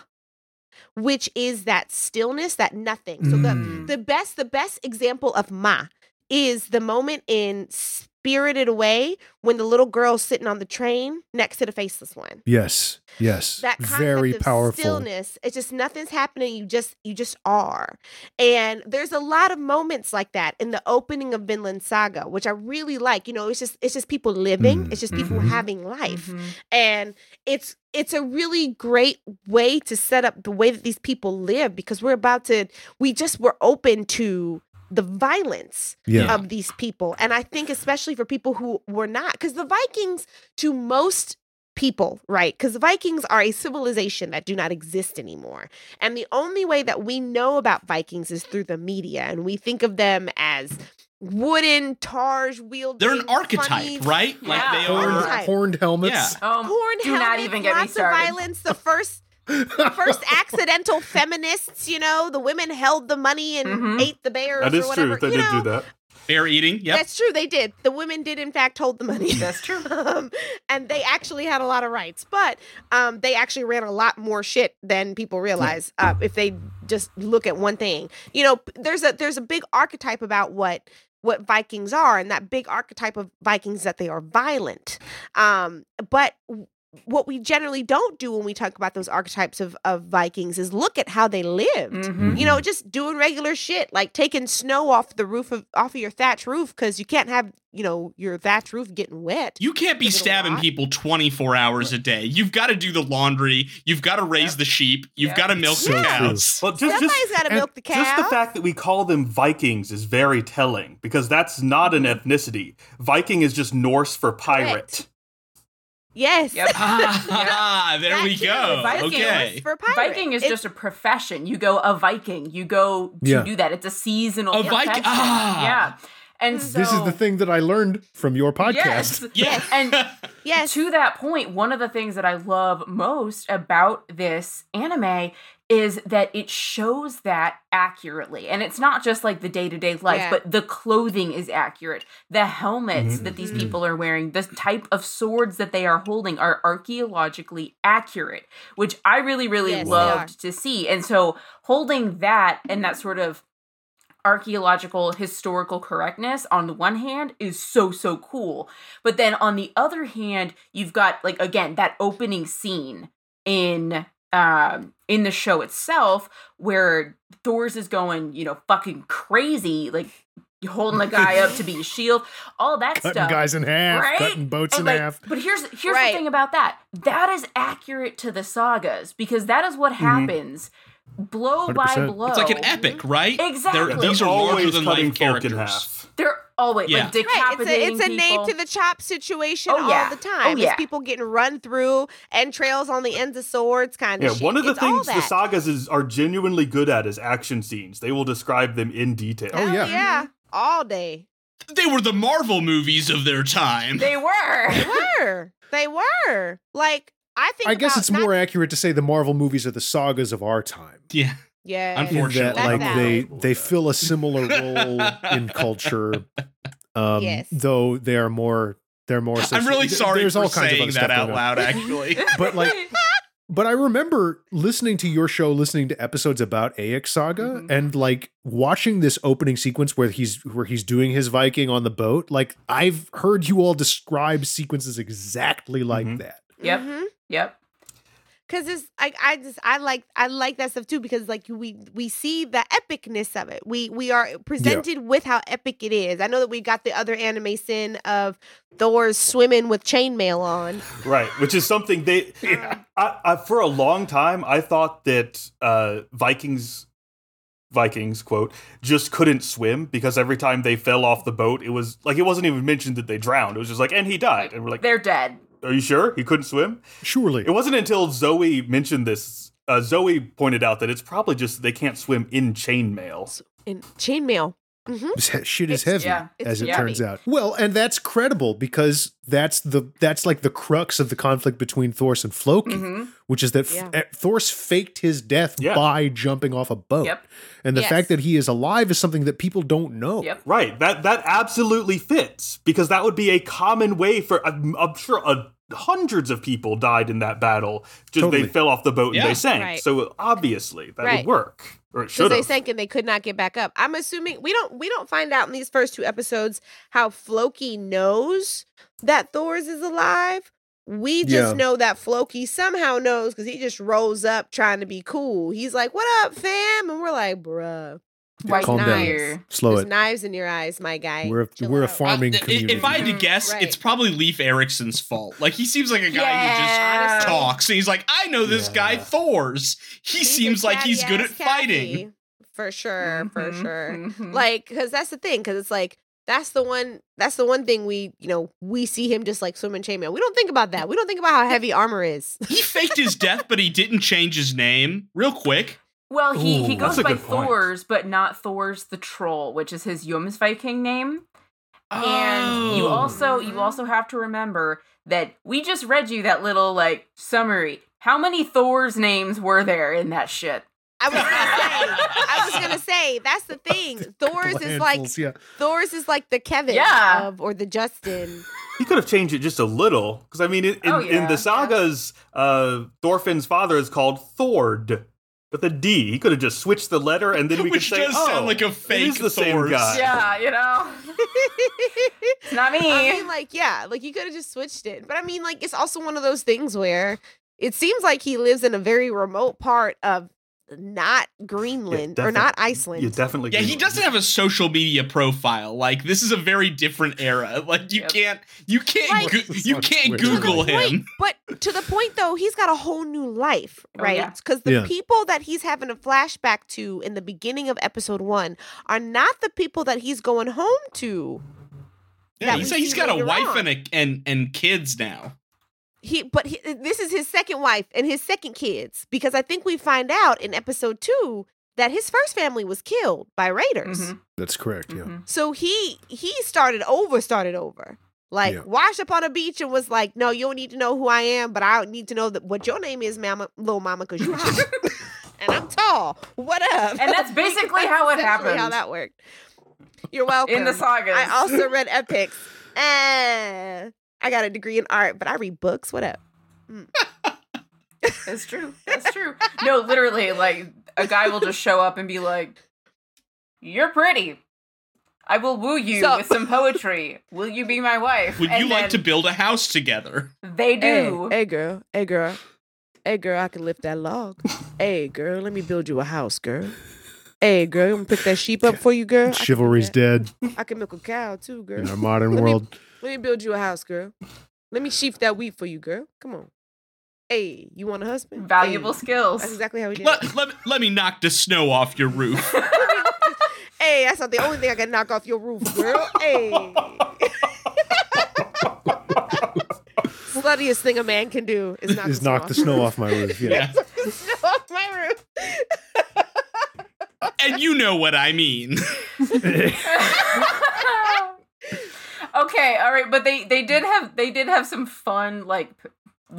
[SPEAKER 3] which is that stillness that nothing so the
[SPEAKER 1] Mm.
[SPEAKER 3] the best the best example of ma is the moment in spirited away when the little girl's sitting on the train next to the faceless one
[SPEAKER 1] Yes. Yes.
[SPEAKER 3] that concept
[SPEAKER 1] Very
[SPEAKER 3] of
[SPEAKER 1] powerful.
[SPEAKER 3] stillness it's just nothing's happening you just you just are and there's a lot of moments like that in the opening of vinland saga which i really like you know it's just it's just people living
[SPEAKER 1] Mm,
[SPEAKER 3] it's just people
[SPEAKER 1] mhm.
[SPEAKER 3] having life
[SPEAKER 5] Mhm.
[SPEAKER 3] and it's it's a really great way to set up the way that these people live because we're about to we just were open to the violence
[SPEAKER 1] Yeah.
[SPEAKER 3] of these people. And I think especially for people who were not, because the Vikings, to most people, right? Because the Vikings are a civilization that do not exist anymore. And the only way that we know about Vikings is through the media. And we think of them as wooden targe wielding.
[SPEAKER 2] They're an archetype, right?
[SPEAKER 5] Yeah.
[SPEAKER 2] Like they
[SPEAKER 3] Horned-
[SPEAKER 2] are.
[SPEAKER 3] Archetype.
[SPEAKER 1] horned helmets.
[SPEAKER 5] Um,
[SPEAKER 3] Corn
[SPEAKER 5] do not even get me
[SPEAKER 3] lots of
[SPEAKER 5] started.
[SPEAKER 3] violence. The first first accidental feminists, you know, the women held the money and
[SPEAKER 5] Mhm.
[SPEAKER 3] ate the bears
[SPEAKER 4] That is
[SPEAKER 3] or
[SPEAKER 4] true.
[SPEAKER 3] whatever.
[SPEAKER 4] They
[SPEAKER 3] you
[SPEAKER 4] did
[SPEAKER 3] know,
[SPEAKER 4] do that.
[SPEAKER 2] Bear eating. Yep.
[SPEAKER 3] That's true. They did. The women did, in fact, hold the money.
[SPEAKER 5] That's true.
[SPEAKER 3] um, and they actually had a lot of rights, but um, they actually ran a lot more shit than people realize uh, if they just look at one thing. You know, p- there's a there's a big archetype about what what Vikings are, and that big archetype of Vikings is that they are violent. Um, but w- what we generally don't do when we talk about those archetypes of, of Vikings is look at how they lived
[SPEAKER 5] Mhm.
[SPEAKER 1] Mm-hmm.
[SPEAKER 3] you know just doing regular shit like taking snow off the roof of off of your thatch roof because you can't have you know your thatch roof getting wet
[SPEAKER 2] You can't be
[SPEAKER 3] Is it a
[SPEAKER 2] stabbing
[SPEAKER 3] lot?
[SPEAKER 2] people 24 hours a day. You've got to do the laundry. You've got to raise the sheep. You've
[SPEAKER 5] Yeah.
[SPEAKER 2] got to milk
[SPEAKER 1] So
[SPEAKER 2] the
[SPEAKER 1] true.
[SPEAKER 2] cows.
[SPEAKER 4] Well, just,
[SPEAKER 3] somebody's
[SPEAKER 4] just,
[SPEAKER 3] got to
[SPEAKER 1] and
[SPEAKER 3] milk the cow
[SPEAKER 4] just the fact that we call them Vikings is very telling because that's not an ethnicity. Viking is just Norse for pirate.
[SPEAKER 3] yes
[SPEAKER 5] Yep.
[SPEAKER 2] Ah, there
[SPEAKER 3] That
[SPEAKER 2] we
[SPEAKER 3] too.
[SPEAKER 2] go.
[SPEAKER 5] Viking was
[SPEAKER 2] Okay.
[SPEAKER 3] for pirate.
[SPEAKER 5] Viking is
[SPEAKER 3] It's-
[SPEAKER 5] just a profession. You go a Viking. You go to
[SPEAKER 1] Yeah.
[SPEAKER 5] do that. It's a seasonal.
[SPEAKER 2] A Viking-
[SPEAKER 5] profession.
[SPEAKER 2] ah.
[SPEAKER 5] Yeah. And so
[SPEAKER 1] This is the thing that I learned from your podcast.
[SPEAKER 5] Yes.
[SPEAKER 2] Yeah.
[SPEAKER 5] And
[SPEAKER 3] yes
[SPEAKER 5] to that point, one of the things that I love most about this anime is that it shows that accurately. And it's not just like the day to day life,
[SPEAKER 3] Yeah.
[SPEAKER 5] but the clothing is accurate. The helmets that these
[SPEAKER 3] Mhm.
[SPEAKER 5] people are wearing, the type of swords that they are holding are archaeologically accurate, which I really, really
[SPEAKER 3] Yes, they
[SPEAKER 5] loved to see. And so holding that and that sort of archaeological historical correctness on the one hand is so so cool but then on the other hand you've got like again that opening scene in um in the show itself where thor's is going you know fucking crazy like holding the guy up to be a shield all that
[SPEAKER 1] Cutting
[SPEAKER 5] stuff
[SPEAKER 1] guys in half,
[SPEAKER 5] Right?
[SPEAKER 1] cutting boats
[SPEAKER 5] and,
[SPEAKER 1] in
[SPEAKER 5] like,
[SPEAKER 1] half.
[SPEAKER 5] But here's here's
[SPEAKER 3] Right.
[SPEAKER 5] the thing about that. That is accurate to the sagas because that is
[SPEAKER 4] Mm-hmm.
[SPEAKER 5] what happens blow by
[SPEAKER 1] 100%.
[SPEAKER 5] blow.
[SPEAKER 2] It's like an epic, right? They're-
[SPEAKER 5] Exactly.
[SPEAKER 4] They're
[SPEAKER 2] these are larger
[SPEAKER 4] always
[SPEAKER 2] than
[SPEAKER 4] cutting
[SPEAKER 2] life
[SPEAKER 4] folk in
[SPEAKER 2] characters.
[SPEAKER 4] half.
[SPEAKER 5] They're always
[SPEAKER 2] Yeah.
[SPEAKER 5] like decapitating
[SPEAKER 3] Right, it's a it's a name
[SPEAKER 5] people.
[SPEAKER 3] to the chop situation
[SPEAKER 5] Oh, yeah.
[SPEAKER 3] all the time.
[SPEAKER 5] Oh, yeah.
[SPEAKER 3] It's people getting run through, entrails on the ends of swords, kind
[SPEAKER 4] Yeah,
[SPEAKER 3] of. shit.
[SPEAKER 4] one of the
[SPEAKER 3] It's all
[SPEAKER 4] things the
[SPEAKER 3] that.
[SPEAKER 4] sagas is, are genuinely good at is action scenes. They will describe them in detail.
[SPEAKER 1] Oh,
[SPEAKER 3] Hell
[SPEAKER 1] yeah.
[SPEAKER 3] yeah,
[SPEAKER 5] Mm-hmm.
[SPEAKER 3] all day.
[SPEAKER 2] They were the Marvel movies of their time.
[SPEAKER 5] They were.
[SPEAKER 3] They were. They were. Like I think.
[SPEAKER 1] I guess
[SPEAKER 3] about
[SPEAKER 1] it's
[SPEAKER 3] not-
[SPEAKER 1] more accurate to say the Marvel movies are the sagas of our time.
[SPEAKER 2] Yeah.
[SPEAKER 3] Yeah.
[SPEAKER 1] in that
[SPEAKER 2] Unfortunately.
[SPEAKER 1] like
[SPEAKER 3] That's
[SPEAKER 1] they
[SPEAKER 4] valid.
[SPEAKER 1] they fill a similar role in culture um
[SPEAKER 3] Yes.
[SPEAKER 1] though they are more they're more
[SPEAKER 2] I'm really
[SPEAKER 1] associated-
[SPEAKER 2] sorry
[SPEAKER 1] there's
[SPEAKER 2] for
[SPEAKER 1] all kinds
[SPEAKER 2] saying
[SPEAKER 1] of other stuff
[SPEAKER 2] that out
[SPEAKER 1] going on.
[SPEAKER 2] loud, actually.
[SPEAKER 1] but like but i remember listening to your show listening to episodes about ax saga
[SPEAKER 5] Mhm.
[SPEAKER 1] and like watching this opening sequence where he's where he's doing his viking on the boat like i've heard you all describe sequences exactly like
[SPEAKER 2] Mm-hmm.
[SPEAKER 4] Mhm.
[SPEAKER 1] that
[SPEAKER 5] Yep.
[SPEAKER 3] Mhm.
[SPEAKER 5] Yep.
[SPEAKER 3] Cause it's like I just I like I like that stuff too because like we we see the epicness of it. We we are presented with how epic it is. I know that we got the other anime sin of Thor's swimming with chainmail on.
[SPEAKER 4] Right, which is something they. I, I, for a long time, I thought that uh, Vikings, Vikings, quote, just couldn't swim because every time they fell off the boat, it was like it wasn't even mentioned that they drowned. It was just like, and he died, and we're like,
[SPEAKER 5] They're dead.
[SPEAKER 4] are you sure he couldn't swim?
[SPEAKER 1] surely
[SPEAKER 4] It wasn't until Zoe mentioned this. Uh, Zoe pointed out that it's probably just they can't swim in chainmail.
[SPEAKER 3] And chainmail. Mm-hmm.
[SPEAKER 1] This he- shit is
[SPEAKER 3] It's-
[SPEAKER 1] heavy
[SPEAKER 5] yeah,
[SPEAKER 3] it's
[SPEAKER 1] as it
[SPEAKER 5] heavy.
[SPEAKER 1] turns out well and that's credible because that's the that's like the crux of the conflict between thor's and floki
[SPEAKER 5] hmm
[SPEAKER 1] which is that F-
[SPEAKER 3] Yeah.
[SPEAKER 1] eh, thor's faked his death
[SPEAKER 4] Yeah.
[SPEAKER 1] by jumping off a boat
[SPEAKER 5] Yep.
[SPEAKER 1] and the
[SPEAKER 3] Yes.
[SPEAKER 1] fact that he is alive is something that people don't
[SPEAKER 4] Oh,
[SPEAKER 1] know
[SPEAKER 5] Yep.
[SPEAKER 4] Right. That that absolutely fits because that would be a common way for I'm, I'm sure uh hundreds of people died in that battle. Just
[SPEAKER 1] Totally.
[SPEAKER 4] they fell off the boat and
[SPEAKER 2] Yeah.
[SPEAKER 4] they sank.
[SPEAKER 3] Right.
[SPEAKER 4] So obviously that
[SPEAKER 3] Right.
[SPEAKER 4] would work, or it
[SPEAKER 3] Because
[SPEAKER 4] should
[SPEAKER 3] they
[SPEAKER 4] have.
[SPEAKER 3] sank and they could not get back up. I'm assuming we don't we don't find out in these first two episodes how Floki knows that Thor's is alive. We
[SPEAKER 1] Yeah.
[SPEAKER 3] just know that Floki somehow knows because he just rolls up trying to be cool. He's like, "What up, fam?" And we're like, "Bruh,
[SPEAKER 1] Yeah,
[SPEAKER 5] White
[SPEAKER 1] calm
[SPEAKER 5] knives.
[SPEAKER 1] down slow
[SPEAKER 3] there's
[SPEAKER 1] it
[SPEAKER 3] knives in your eyes, my guy."
[SPEAKER 1] we're a,
[SPEAKER 3] Chill
[SPEAKER 1] we're a
[SPEAKER 3] out."
[SPEAKER 2] I-
[SPEAKER 1] farming
[SPEAKER 2] Uh, i-
[SPEAKER 1] community
[SPEAKER 2] If I had to guess,
[SPEAKER 3] Mm, Right.
[SPEAKER 2] it's probably Leif Erickson's fault. Like he seems like a guy who
[SPEAKER 5] Yeah.
[SPEAKER 2] just talks. And he's like, I know this guy
[SPEAKER 4] Yeah.
[SPEAKER 2] Thor's. He
[SPEAKER 3] He's a
[SPEAKER 2] seems like he's good at
[SPEAKER 3] catty-ass
[SPEAKER 2] fighting. Mm-hmm,
[SPEAKER 3] Kathy, for sure, for
[SPEAKER 5] Mhm,
[SPEAKER 3] sure.
[SPEAKER 5] mhm.
[SPEAKER 3] like because that's the thing because it's like that's the one that's the one thing we you know we see him just like swim in chainmail we don't think about that we don't think about how heavy armor is
[SPEAKER 2] He faked his death, but he didn't change his name. Real quick.
[SPEAKER 5] Well, he, he
[SPEAKER 4] Ooh, that's
[SPEAKER 5] goes
[SPEAKER 4] a
[SPEAKER 5] by
[SPEAKER 4] good point.
[SPEAKER 5] Thor's, but not Thor's the troll, which is his Jomsviking name. And you
[SPEAKER 2] Oh.
[SPEAKER 5] also you also have to remember that we just read you that little like summary. How many Thor's names were there in that shit?
[SPEAKER 3] I was gonna say. I was gonna say that's the thing. Mm-hmm. Thor's
[SPEAKER 1] Couple
[SPEAKER 3] is like
[SPEAKER 1] handfuls, yeah.
[SPEAKER 3] Thor's is like the Kevin
[SPEAKER 5] Yeah.
[SPEAKER 3] of or the Justin.
[SPEAKER 4] He could have changed it just a little, because I mean, in, in,
[SPEAKER 5] Oh,
[SPEAKER 4] in
[SPEAKER 5] yeah.
[SPEAKER 4] the sagas, uh, Thorfinn's father is called Thord with a D. He could have just switched the letter, and then we
[SPEAKER 2] Which
[SPEAKER 4] could say,
[SPEAKER 2] does
[SPEAKER 4] "Oh,
[SPEAKER 2] sound like a fake
[SPEAKER 4] It is the same
[SPEAKER 2] Thor's.
[SPEAKER 4] guy.
[SPEAKER 5] Yeah, you know. It's not me.
[SPEAKER 3] I mean, like, yeah, like you could have just switched it. But I mean, like, it's also one of those things where it seems like he lives in a very remote part of not Greenland or
[SPEAKER 4] definite-
[SPEAKER 3] not Iceland.
[SPEAKER 4] You definitely.
[SPEAKER 2] Yeah, he
[SPEAKER 4] can-
[SPEAKER 2] doesn't have a social media profile. Like this is a very different era. Like you
[SPEAKER 5] Yep.
[SPEAKER 2] can't, you can't,
[SPEAKER 3] Like-
[SPEAKER 2] goo- you
[SPEAKER 1] To
[SPEAKER 2] can't
[SPEAKER 1] the
[SPEAKER 2] Google
[SPEAKER 3] point-
[SPEAKER 2] him.
[SPEAKER 3] but to the point though, he's got a whole new life,
[SPEAKER 5] Oh,
[SPEAKER 3] right?
[SPEAKER 5] yeah.
[SPEAKER 3] Because the
[SPEAKER 1] Yeah.
[SPEAKER 3] people that he's having a flashback to in the beginning of episode one are not the people that he's going home to.
[SPEAKER 2] Yeah,
[SPEAKER 3] that
[SPEAKER 2] he's,
[SPEAKER 3] we
[SPEAKER 2] he's
[SPEAKER 3] see
[SPEAKER 2] got a
[SPEAKER 3] later
[SPEAKER 2] wife
[SPEAKER 3] on.
[SPEAKER 2] and a and and kids now.
[SPEAKER 3] He, but he, uh, this is his second wife and his second kids because I think we find out in episode two that his first family was killed by raiders.
[SPEAKER 5] Mhm,
[SPEAKER 1] That's correct. Yeah.
[SPEAKER 5] mhm.
[SPEAKER 3] So he he started over, started over. Like
[SPEAKER 1] Yeah.
[SPEAKER 3] washed up on a beach and was like, "No, you don't need to know who I am, but I need to know that what your name is, mama, little mama, because you hot and I'm tall. What up?"
[SPEAKER 5] And that's basically
[SPEAKER 3] That's
[SPEAKER 5] how it
[SPEAKER 3] essentially How
[SPEAKER 5] happened.
[SPEAKER 3] that worked. You're welcome.
[SPEAKER 5] In the sagas.
[SPEAKER 3] I also read epics. Eh, I got a degree in art, but I read books. What up?
[SPEAKER 5] That's true. That's true. No, literally, like a guy will just show up and be like, "You're pretty. I will woo you
[SPEAKER 3] So-
[SPEAKER 5] with some poetry. Will you be my wife?"
[SPEAKER 2] Would
[SPEAKER 5] And
[SPEAKER 2] you like to
[SPEAKER 5] then
[SPEAKER 2] build a house together?
[SPEAKER 5] They do.
[SPEAKER 3] Hey, hey girl, hey girl, hey girl, I can lift that log. hey girl, let me build you a house, girl. Hey girl, you want me to pick that sheep up for you, girl. I can do
[SPEAKER 1] Chivalry's
[SPEAKER 3] that.
[SPEAKER 1] dead
[SPEAKER 3] I can milk a cow too, girl.
[SPEAKER 1] in our modern
[SPEAKER 3] Let me-
[SPEAKER 1] world.
[SPEAKER 3] Let me build you a house, girl. Let me sheaf that wheat for you, girl. Come on. Hey, you want a husband?
[SPEAKER 5] Valuable
[SPEAKER 3] Hey.
[SPEAKER 5] skills.
[SPEAKER 3] That's exactly how we did. it.
[SPEAKER 2] Let, let let me knock the snow off your roof.
[SPEAKER 3] Hey, that's not the only thing I can knock off your roof, girl. Hey. Sluttiest thing a man can do is knock,
[SPEAKER 1] Is
[SPEAKER 3] the,
[SPEAKER 1] knocked the snow off my roof. Yeah.
[SPEAKER 2] Yeah.
[SPEAKER 3] snow off my roof.
[SPEAKER 2] and you know what I mean.
[SPEAKER 5] okay, all right, but they they did have they did have some fun like p-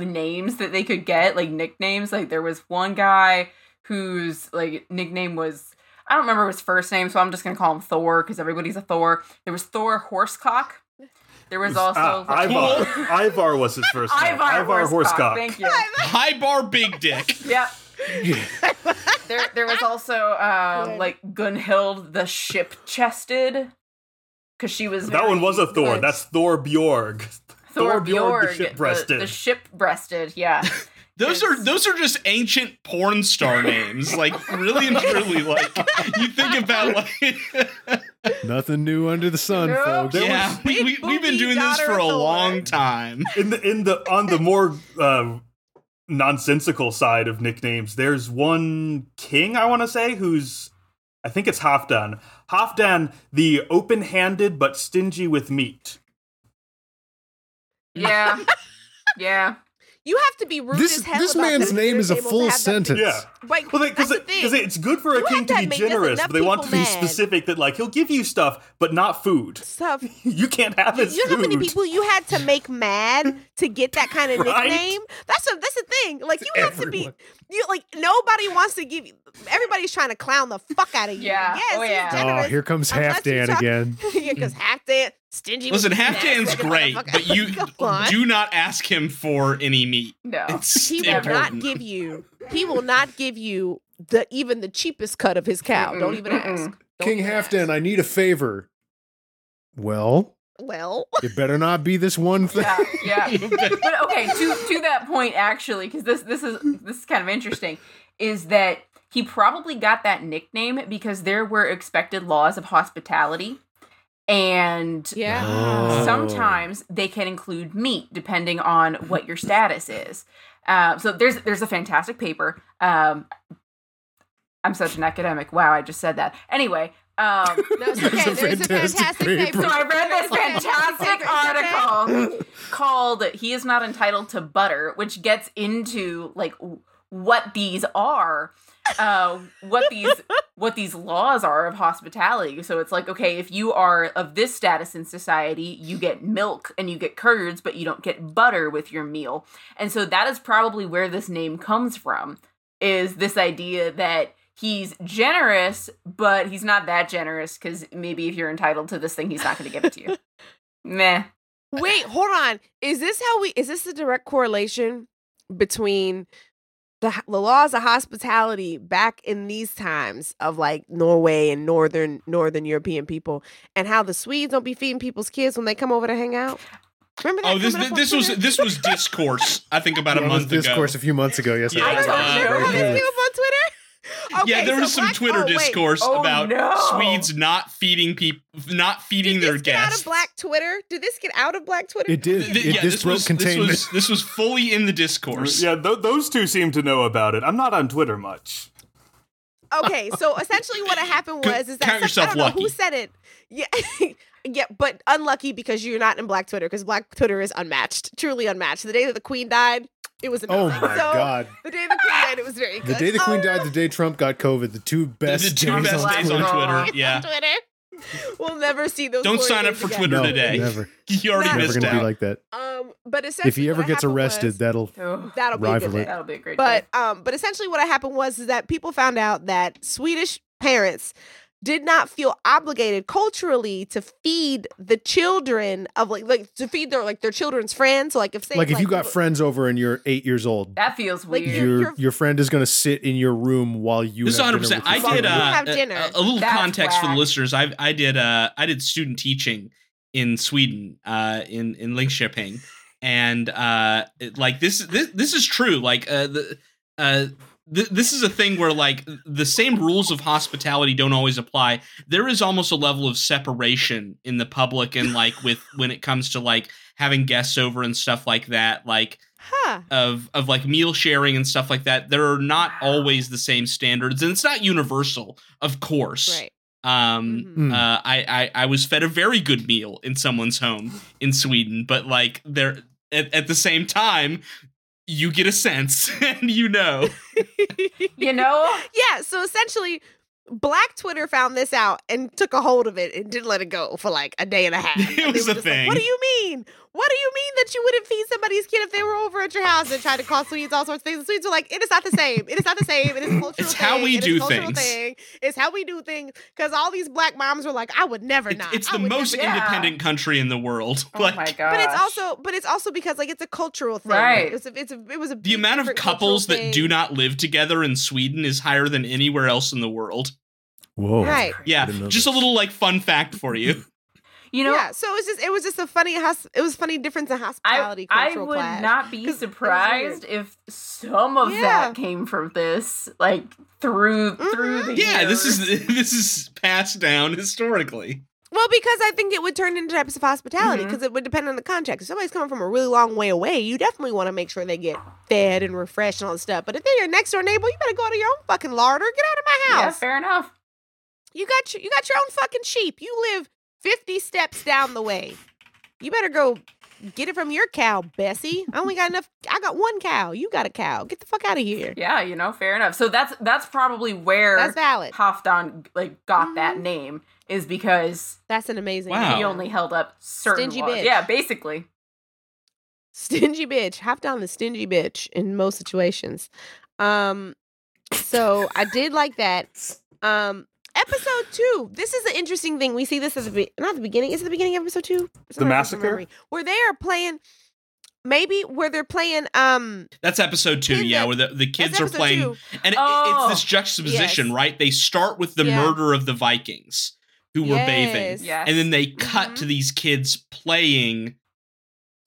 [SPEAKER 5] names that they could get, like nicknames. Like there was one guy whose like nickname was I don't remember his first name, so I'm just gonna call him Thor because everybody's a Thor. There was Thor Horsecock. There was also
[SPEAKER 4] Ah,
[SPEAKER 5] like-
[SPEAKER 4] Ivar. Ivar was his first name.
[SPEAKER 5] uh, Ivar, Horsecock. Thank you.
[SPEAKER 2] High bar, big dick.
[SPEAKER 5] Yep. there, there was also uh,
[SPEAKER 3] Good.
[SPEAKER 5] like Gunhild the ship chested, because she was
[SPEAKER 4] That one
[SPEAKER 5] very-
[SPEAKER 4] was a Thor.
[SPEAKER 5] good.
[SPEAKER 4] That's Thor Bjorg.
[SPEAKER 5] Thor
[SPEAKER 4] Thorbjorg the
[SPEAKER 5] Bjorg,
[SPEAKER 4] ship-breasted.
[SPEAKER 5] The, ship breasted, yeah.
[SPEAKER 2] Those are those are just ancient porn star names. Like really and truly, like you think about like
[SPEAKER 1] Nothing new under the sun,
[SPEAKER 5] Nope.
[SPEAKER 1] folks.
[SPEAKER 4] There
[SPEAKER 2] yeah,
[SPEAKER 4] was-
[SPEAKER 2] we, we, we've been
[SPEAKER 3] booby
[SPEAKER 2] doing this
[SPEAKER 3] daughter
[SPEAKER 2] for a
[SPEAKER 3] Thor.
[SPEAKER 2] long time.
[SPEAKER 4] In the in the on the more uh, nonsensical side of nicknames, there's one king I want to say who's I think it's Halfdan. Halfdan, the open-handed but stingy with meat.
[SPEAKER 5] Yeah. Yeah.
[SPEAKER 3] You have to be rude
[SPEAKER 1] This
[SPEAKER 3] as hell.
[SPEAKER 1] this
[SPEAKER 3] about
[SPEAKER 1] man's
[SPEAKER 3] that if
[SPEAKER 1] name
[SPEAKER 3] you're
[SPEAKER 1] is a
[SPEAKER 3] able to
[SPEAKER 1] full
[SPEAKER 3] have that-
[SPEAKER 1] sentence.
[SPEAKER 4] Yeah.
[SPEAKER 3] Like,
[SPEAKER 4] Well,
[SPEAKER 3] that's
[SPEAKER 4] because
[SPEAKER 3] the thing.
[SPEAKER 4] it's good for a
[SPEAKER 3] You
[SPEAKER 4] king
[SPEAKER 3] have
[SPEAKER 4] to
[SPEAKER 3] that
[SPEAKER 4] be
[SPEAKER 3] make- there's
[SPEAKER 4] generous,
[SPEAKER 3] enough
[SPEAKER 4] but they want to
[SPEAKER 3] people
[SPEAKER 4] be
[SPEAKER 3] mad.
[SPEAKER 4] specific that like he'll give you stuff, but not food.
[SPEAKER 3] Stuff.
[SPEAKER 4] You can't have
[SPEAKER 3] You
[SPEAKER 4] his
[SPEAKER 3] you know how many
[SPEAKER 4] food.
[SPEAKER 3] people you had to make mad to get that kind of
[SPEAKER 4] Right?
[SPEAKER 3] nickname? That's a, that's the thing. Like you have to be
[SPEAKER 1] Everyone.
[SPEAKER 3] you like nobody wants to give you everybody's trying to clown the fuck out of you.
[SPEAKER 5] Yeah.
[SPEAKER 3] Yes,
[SPEAKER 5] Oh,
[SPEAKER 3] he's
[SPEAKER 5] yeah.
[SPEAKER 1] Oh,
[SPEAKER 3] generous.
[SPEAKER 1] here comes
[SPEAKER 3] Unless
[SPEAKER 1] Half
[SPEAKER 3] you
[SPEAKER 1] Dan
[SPEAKER 3] talk-
[SPEAKER 1] again.
[SPEAKER 3] yeah, because half Dan stingy. with
[SPEAKER 2] Listen,
[SPEAKER 3] his
[SPEAKER 2] half
[SPEAKER 3] ass,
[SPEAKER 2] Dan's
[SPEAKER 3] like a
[SPEAKER 2] great,
[SPEAKER 3] motherfucker.
[SPEAKER 2] but you
[SPEAKER 3] Come on. Oh.
[SPEAKER 2] do not ask him for any meat.
[SPEAKER 5] No.
[SPEAKER 2] It's
[SPEAKER 3] he will not
[SPEAKER 2] important.
[SPEAKER 3] give you. He will not give you the even the cheapest cut of his cow. Don't
[SPEAKER 5] Mm-mm,
[SPEAKER 3] even
[SPEAKER 5] mm-mm.
[SPEAKER 3] ask. Don't
[SPEAKER 1] King
[SPEAKER 3] even
[SPEAKER 1] Half
[SPEAKER 3] ask.
[SPEAKER 1] Dan, I need a favor. Well,
[SPEAKER 3] Well,
[SPEAKER 1] it better not be this one thing.
[SPEAKER 5] Yeah, yeah. But okay, to to that point actually, because this this is this is kind of interesting, is that he probably got that nickname because there were expected laws of hospitality, and
[SPEAKER 3] yeah.
[SPEAKER 1] Oh.
[SPEAKER 5] sometimes they can include meat depending on what your status is. Uh, so there's there's a fantastic paper. Um, I'm such an academic. Wow, I just said that. Anyway, um,
[SPEAKER 3] No, it's
[SPEAKER 1] That's
[SPEAKER 3] okay.
[SPEAKER 1] a
[SPEAKER 3] There's a
[SPEAKER 1] fantastic
[SPEAKER 3] fantastic
[SPEAKER 1] paper.
[SPEAKER 3] paper.
[SPEAKER 5] so I read this fantastic article called "He is not entitled to butter," which gets into like w- what these are. uh, what these what these laws are of hospitality. So it's like, okay, if you are of this status in society, you get milk and you get curds, but you don't get butter with your meal. And so that is probably where this name comes from. Is this idea that he's generous, but he's not that generous because maybe if you're entitled to this thing, he's not going to give it to you. Meh.
[SPEAKER 3] Wait, hold on. Is this how we? Is this the direct correlation between the, h- the laws of hospitality back in these times of like Norway and northern Northern European people, and how the Swedes don't be feeding people's kids when they come over to hang out? Remember that?
[SPEAKER 2] Oh, this
[SPEAKER 3] coming up on
[SPEAKER 2] this was
[SPEAKER 3] Twitter?
[SPEAKER 2] this was discourse. I think about a
[SPEAKER 1] Yeah, it was
[SPEAKER 2] month
[SPEAKER 1] discourse a
[SPEAKER 2] ago.
[SPEAKER 1] few months ago. Yes,
[SPEAKER 2] Yeah,
[SPEAKER 3] I
[SPEAKER 2] it's
[SPEAKER 3] don't
[SPEAKER 2] on
[SPEAKER 3] remember
[SPEAKER 1] Very
[SPEAKER 3] how this
[SPEAKER 1] good.
[SPEAKER 3] came up on Twitter.
[SPEAKER 2] yeah,
[SPEAKER 3] Okay,
[SPEAKER 2] there
[SPEAKER 3] so
[SPEAKER 2] was some
[SPEAKER 3] black-
[SPEAKER 2] Twitter
[SPEAKER 3] oh, wait.
[SPEAKER 2] discourse
[SPEAKER 5] Oh,
[SPEAKER 2] about
[SPEAKER 5] no.
[SPEAKER 2] Swedes not feeding people, not feeding
[SPEAKER 3] Did
[SPEAKER 2] their
[SPEAKER 3] this get out
[SPEAKER 2] guests.
[SPEAKER 3] of black Twitter? Did this get out of black Twitter?
[SPEAKER 1] It did.
[SPEAKER 2] Th-
[SPEAKER 1] it,
[SPEAKER 2] yeah,
[SPEAKER 1] this, broke
[SPEAKER 2] was, this
[SPEAKER 1] containment.
[SPEAKER 2] was this was fully in the discourse.
[SPEAKER 4] Yeah, th- those two seem to know about it. I'm not on Twitter much.
[SPEAKER 3] Okay, so essentially what happened
[SPEAKER 2] Count-
[SPEAKER 3] was is
[SPEAKER 2] count
[SPEAKER 3] that some, I
[SPEAKER 2] yourself
[SPEAKER 3] don't know who
[SPEAKER 2] lucky.
[SPEAKER 3] said it. Yeah, yeah, but unlucky because you're not in Black Twitter because Black Twitter is unmatched, truly unmatched. The day that the Queen died, it was
[SPEAKER 1] oh
[SPEAKER 3] amazing.
[SPEAKER 1] my
[SPEAKER 3] so,
[SPEAKER 1] god.
[SPEAKER 3] The day the Queen died, it was very good.
[SPEAKER 1] The day the Queen
[SPEAKER 3] Oh,
[SPEAKER 1] died, the day Trump got COVID, the two best
[SPEAKER 2] the two
[SPEAKER 1] days
[SPEAKER 2] best
[SPEAKER 1] on
[SPEAKER 5] days
[SPEAKER 1] Twitter.
[SPEAKER 2] on
[SPEAKER 5] Twitter.
[SPEAKER 2] Twitter. Yeah,
[SPEAKER 3] Twitter. We'll never see those.
[SPEAKER 2] Don't
[SPEAKER 3] glory
[SPEAKER 2] sign up
[SPEAKER 3] days
[SPEAKER 2] for
[SPEAKER 3] again.
[SPEAKER 2] Twitter
[SPEAKER 1] no,
[SPEAKER 2] today.
[SPEAKER 1] never,
[SPEAKER 2] you already
[SPEAKER 3] Nah.
[SPEAKER 1] never
[SPEAKER 2] missed
[SPEAKER 1] gonna be
[SPEAKER 2] out.
[SPEAKER 1] like that.
[SPEAKER 3] Um, but essentially,
[SPEAKER 1] If he ever
[SPEAKER 3] what
[SPEAKER 1] gets
[SPEAKER 3] happened
[SPEAKER 1] arrested,
[SPEAKER 3] was-
[SPEAKER 1] that'll
[SPEAKER 5] Ugh,
[SPEAKER 3] that'll be a good
[SPEAKER 1] rival
[SPEAKER 3] day.
[SPEAKER 1] it.
[SPEAKER 5] that'll be a great
[SPEAKER 3] But
[SPEAKER 5] day.
[SPEAKER 3] um, but essentially, what happened was is that people found out that Swedish parents did not feel obligated culturally to feed the children of like like to feed their like their children's friends. So, like if say
[SPEAKER 1] like if you got
[SPEAKER 3] people-
[SPEAKER 1] friends over and you're eight years old,
[SPEAKER 5] That feels
[SPEAKER 3] Like,
[SPEAKER 5] weird.
[SPEAKER 3] you're-
[SPEAKER 1] your your friend is gonna sit in your room while you.
[SPEAKER 2] This is
[SPEAKER 1] have
[SPEAKER 2] 100.
[SPEAKER 1] dinner
[SPEAKER 2] percent
[SPEAKER 1] with
[SPEAKER 2] I
[SPEAKER 1] your
[SPEAKER 2] did
[SPEAKER 1] family.
[SPEAKER 2] uh,
[SPEAKER 3] have
[SPEAKER 2] a-
[SPEAKER 3] dinner.
[SPEAKER 2] A, a little
[SPEAKER 5] That's
[SPEAKER 2] context for the
[SPEAKER 5] whack.
[SPEAKER 2] listeners. I I did uh I did student teaching in Sweden uh in in Linköping, and uh it- like this this this is true. Like uh the uh. th- This is a thing where, like, the same rules of hospitality don't always apply. There is almost a level of separation in the public, and like with when it comes to like having guests over and stuff like that. Like,
[SPEAKER 3] huh?
[SPEAKER 2] of of like meal sharing and stuff like that there are not always the same standards and it's not universal of course
[SPEAKER 3] Right.
[SPEAKER 2] um
[SPEAKER 3] Mm-hmm.
[SPEAKER 1] Mhm.
[SPEAKER 2] uh, I, I i was fed a very good meal in someone's home in sweden but like there at, at the same time you get a sense and you know
[SPEAKER 5] you know,
[SPEAKER 3] Yeah. So essentially, Black Twitter found this out and took a hold of it and didn't let it go for like a day and a half.
[SPEAKER 2] It
[SPEAKER 3] And they
[SPEAKER 2] was
[SPEAKER 3] were
[SPEAKER 2] a
[SPEAKER 3] just like, what
[SPEAKER 2] thing.
[SPEAKER 3] do you mean? What do you mean that you wouldn't feed somebody's kid if they were over at your house and tried to call Swedes all sorts of things? The Swedes were like, it is not the same. It is not the same. It is a cultural
[SPEAKER 2] It's
[SPEAKER 3] thing.
[SPEAKER 2] how we
[SPEAKER 3] It is
[SPEAKER 2] do
[SPEAKER 3] a cultural
[SPEAKER 2] things."
[SPEAKER 3] Thing. It's how we do things. Because all these black moms were like, I would never
[SPEAKER 2] it's,
[SPEAKER 3] not.
[SPEAKER 2] it's
[SPEAKER 3] I
[SPEAKER 2] the
[SPEAKER 3] would
[SPEAKER 2] most
[SPEAKER 3] never
[SPEAKER 5] Yeah.
[SPEAKER 2] independent country in the world
[SPEAKER 5] oh
[SPEAKER 2] like
[SPEAKER 5] my god.
[SPEAKER 3] But it's also, but it's also because like it's a cultural thing.
[SPEAKER 5] Right.
[SPEAKER 3] It's a, it's a, it was a
[SPEAKER 2] the amount of couples that do not live together in sweden is higher than anywhere else in the world
[SPEAKER 1] Whoa.
[SPEAKER 3] Right.
[SPEAKER 2] yeah
[SPEAKER 1] didn't know
[SPEAKER 2] just a
[SPEAKER 1] this.
[SPEAKER 2] little like fun fact for you
[SPEAKER 5] you know,
[SPEAKER 3] yeah, so it was just it was just a funny hos- it was funny difference in
[SPEAKER 5] I,
[SPEAKER 3] hospitality
[SPEAKER 5] I
[SPEAKER 3] cultural
[SPEAKER 5] would
[SPEAKER 3] clash.
[SPEAKER 5] not be
[SPEAKER 3] 'Cause it was weird.
[SPEAKER 5] surprised if some of
[SPEAKER 3] Yeah. Mm-hmm.
[SPEAKER 5] that came from this, like through through the
[SPEAKER 2] Yeah, this
[SPEAKER 5] years.
[SPEAKER 2] is this is passed down historically.
[SPEAKER 3] Well, because I think it would turn into types of hospitality
[SPEAKER 5] Mhm.
[SPEAKER 3] because it would depend on the context. If somebody's coming from a really long way away, you definitely want to make sure they get fed and refreshed and all that stuff. But if they're your next door neighbor, you better go to your own fucking larder. Get out of my
[SPEAKER 5] yeah,
[SPEAKER 3] house.
[SPEAKER 5] fair enough.
[SPEAKER 3] You got your, you got your own fucking sheep. You live fifty steps down the way. You better go get it from your cow, Bessie. I only got enough. I got one cow. You got a cow. Get the fuck out of here.
[SPEAKER 5] Yeah, you know, fair enough. So that's that's probably where
[SPEAKER 3] That's valid.
[SPEAKER 5] Halfdan like got that
[SPEAKER 3] Mhm.
[SPEAKER 5] name is because
[SPEAKER 3] That's an amazing.
[SPEAKER 2] Wow.
[SPEAKER 5] he
[SPEAKER 3] name.
[SPEAKER 5] only held up certain
[SPEAKER 3] Stingy
[SPEAKER 5] laws.
[SPEAKER 3] bitch.
[SPEAKER 5] Yeah, basically.
[SPEAKER 3] stingy bitch hop down the stingy bitch in most situations um so i did like that um episode two this is an interesting thing we see this as a be- not the beginning is it the beginning of episode two It's
[SPEAKER 4] The
[SPEAKER 3] not
[SPEAKER 4] massacre?
[SPEAKER 3] remembering. where they are playing maybe where they're playing um
[SPEAKER 2] That's episode two,
[SPEAKER 3] Isn't
[SPEAKER 2] yeah,
[SPEAKER 3] it?
[SPEAKER 2] where the, the kids
[SPEAKER 3] that's
[SPEAKER 2] are
[SPEAKER 3] episode
[SPEAKER 2] playing,
[SPEAKER 3] two.
[SPEAKER 2] and it,
[SPEAKER 5] Oh,
[SPEAKER 2] it's this juxtaposition,
[SPEAKER 3] yes.
[SPEAKER 2] right? They start with the
[SPEAKER 3] Yeah.
[SPEAKER 2] murder of the Vikings who were bathing,
[SPEAKER 3] Yes.
[SPEAKER 5] Yes.
[SPEAKER 2] and then they cut
[SPEAKER 3] Mhm.
[SPEAKER 2] to these kids playing,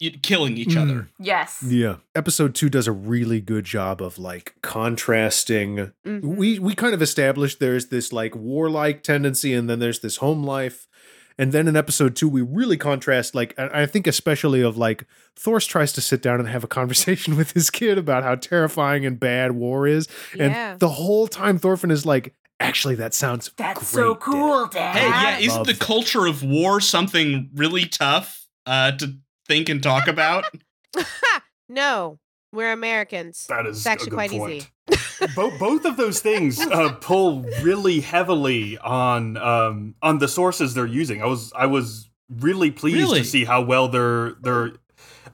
[SPEAKER 2] y- killing each
[SPEAKER 1] Mm.
[SPEAKER 2] other.
[SPEAKER 5] Yes.
[SPEAKER 1] Yeah. Episode two does a really good job of like contrasting.
[SPEAKER 3] mhm.
[SPEAKER 1] We we kind of established there's this like warlike tendency, and then there's this home life. And then in episode two, we really contrast, like, I I think especially of like Thor's tries to sit down and have a conversation with his kid about how terrifying and bad war is.
[SPEAKER 3] Yeah.
[SPEAKER 1] And the whole time Thorfinn is like, actually, that sounds
[SPEAKER 5] That's
[SPEAKER 1] great,
[SPEAKER 5] so
[SPEAKER 1] Dad."
[SPEAKER 5] cool, Dad.
[SPEAKER 2] Hey, yeah,
[SPEAKER 1] I
[SPEAKER 2] isn't
[SPEAKER 1] love
[SPEAKER 2] the
[SPEAKER 1] that.
[SPEAKER 2] culture of war something really tough uh, to think and talk about?
[SPEAKER 3] no we're americans
[SPEAKER 4] That is
[SPEAKER 3] It's actually
[SPEAKER 4] a good
[SPEAKER 3] quite
[SPEAKER 4] point.
[SPEAKER 3] easy.
[SPEAKER 4] Bo- both of those things uh, pull really heavily on um, on the sources they're using. I was I was really pleased
[SPEAKER 2] Really?
[SPEAKER 4] to see how well they're they're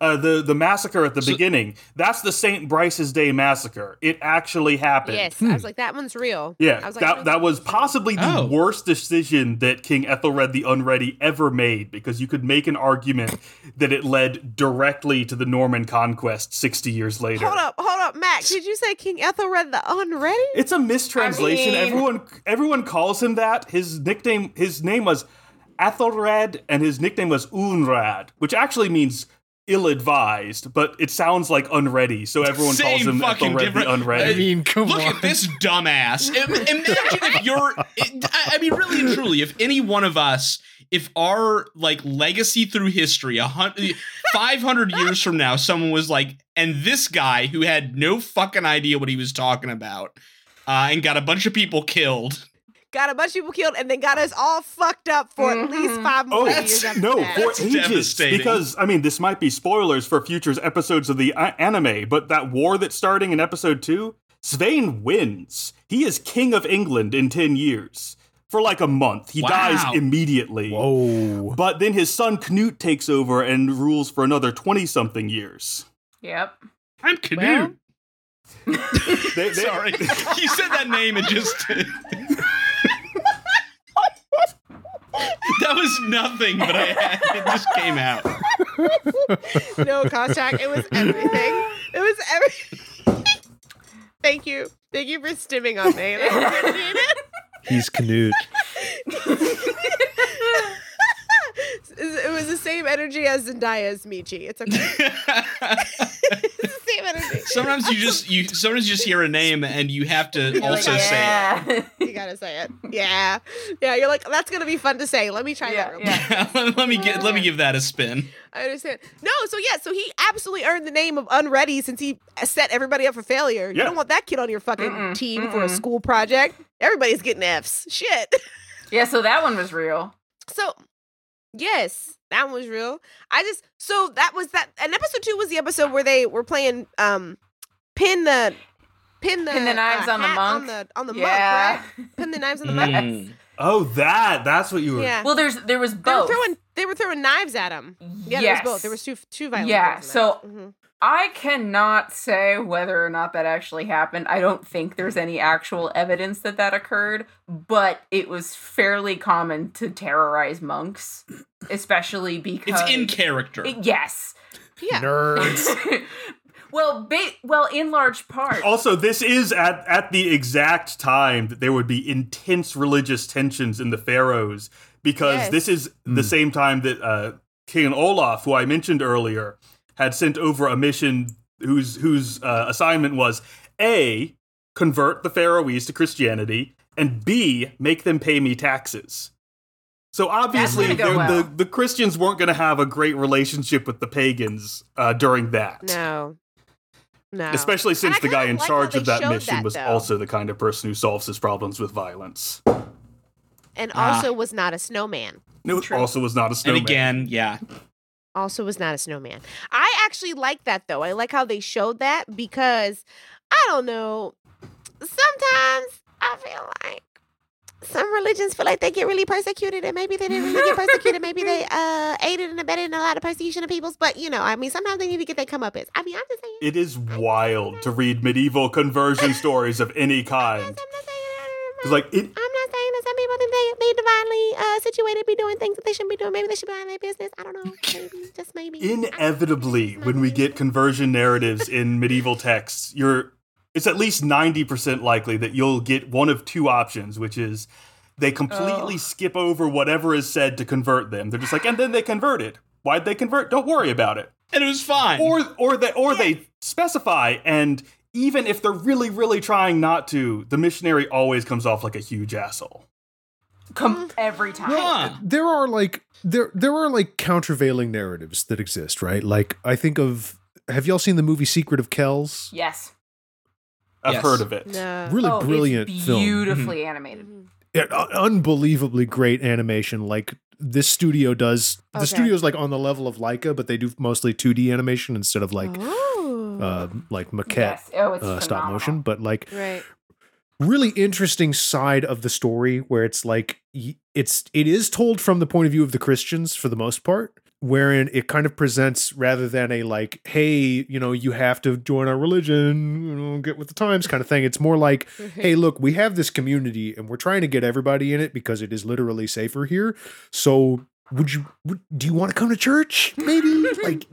[SPEAKER 4] uh, the the massacre at the
[SPEAKER 2] So-
[SPEAKER 4] beginning. That's the St. Bryce's Day massacre. It actually happened.
[SPEAKER 3] Yes, I was like, that one's real.
[SPEAKER 4] Yeah,
[SPEAKER 3] I was like, "Oh,
[SPEAKER 4] that
[SPEAKER 3] no,
[SPEAKER 4] that was possibly the
[SPEAKER 2] Oh.
[SPEAKER 4] worst decision that King Ethelred the Unready ever made because you could make an argument that it led directly to the Norman conquest 60 years later.
[SPEAKER 3] Hold up, hold up, Mac. Did you say King Ethelred the Unready?
[SPEAKER 4] It's a mistranslation.
[SPEAKER 5] I mean-
[SPEAKER 4] everyone everyone calls him that. His nickname his name was Athelred and his nickname was Unrad, which actually means ill-advised, but it sounds like unready, so everyone calls
[SPEAKER 2] Same
[SPEAKER 4] him
[SPEAKER 2] fucking
[SPEAKER 4] Ethelred
[SPEAKER 2] difference.
[SPEAKER 4] the Unready.
[SPEAKER 1] I mean, come
[SPEAKER 2] Look
[SPEAKER 1] on.
[SPEAKER 2] at this dumbass. Im- Imagine if you're. It, I I mean, really and truly, if any one of us, if our like legacy through history, a hundred, five hundred years from now, someone was like, and this guy who had no fucking idea what he was talking about, uh, and got a bunch of people killed.
[SPEAKER 3] Got a bunch of people killed and then got us all fucked up for at least
[SPEAKER 5] Mhm.
[SPEAKER 3] five more
[SPEAKER 4] Oh
[SPEAKER 3] years after
[SPEAKER 4] no!
[SPEAKER 3] that.
[SPEAKER 4] For
[SPEAKER 2] That's
[SPEAKER 4] ages,
[SPEAKER 2] devastating.
[SPEAKER 4] because I mean, this might be spoilers for future episodes of the a- anime, but that war that's starting in episode two, Svein wins. He is king of England in ten years for like a month. He
[SPEAKER 2] Wow.
[SPEAKER 4] dies immediately.
[SPEAKER 1] Whoa.
[SPEAKER 4] But then his son Knut takes over and rules for another twenty something years.
[SPEAKER 5] Yep.
[SPEAKER 2] I'm Canute.
[SPEAKER 5] Well-
[SPEAKER 4] They- they-
[SPEAKER 2] Sorry, you said that name and just. that was nothing, but I had, it just came out.
[SPEAKER 3] no Kostak. It was everything. It was everything. Thank you. Thank you for stimming on me. I appreciate it.
[SPEAKER 1] He's Canute.
[SPEAKER 3] It was the same energy as Zendaya's Michi. It's okay. It's the same energy.
[SPEAKER 2] Sometimes you just you sometimes you just hear a name and you have to
[SPEAKER 5] You're like,
[SPEAKER 2] also say it.
[SPEAKER 5] yeah.
[SPEAKER 3] You gotta say it. Yeah. Yeah. You're like, that's gonna be fun to say. Let me try that
[SPEAKER 5] yeah,
[SPEAKER 3] real quick.
[SPEAKER 5] yeah.
[SPEAKER 2] let, let me get let me give that a spin.
[SPEAKER 3] I understand. No, so yeah, so he absolutely earned the name of Unready since he set everybody up for failure. You
[SPEAKER 4] Yeah.
[SPEAKER 3] don't want that kid on your fucking
[SPEAKER 5] Mm-mm,
[SPEAKER 3] team for a
[SPEAKER 5] mm-mm.
[SPEAKER 3] school project. Everybody's getting Fs. Shit.
[SPEAKER 5] Yeah, so that one was real.
[SPEAKER 3] So, yes, that one was real. I just so that was that. And episode two was the episode where they were playing um, pin the pin the uh,
[SPEAKER 5] Pin the knives on the
[SPEAKER 3] hat
[SPEAKER 5] monk.
[SPEAKER 3] on the on the
[SPEAKER 5] yeah.
[SPEAKER 3] monk, right? Pin the knives on the monk.
[SPEAKER 2] Mm.
[SPEAKER 4] oh, that that's what you were.
[SPEAKER 3] Yeah.
[SPEAKER 5] Well, there's there was
[SPEAKER 3] they were
[SPEAKER 5] both.
[SPEAKER 3] throwing they were throwing knives at him. Yeah,
[SPEAKER 5] yes.
[SPEAKER 3] there was both. There was two two violent.
[SPEAKER 5] Yeah,
[SPEAKER 3] things in
[SPEAKER 5] so-
[SPEAKER 3] that. Mhm.
[SPEAKER 5] I cannot say whether or not that actually happened. I don't think there's any actual evidence that that occurred, but it was fairly common to terrorize monks, especially because
[SPEAKER 2] It's in character.
[SPEAKER 5] It- yes.
[SPEAKER 3] yeah.
[SPEAKER 1] Nerds.
[SPEAKER 5] well, ba- well, in large part.
[SPEAKER 4] Also, this is at, at the exact time that there would be intense religious tensions in the Pharaohs because
[SPEAKER 3] Yes.
[SPEAKER 4] this is the
[SPEAKER 1] Mm.
[SPEAKER 4] same time that uh, King Olaf, who I mentioned earlier, had sent over a mission whose whose uh, assignment was a convert the Pharaohese to Christianity and b make them pay me taxes. So obviously,
[SPEAKER 5] gonna go
[SPEAKER 4] the,
[SPEAKER 5] well.
[SPEAKER 4] the, the Christians weren't going to have a great relationship with the pagans uh, during that.
[SPEAKER 3] No. No.
[SPEAKER 4] Especially since
[SPEAKER 3] I
[SPEAKER 4] the guy
[SPEAKER 3] kinda
[SPEAKER 4] in
[SPEAKER 3] like how
[SPEAKER 4] charge
[SPEAKER 3] they
[SPEAKER 4] of that
[SPEAKER 3] showed
[SPEAKER 4] mission
[SPEAKER 3] that,
[SPEAKER 4] was
[SPEAKER 3] though.
[SPEAKER 4] also the kind of person who solves his problems with violence.
[SPEAKER 3] and
[SPEAKER 2] Ah.
[SPEAKER 3] also was not a snowman.
[SPEAKER 4] No,
[SPEAKER 5] True.
[SPEAKER 4] also was not a
[SPEAKER 2] and
[SPEAKER 4] snowman.
[SPEAKER 2] again, yeah.
[SPEAKER 3] Also was not a snowman. I actually like that though. I like how they showed that because I don't know. Sometimes I feel like some religions feel like they get really persecuted, and maybe they didn't really get persecuted. Maybe they uh, aided and abetted in a lot of persecution of peoples. But you know, I mean, sometimes they need to get their comeuppance. I mean, I'm just saying.
[SPEAKER 4] it is wild to read medieval conversion stories of any
[SPEAKER 3] I'm
[SPEAKER 4] kind.
[SPEAKER 3] not saying.
[SPEAKER 4] It's like it,
[SPEAKER 3] I'm not saying that some people think they they divinely uh, situated be doing things that they shouldn't be doing. Maybe they should be on their business. I don't know. Maybe just maybe. I don't know.
[SPEAKER 4] inevitably when we get conversion narratives in medieval texts, you're it's at least 90% likely that you'll get one of two options, which is they completely
[SPEAKER 5] Oh.
[SPEAKER 4] skip over whatever is said to convert them. They're just like, and then they converted. Why'd they convert? Don't worry about it.
[SPEAKER 2] And it was fine.
[SPEAKER 4] or or they or they specify and even if they're really really trying not to the missionary always comes off like a huge asshole
[SPEAKER 5] Com- every time.
[SPEAKER 2] Huh.
[SPEAKER 1] there are like there there are like countervailing narratives that exist, right? Like I think of have y'all seen the movie Secret of Kells?
[SPEAKER 5] Yes.
[SPEAKER 4] i've
[SPEAKER 2] Yes.
[SPEAKER 4] heard of it
[SPEAKER 3] No. Mm-hmm.
[SPEAKER 1] Really
[SPEAKER 5] Oh, it's
[SPEAKER 1] brilliant film. Mm-hmm.
[SPEAKER 5] Beautifully animated.
[SPEAKER 1] Yeah, un- unbelievably great animation. Like this studio does. The
[SPEAKER 3] Okay.
[SPEAKER 1] studio's like on the level of Leica, but they do mostly 2D animation instead of like
[SPEAKER 3] oh.
[SPEAKER 1] uh, like maquette
[SPEAKER 5] Yes. Oh, it's
[SPEAKER 1] uh, stop
[SPEAKER 5] phenomenal.
[SPEAKER 1] motion, but like
[SPEAKER 3] Right.
[SPEAKER 1] really interesting side of the story where it's like y- it's it is told from the point of view of the Christians for the most part wherein it kind of presents rather than a like hey you know you have to join our religion you know get with the times kind of thing it's more like hey look we have this community and we're trying to get everybody in it because it is literally safer here so would you would, do you want to come to church maybe like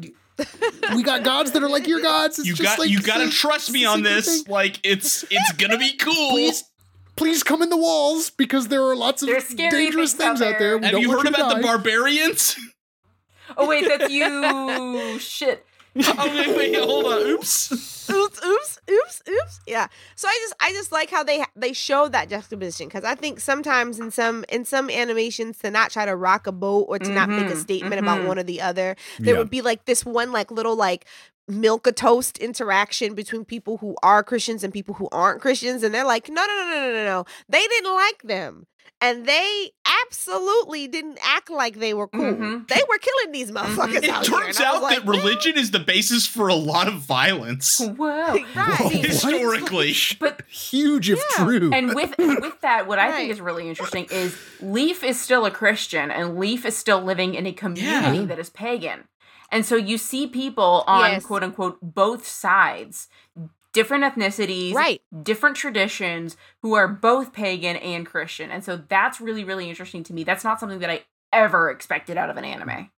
[SPEAKER 1] we got gods that are like your gods it's
[SPEAKER 2] you
[SPEAKER 1] just
[SPEAKER 2] got
[SPEAKER 1] like
[SPEAKER 2] you gotta
[SPEAKER 1] it's a-
[SPEAKER 2] trust me
[SPEAKER 1] it's a
[SPEAKER 2] on
[SPEAKER 1] good
[SPEAKER 2] this.
[SPEAKER 1] thing
[SPEAKER 2] Like it's it's gonna be cool.
[SPEAKER 1] please please come in the walls because there are lots of
[SPEAKER 5] There's scary
[SPEAKER 1] dangerous
[SPEAKER 5] things
[SPEAKER 1] things
[SPEAKER 5] out
[SPEAKER 1] out there.
[SPEAKER 5] there.
[SPEAKER 1] We
[SPEAKER 2] Have
[SPEAKER 1] don't
[SPEAKER 2] you
[SPEAKER 1] want
[SPEAKER 2] heard about
[SPEAKER 1] to
[SPEAKER 2] the
[SPEAKER 1] die.
[SPEAKER 2] barbarians?
[SPEAKER 5] Oh wait, that's you. Shit.
[SPEAKER 2] oh wait, wait, hold on. Oops.
[SPEAKER 3] oops, oops, oops, oops. Yeah. So I just I just like how they they show that juxtaposition because I think sometimes in some in some animations to not try to rock a boat or to not make
[SPEAKER 2] Mm-hmm,
[SPEAKER 3] a
[SPEAKER 5] Mhm,
[SPEAKER 3] statement
[SPEAKER 5] mhm.
[SPEAKER 3] about one or the other, there
[SPEAKER 1] Yeah.
[SPEAKER 3] would be like this one like little like milk a toast interaction between people who are Christians and people who aren't Christians and they're like no no no no no no no they didn't like them and they absolutely didn't act like they were cool
[SPEAKER 5] Mhm.
[SPEAKER 3] they were killing these motherfuckers
[SPEAKER 2] Mm-hmm. It
[SPEAKER 3] out here.
[SPEAKER 2] turns
[SPEAKER 3] And I was
[SPEAKER 2] out
[SPEAKER 3] like,
[SPEAKER 2] that religion is the basis for a lot of violence.
[SPEAKER 5] Whoa.
[SPEAKER 3] Right.
[SPEAKER 1] Whoa.
[SPEAKER 2] Historically.
[SPEAKER 5] But
[SPEAKER 1] Huge if
[SPEAKER 3] Yeah.
[SPEAKER 1] true.
[SPEAKER 5] and with with that, what I
[SPEAKER 3] Right.
[SPEAKER 5] think is really interesting is Leaf is still a Christian and Leaf is still living in a community
[SPEAKER 2] Yeah.
[SPEAKER 5] that is pagan. And so you see people on
[SPEAKER 3] Yes.
[SPEAKER 5] quote unquote both sides, different ethnicities,
[SPEAKER 3] right
[SPEAKER 5] different traditions who are both pagan and Christian. And so that's really, really interesting to me. That's not something that I ever expected out of an anime.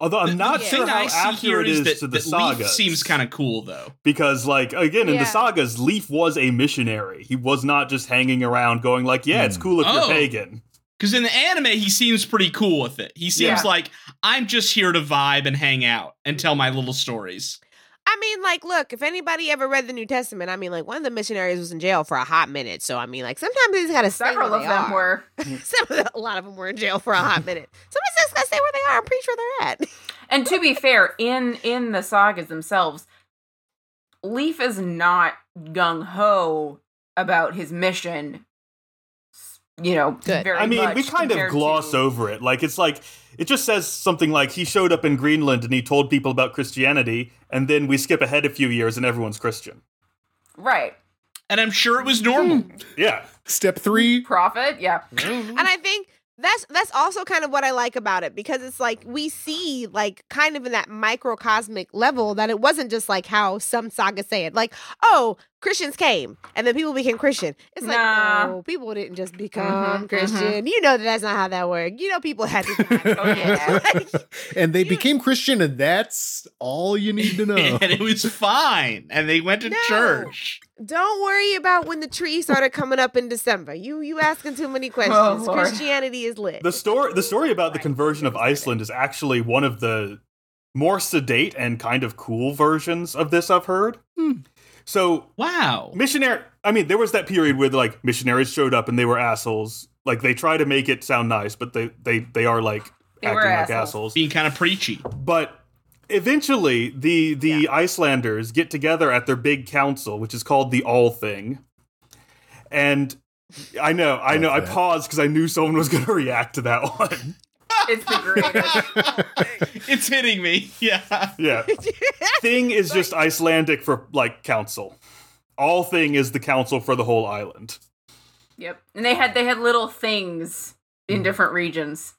[SPEAKER 4] Although I'm not
[SPEAKER 2] the
[SPEAKER 4] sure
[SPEAKER 2] thing
[SPEAKER 4] how
[SPEAKER 2] I see here
[SPEAKER 4] accurate it
[SPEAKER 2] is
[SPEAKER 4] is
[SPEAKER 2] that,
[SPEAKER 4] to the
[SPEAKER 2] that Leaf
[SPEAKER 4] saga.
[SPEAKER 2] seems kind of cool though.
[SPEAKER 4] because like again in
[SPEAKER 3] Yeah.
[SPEAKER 4] the sagas leaf was a missionary he was not just hanging around going like yeah it's
[SPEAKER 1] Hmm.
[SPEAKER 4] cool if
[SPEAKER 2] Oh.
[SPEAKER 4] you're pagan
[SPEAKER 2] Because in the anime, he seems pretty cool with it. He seems
[SPEAKER 5] Yeah.
[SPEAKER 2] like I'm just here to vibe and hang out and tell my little stories.
[SPEAKER 3] I mean, like, look, if anybody ever read the New Testament, I mean, like, one of the missionaries was in jail for a hot minute. So, I mean, like, sometimes they just gotta stay
[SPEAKER 5] Several
[SPEAKER 3] where
[SPEAKER 5] of
[SPEAKER 3] they
[SPEAKER 5] them
[SPEAKER 3] are.
[SPEAKER 5] were.
[SPEAKER 3] Some of the- a lot of them were in jail for a hot minute. Somebody's just gotta stay where they are. I'm pretty sure they're at.
[SPEAKER 5] And to be fair, in in the sagas themselves, Leaf is not gung ho about his mission. s- You know,
[SPEAKER 3] Good.
[SPEAKER 5] very
[SPEAKER 4] i mean
[SPEAKER 5] much
[SPEAKER 4] we kind of
[SPEAKER 5] compared
[SPEAKER 4] gloss
[SPEAKER 5] to-
[SPEAKER 4] over it like it's like it just says something like he showed up in greenland and he told people about christianity and then we skip ahead a few years and everyone's christian
[SPEAKER 5] right
[SPEAKER 2] And I'm sure it was normal.
[SPEAKER 4] yeah
[SPEAKER 1] Step three.
[SPEAKER 5] profit. Yeah,
[SPEAKER 3] and I think that's that's also kind of what I like about it because it's like we see like kind of in that microcosmic level that it wasn't just like how some sagas say it, like oh Christians came and then people became Christian. It's like
[SPEAKER 5] Nah.
[SPEAKER 3] no, people didn't just become
[SPEAKER 5] Mhm,
[SPEAKER 3] Christian. You know that that's not how that worked. You know people had to. die.
[SPEAKER 5] Oh, yeah.
[SPEAKER 3] Like,
[SPEAKER 1] and they
[SPEAKER 3] You-
[SPEAKER 1] became Christian, and that's all you need to know.
[SPEAKER 2] and it was fine. And they went to
[SPEAKER 3] No.
[SPEAKER 2] church.
[SPEAKER 3] Don't worry about when the trees started coming up in December. You you asking too many questions.
[SPEAKER 5] Lord.
[SPEAKER 3] Christianity is lit.
[SPEAKER 4] Oh, the story the story about the conversion of iceland is actually one of the more sedate and kind of cool versions of this i've heard
[SPEAKER 5] Hmm.
[SPEAKER 4] so
[SPEAKER 2] Wow.
[SPEAKER 4] missionary i mean there was that period where like missionaries showed up and they were assholes like they try to make it sound nice but they they they are like
[SPEAKER 5] They
[SPEAKER 4] acting
[SPEAKER 5] were
[SPEAKER 4] like
[SPEAKER 5] assholes.
[SPEAKER 4] assholes
[SPEAKER 2] Being kind of preachy.
[SPEAKER 4] but eventually the the icelanders get together at their big council which is called the all thing and i know i
[SPEAKER 1] Love
[SPEAKER 4] know i
[SPEAKER 1] that.
[SPEAKER 4] paused because i knew someone was going to react to that one
[SPEAKER 5] it's the greatest.
[SPEAKER 2] It's hitting me. Yeah.
[SPEAKER 4] yeah thing is just icelandic for like council all thing is the council for the whole island
[SPEAKER 5] yep, and they had they had little things in different regions,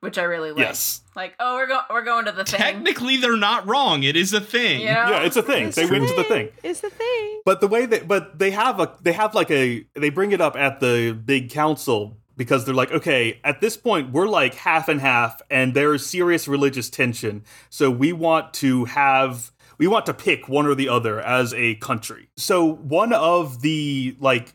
[SPEAKER 5] which I really like.
[SPEAKER 4] Mm. yes
[SPEAKER 5] Like, oh, we're going we're going to the thing.
[SPEAKER 2] Technically, they're not wrong. It is a thing.
[SPEAKER 5] Yeah.
[SPEAKER 4] yeah it's a thing
[SPEAKER 3] It's
[SPEAKER 4] they
[SPEAKER 3] the
[SPEAKER 4] went to the thing
[SPEAKER 3] It's the thing.
[SPEAKER 4] But the way that but they have a they have like a they bring it up at the big council because they're like, okay, at this point we're like half and half and there is serious religious tension. So we want to have we want to pick one or the other as a country. So one of the like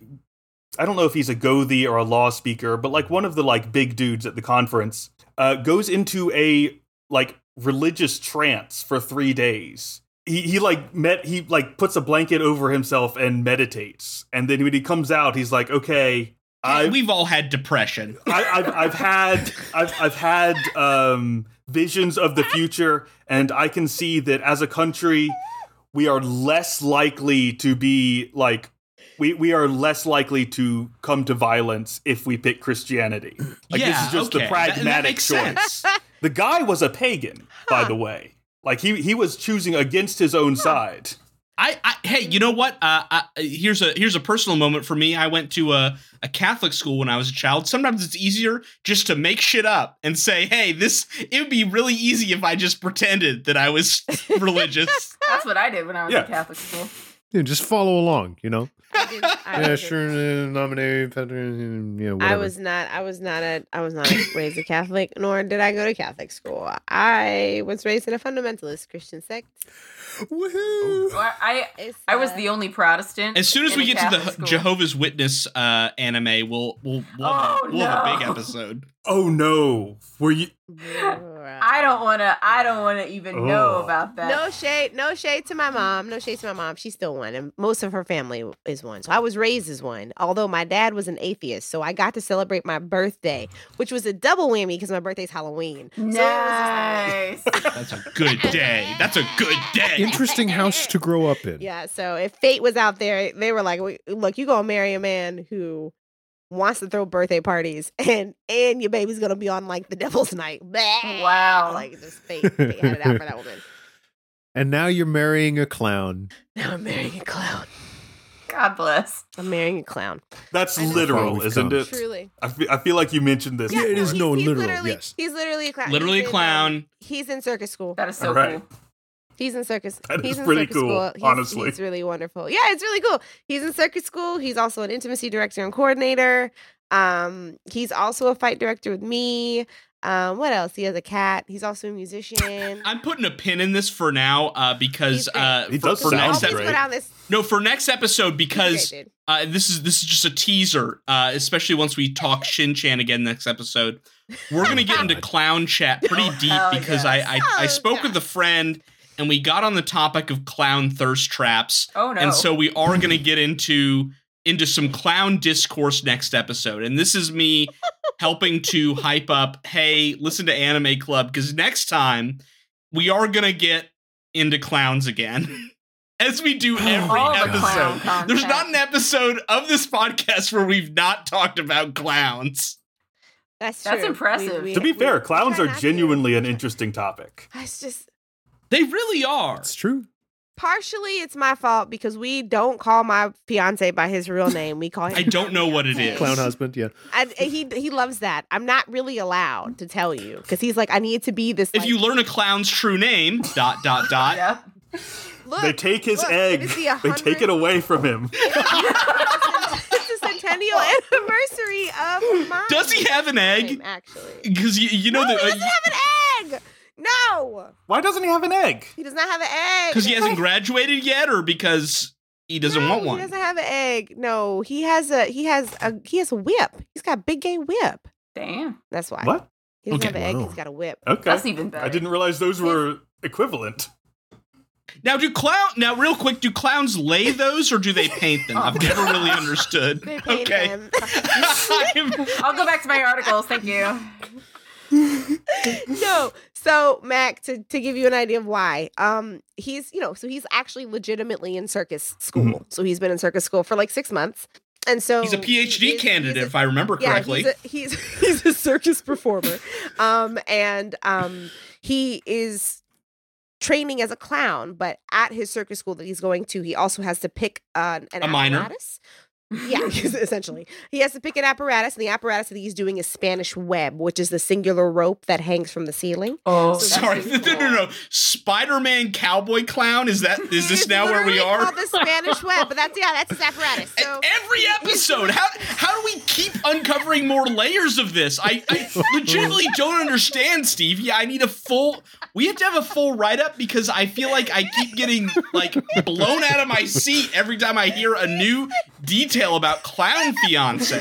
[SPEAKER 4] I don't know if he's a Gothi or a law speaker, but like one of the like big dudes at the conference uh, goes into a like religious trance for three days. He he like met he like puts a blanket over himself and meditates, and then when he comes out, he's like, okay, I
[SPEAKER 2] We've all had depression.
[SPEAKER 4] I, I've, I've had I've, I've had um, visions of the future, and I can see that as a country, we are less likely to be like we, we are less likely to come to violence if we pick Christianity. Like
[SPEAKER 2] yeah,
[SPEAKER 4] this is just
[SPEAKER 2] okay.
[SPEAKER 4] the
[SPEAKER 2] That- that
[SPEAKER 4] pragmatic
[SPEAKER 2] makes
[SPEAKER 4] choice.
[SPEAKER 2] sense.
[SPEAKER 4] The guy was a pagan, by the way. Like he he was choosing against his own side.
[SPEAKER 2] I, I hey, you know what? Uh, I, here's a here's a personal moment for me. I went to a, a Catholic school when I was a child. Sometimes it's easier just to make shit up and say, "Hey, this." It would be really easy if I just pretended that I was religious.
[SPEAKER 5] That's what I did when I was
[SPEAKER 4] Yeah.
[SPEAKER 5] in Catholic school.
[SPEAKER 1] Yeah, just follow along, you know?
[SPEAKER 3] I, did, I,
[SPEAKER 1] yeah,
[SPEAKER 3] did.
[SPEAKER 1] sure, uh, nominate, uh, you know, whatever.
[SPEAKER 3] I was not. I was not a. I was not raised a Catholic, nor did I go to Catholic school. I was raised in a fundamentalist Christian sect.
[SPEAKER 1] Woohoo!
[SPEAKER 5] Well, I
[SPEAKER 3] It's,
[SPEAKER 5] I was
[SPEAKER 3] uh,
[SPEAKER 5] the only Protestant.
[SPEAKER 2] As soon as
[SPEAKER 5] in
[SPEAKER 2] we
[SPEAKER 5] a
[SPEAKER 2] get to the
[SPEAKER 5] Catholic school.
[SPEAKER 2] Jehovah's Witness uh, anime, we'll we'll we'll, have,
[SPEAKER 5] Oh,
[SPEAKER 2] a, we'll have a
[SPEAKER 5] no.
[SPEAKER 2] big episode.
[SPEAKER 4] Oh no. Were you
[SPEAKER 5] I don't want to. I don't want to even
[SPEAKER 2] Oh.
[SPEAKER 5] know
[SPEAKER 4] Ugh.
[SPEAKER 5] about that.
[SPEAKER 3] No shade, no shade to my mom. No shade to my mom. She's still one, and most of her family is one. So I was raised as one. Although my dad was an atheist, so I got to celebrate my birthday, which was a double whammy because my birthday's Halloween. So it was just like-
[SPEAKER 5] Nice.
[SPEAKER 2] That's a good day. That's a good day.
[SPEAKER 1] Interesting house to grow up in.
[SPEAKER 3] yeah. So if fate was out there, they were like, "We- "Look, you gonna marry a man who wants to throw birthday parties, and and your baby's gonna be on like the devil's night." Blah.
[SPEAKER 5] wow.
[SPEAKER 3] Like just fate, they had it out for that woman.
[SPEAKER 1] And now you're marrying a clown.
[SPEAKER 3] Now I'm marrying a clown.
[SPEAKER 5] God bless.
[SPEAKER 3] I'm marrying a clown.
[SPEAKER 4] That's
[SPEAKER 3] I know.
[SPEAKER 1] Far
[SPEAKER 4] literal,
[SPEAKER 1] we've
[SPEAKER 4] isn't
[SPEAKER 1] come.
[SPEAKER 4] it?
[SPEAKER 3] Truly.
[SPEAKER 4] I fe- I feel like you mentioned this.
[SPEAKER 1] Yeah, it
[SPEAKER 4] before.
[SPEAKER 1] is no literal,
[SPEAKER 3] Literally,
[SPEAKER 1] yes.
[SPEAKER 3] He's literally a clown.
[SPEAKER 2] Literally
[SPEAKER 3] He's in,
[SPEAKER 2] clown.
[SPEAKER 3] um, he's in circus school.
[SPEAKER 5] That is so
[SPEAKER 4] Alright.
[SPEAKER 5] cool.
[SPEAKER 3] He's in circus.
[SPEAKER 4] That
[SPEAKER 3] he's
[SPEAKER 4] is
[SPEAKER 3] in
[SPEAKER 4] pretty
[SPEAKER 3] circus
[SPEAKER 4] cool,
[SPEAKER 3] School. He's,
[SPEAKER 4] honestly.
[SPEAKER 3] he's really wonderful. Yeah, it's really cool. He's in circus school. He's also an intimacy director and coordinator. Um, he's also a fight director with me. Um, what else? He has a cat. He's also a musician.
[SPEAKER 2] I'm putting a pin in this for now uh, because
[SPEAKER 3] He's great.
[SPEAKER 2] uh,
[SPEAKER 4] He
[SPEAKER 2] for,
[SPEAKER 4] does
[SPEAKER 2] for next
[SPEAKER 3] Because we
[SPEAKER 4] sound
[SPEAKER 3] always
[SPEAKER 2] episode.
[SPEAKER 4] great.
[SPEAKER 3] put out this.
[SPEAKER 2] No, for next episode
[SPEAKER 3] He's
[SPEAKER 2] because
[SPEAKER 3] great, dude.
[SPEAKER 2] uh, this is this is just a teaser. Uh, especially once we talk Shin Chan again next episode, we're gonna get into clown chat pretty deep
[SPEAKER 5] Oh, hell
[SPEAKER 2] because
[SPEAKER 5] yes.
[SPEAKER 2] I I, I
[SPEAKER 3] Oh,
[SPEAKER 2] spoke with a friend and we got on the topic of clown thirst traps,
[SPEAKER 5] Oh no.
[SPEAKER 2] and so we are gonna get into into some clown discourse next episode. And this is me helping to hype up. Hey, listen to Anime Club because next time we are gonna get into clowns again. As we do every
[SPEAKER 5] All the
[SPEAKER 2] episode.
[SPEAKER 5] clown content.
[SPEAKER 2] There's not an episode of this podcast where we've not talked about clowns.
[SPEAKER 3] That's
[SPEAKER 5] That's
[SPEAKER 3] true. We-
[SPEAKER 5] impressive.
[SPEAKER 3] we-
[SPEAKER 4] To be
[SPEAKER 3] we-
[SPEAKER 4] fair,
[SPEAKER 3] we
[SPEAKER 4] clowns
[SPEAKER 3] try
[SPEAKER 4] are
[SPEAKER 3] not to.
[SPEAKER 4] genuinely an interesting topic.
[SPEAKER 3] It's just
[SPEAKER 2] They really are.
[SPEAKER 1] It's true.
[SPEAKER 3] partially it's my fault because we don't call my fiance by his real name. We call him
[SPEAKER 2] I don't know what it is.
[SPEAKER 1] Clown husband, yeah.
[SPEAKER 3] I, he he loves that. I'm not really allowed to tell you because he's like, I need to be this.
[SPEAKER 2] If
[SPEAKER 3] like,
[SPEAKER 2] you learn a clown's true name, dot dot dot.
[SPEAKER 5] Yep.
[SPEAKER 3] look,
[SPEAKER 4] They take his
[SPEAKER 3] look,
[SPEAKER 4] egg.
[SPEAKER 3] it is the
[SPEAKER 4] They take
[SPEAKER 3] 100
[SPEAKER 4] it away from him.
[SPEAKER 3] It's the centennial anniversary of my.
[SPEAKER 2] Does he have an egg?
[SPEAKER 3] Actually,
[SPEAKER 2] Because you, you know
[SPEAKER 3] no, he
[SPEAKER 2] that uh,
[SPEAKER 3] doesn't have an egg. No,
[SPEAKER 4] Why doesn't he have an egg?
[SPEAKER 3] he does not have an egg.
[SPEAKER 2] because he hasn't graduated yet, or because he doesn't
[SPEAKER 3] No,
[SPEAKER 2] want
[SPEAKER 3] He
[SPEAKER 2] one.
[SPEAKER 3] doesn't have an egg. No, he has a he has a he has a whip. He's got a big gay whip.
[SPEAKER 5] Damn.
[SPEAKER 3] That's why.
[SPEAKER 4] What?
[SPEAKER 3] He doesn't
[SPEAKER 2] Okay.
[SPEAKER 3] have an egg.
[SPEAKER 1] Wow.
[SPEAKER 3] He's got a whip.
[SPEAKER 4] Okay.
[SPEAKER 5] That's even better.
[SPEAKER 4] I didn't realize those were equivalent.
[SPEAKER 2] Now, do clown? Now, real quick, do clowns lay those or do they paint them? I've never really understood.
[SPEAKER 3] They paint
[SPEAKER 2] Okay.
[SPEAKER 3] him.
[SPEAKER 2] I'm-
[SPEAKER 5] I'll go back to my articles. Thank you.
[SPEAKER 3] no. So Mac, to, to give you an idea of why, um, he's you know, so he's actually legitimately in circus school. So he's been in circus school for like six months, and so
[SPEAKER 2] Mm-hmm. He's a
[SPEAKER 3] he is-
[SPEAKER 2] PhD
[SPEAKER 3] he's
[SPEAKER 2] candidate,
[SPEAKER 3] a-
[SPEAKER 2] if I remember correctly.
[SPEAKER 3] yeah, he's a, he's he's a circus performer, um, and um, he is training as a clown. But at his circus school that he's going to, he also has to pick uh, an
[SPEAKER 2] A minor.
[SPEAKER 3] apparatus. yeah, essentially, he has to pick an apparatus, and the apparatus that he's doing is Spanish web, which is the singular rope that hangs from the ceiling.
[SPEAKER 5] Oh,
[SPEAKER 3] So
[SPEAKER 2] Sorry, no, no, no. Spider-Man cowboy clown. Is that? Is this
[SPEAKER 3] It's
[SPEAKER 2] now where we
[SPEAKER 3] literally
[SPEAKER 2] are?
[SPEAKER 3] Called the Spanish web, but that's yeah, that's his apparatus.
[SPEAKER 2] At
[SPEAKER 3] So
[SPEAKER 2] E-, every episode, how how do we keep uncovering more layers of this? I, I legitimately don't understand, Steve. Yeah, I need a full. We have to have a full write up because I feel like I keep getting like blown out of my seat every time I hear a new detail about clown fiance.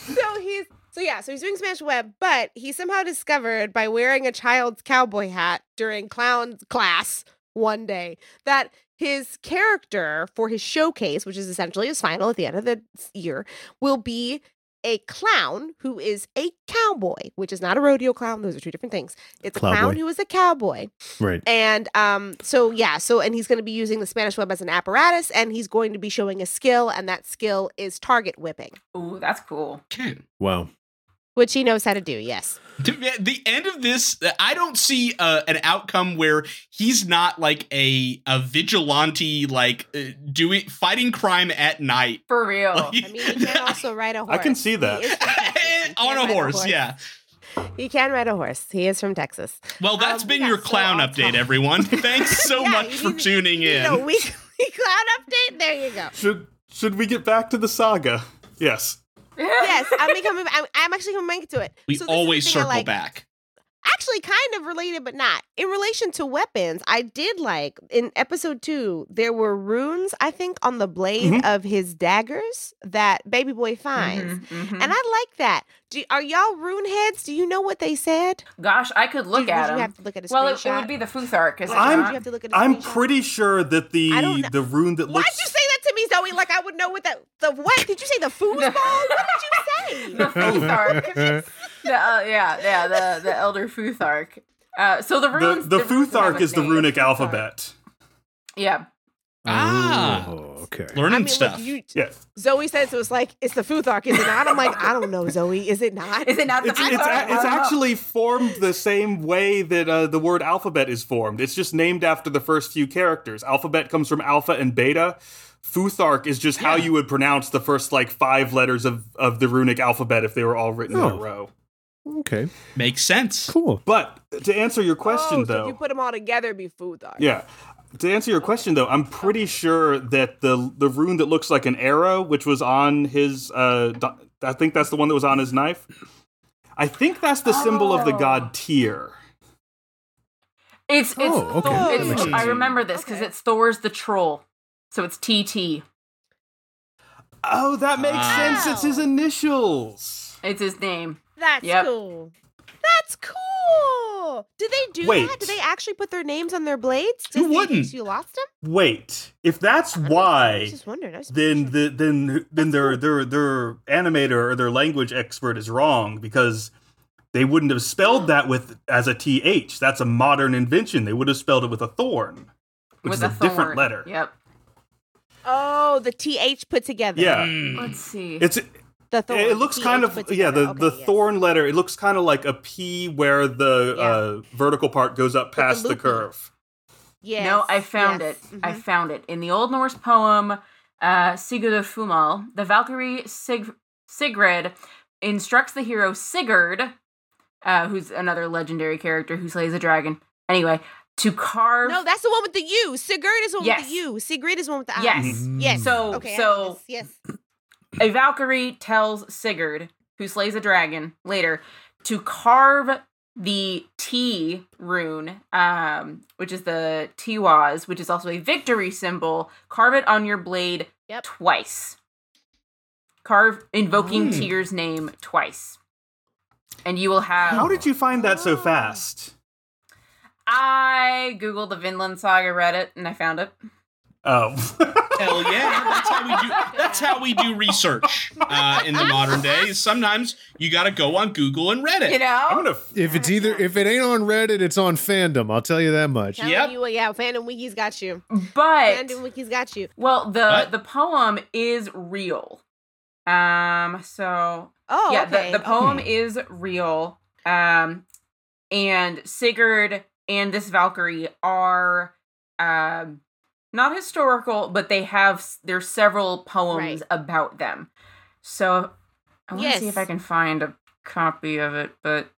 [SPEAKER 3] so he's so yeah, so he's doing Smash Web, but he somehow discovered by wearing a child's cowboy hat during clown class one day that his character for his showcase, which is essentially his final at the end of the year, will be a clown who is a cowboy, which is not a rodeo clown. Those are two different things. It's a clown
[SPEAKER 1] Clowboy.
[SPEAKER 3] who is a cowboy.
[SPEAKER 1] Right.
[SPEAKER 3] And um, so yeah, so and he's going to be using the Spanish web as an apparatus, and he's going to be showing a skill, and that skill is target whipping.
[SPEAKER 5] Ooh, that's cool.
[SPEAKER 2] Okay.
[SPEAKER 1] Wow.
[SPEAKER 3] which he knows how to do. Yes.
[SPEAKER 2] To be- the end of this, I don't see uh, an outcome where he's not like a a vigilante, like uh, doing fighting crime at night
[SPEAKER 5] For real.
[SPEAKER 2] Like-
[SPEAKER 3] I mean, he can also ride a horse.
[SPEAKER 4] I can see
[SPEAKER 3] He
[SPEAKER 4] that.
[SPEAKER 3] is from Texas. He can
[SPEAKER 2] on a
[SPEAKER 3] ride
[SPEAKER 2] horse. Yeah.
[SPEAKER 3] He can ride a horse. He is from Texas.
[SPEAKER 2] Well, that's
[SPEAKER 3] Um,
[SPEAKER 2] been
[SPEAKER 3] yeah,
[SPEAKER 2] your
[SPEAKER 3] so
[SPEAKER 2] clown
[SPEAKER 3] I'll
[SPEAKER 2] update,
[SPEAKER 3] talk.
[SPEAKER 2] everyone. Thanks so
[SPEAKER 3] Yeah,
[SPEAKER 2] much
[SPEAKER 3] you
[SPEAKER 2] for
[SPEAKER 3] need-
[SPEAKER 2] tuning
[SPEAKER 3] You
[SPEAKER 2] in.
[SPEAKER 3] know, weekly cloud update. There you go.
[SPEAKER 4] Should should we get back to the saga? Yes.
[SPEAKER 3] Yes, I'm coming. I'm, I'm actually coming back to it.
[SPEAKER 2] we
[SPEAKER 3] So this is the
[SPEAKER 2] always
[SPEAKER 3] thing I
[SPEAKER 2] circle
[SPEAKER 3] like.
[SPEAKER 2] back.
[SPEAKER 3] actually kind of related but not in relation to weapons i did like in episode two there were runes i think on the blade
[SPEAKER 4] Mm-hmm.
[SPEAKER 3] of his daggers that baby boy finds
[SPEAKER 2] Mm-hmm.
[SPEAKER 5] Mhm, mhm.
[SPEAKER 3] and i like that do, are y'all rune heads do you know what they said
[SPEAKER 5] Gosh, I could look
[SPEAKER 3] do,
[SPEAKER 5] at
[SPEAKER 3] would
[SPEAKER 5] him.
[SPEAKER 3] you have to look at a
[SPEAKER 5] well, it,
[SPEAKER 3] screenshot
[SPEAKER 5] it would be the Futhark, is it
[SPEAKER 3] Would you
[SPEAKER 5] not?
[SPEAKER 3] have to look at a
[SPEAKER 4] I'm
[SPEAKER 3] screenshot?
[SPEAKER 4] pretty sure that
[SPEAKER 3] I don't know.
[SPEAKER 4] the the rune that
[SPEAKER 3] why'd
[SPEAKER 4] looks
[SPEAKER 3] you say that to me zoe like i would know what that the what did you say the foosball what did you say
[SPEAKER 5] The Futhark. the, uh, yeah, yeah, the, the Elder Futhark. Uh, so the
[SPEAKER 4] the
[SPEAKER 5] runes.
[SPEAKER 4] the
[SPEAKER 5] runes have
[SPEAKER 4] Futhark
[SPEAKER 5] a
[SPEAKER 4] is the
[SPEAKER 5] name.
[SPEAKER 4] runic
[SPEAKER 5] Futhark.
[SPEAKER 4] alphabet.
[SPEAKER 5] Yeah.
[SPEAKER 2] Ah.
[SPEAKER 1] Oh, okay.
[SPEAKER 2] Learning
[SPEAKER 3] I mean,
[SPEAKER 2] stuff.
[SPEAKER 3] look, you,
[SPEAKER 4] Yeah.
[SPEAKER 3] Zoe says it was like it's the Futhark, is it not? I'm like, I don't know, Zoe, is it not?
[SPEAKER 5] Is it not the
[SPEAKER 4] It's,
[SPEAKER 5] Futhark?
[SPEAKER 4] it's,
[SPEAKER 5] I
[SPEAKER 4] a,
[SPEAKER 5] don't
[SPEAKER 4] it's
[SPEAKER 5] know.
[SPEAKER 4] actually formed the same way that uh, the word alphabet is formed. It's just named after the first few characters. Alphabet comes from alpha and beta. Futhark is just how
[SPEAKER 2] Yeah.
[SPEAKER 4] you would pronounce the first like five letters of, of the runic alphabet if they were all written in
[SPEAKER 1] Oh.
[SPEAKER 4] a row.
[SPEAKER 1] Okay.
[SPEAKER 2] Makes sense.
[SPEAKER 1] Cool.
[SPEAKER 4] But to answer your question
[SPEAKER 3] oh, so
[SPEAKER 4] though,
[SPEAKER 3] if you put them all together, it'd be Futhark.
[SPEAKER 4] Yeah. To answer your question though, I'm pretty sure that the the rune that looks like an arrow, which was on his, uh, do- I think that's the one that was on his knife. I think that's the symbol of the
[SPEAKER 5] Oh.
[SPEAKER 4] god Tyr.
[SPEAKER 5] It's, it's,
[SPEAKER 1] Oh, okay.
[SPEAKER 5] Thor-
[SPEAKER 3] That
[SPEAKER 5] it's-
[SPEAKER 1] makes sense.
[SPEAKER 5] I remember this because
[SPEAKER 3] Okay.
[SPEAKER 5] it's Thor's the troll. So it's TT.
[SPEAKER 4] Oh, that makes
[SPEAKER 3] Ah.
[SPEAKER 2] Wow.
[SPEAKER 4] sense. It's his initials.
[SPEAKER 5] It's his name.
[SPEAKER 3] That's
[SPEAKER 5] Yep.
[SPEAKER 3] cool. That's cool. Did they do that?
[SPEAKER 4] Wait.
[SPEAKER 3] Did they actually put their names on their blades?
[SPEAKER 2] Who
[SPEAKER 3] Just in
[SPEAKER 2] wouldn't?
[SPEAKER 3] case You lost them?
[SPEAKER 4] Wait, if that's
[SPEAKER 3] I don't know. I
[SPEAKER 4] why,
[SPEAKER 3] was just wondering. I was
[SPEAKER 4] then the, then then their their their animator or their language expert is wrong because they wouldn't have spelled that with as a th. That's a modern invention. They would have spelled it with a thorn, which
[SPEAKER 5] with
[SPEAKER 4] is
[SPEAKER 5] a
[SPEAKER 4] a,
[SPEAKER 5] thorn.
[SPEAKER 4] different letter.
[SPEAKER 5] Yep.
[SPEAKER 3] oh, the th put together.
[SPEAKER 4] Yeah.
[SPEAKER 2] Mm.
[SPEAKER 5] Let's see.
[SPEAKER 4] It's it,
[SPEAKER 3] the thorn.
[SPEAKER 4] it looks
[SPEAKER 3] TH
[SPEAKER 4] kind
[SPEAKER 3] put
[SPEAKER 4] of yeah
[SPEAKER 3] together.
[SPEAKER 4] the
[SPEAKER 3] Okay,
[SPEAKER 4] the
[SPEAKER 3] yes.
[SPEAKER 4] thorn letter. It looks kind of like a p where the
[SPEAKER 3] Yeah.
[SPEAKER 4] uh, vertical part goes up
[SPEAKER 3] the
[SPEAKER 4] past the,
[SPEAKER 3] loopy.
[SPEAKER 4] curve.
[SPEAKER 3] Yes.
[SPEAKER 5] No, I found
[SPEAKER 3] yes.
[SPEAKER 5] it. I
[SPEAKER 3] Mhm.
[SPEAKER 5] found it. In the Old Norse poem uh, Sigurdur Fumal, the Valkyrie Sig- Sigrid instructs the hero Sigurd, uh, who's another legendary character who slays a dragon, anyway, to carve.
[SPEAKER 3] No, that's the one with the U. Sigurd is the one with
[SPEAKER 5] Yes.
[SPEAKER 3] the U. Sigrid is the one with the I.
[SPEAKER 5] Yes.
[SPEAKER 1] Yes.
[SPEAKER 5] So,
[SPEAKER 3] Okay. I
[SPEAKER 5] so
[SPEAKER 3] have this. yes.
[SPEAKER 5] A Valkyrie tells Sigurd, who slays a dragon later, to carve the T rune, um, which is the Tiwaz, which is also a victory symbol. Carve it on your blade
[SPEAKER 3] Yep.
[SPEAKER 5] twice. Carve invoking
[SPEAKER 2] Hmm.
[SPEAKER 5] Tyr's name twice. And you will have.
[SPEAKER 4] How did you find that so
[SPEAKER 3] Oh.
[SPEAKER 4] fast?
[SPEAKER 5] I googled the Vinland Saga Reddit and I found it.
[SPEAKER 4] Oh.
[SPEAKER 2] Hell yeah! That's how we do. That's how we do research uh, in the modern day. Sometimes you got to go on Google and Reddit.
[SPEAKER 5] You know?
[SPEAKER 3] Oh.
[SPEAKER 4] I'm gonna f-
[SPEAKER 1] If it's either if it ain't on Reddit, it's on fandom. I'll tell you that much.
[SPEAKER 3] Telling
[SPEAKER 2] Yep.
[SPEAKER 3] you, yeah, Fandom Wiki's got you.
[SPEAKER 5] but.
[SPEAKER 3] Fandom Wiki's got you.
[SPEAKER 5] Well, the
[SPEAKER 2] What?
[SPEAKER 5] the poem is real. Um, so
[SPEAKER 3] Oh,
[SPEAKER 5] yeah,
[SPEAKER 3] okay.
[SPEAKER 5] the, the poem
[SPEAKER 2] Hmm.
[SPEAKER 5] is real. Um, and Sigurd and this Valkyrie are um not historical, but they have s- there's several poems
[SPEAKER 3] Right.
[SPEAKER 5] about them. So I want to see if I
[SPEAKER 3] Yes.
[SPEAKER 5] can find a copy of it, but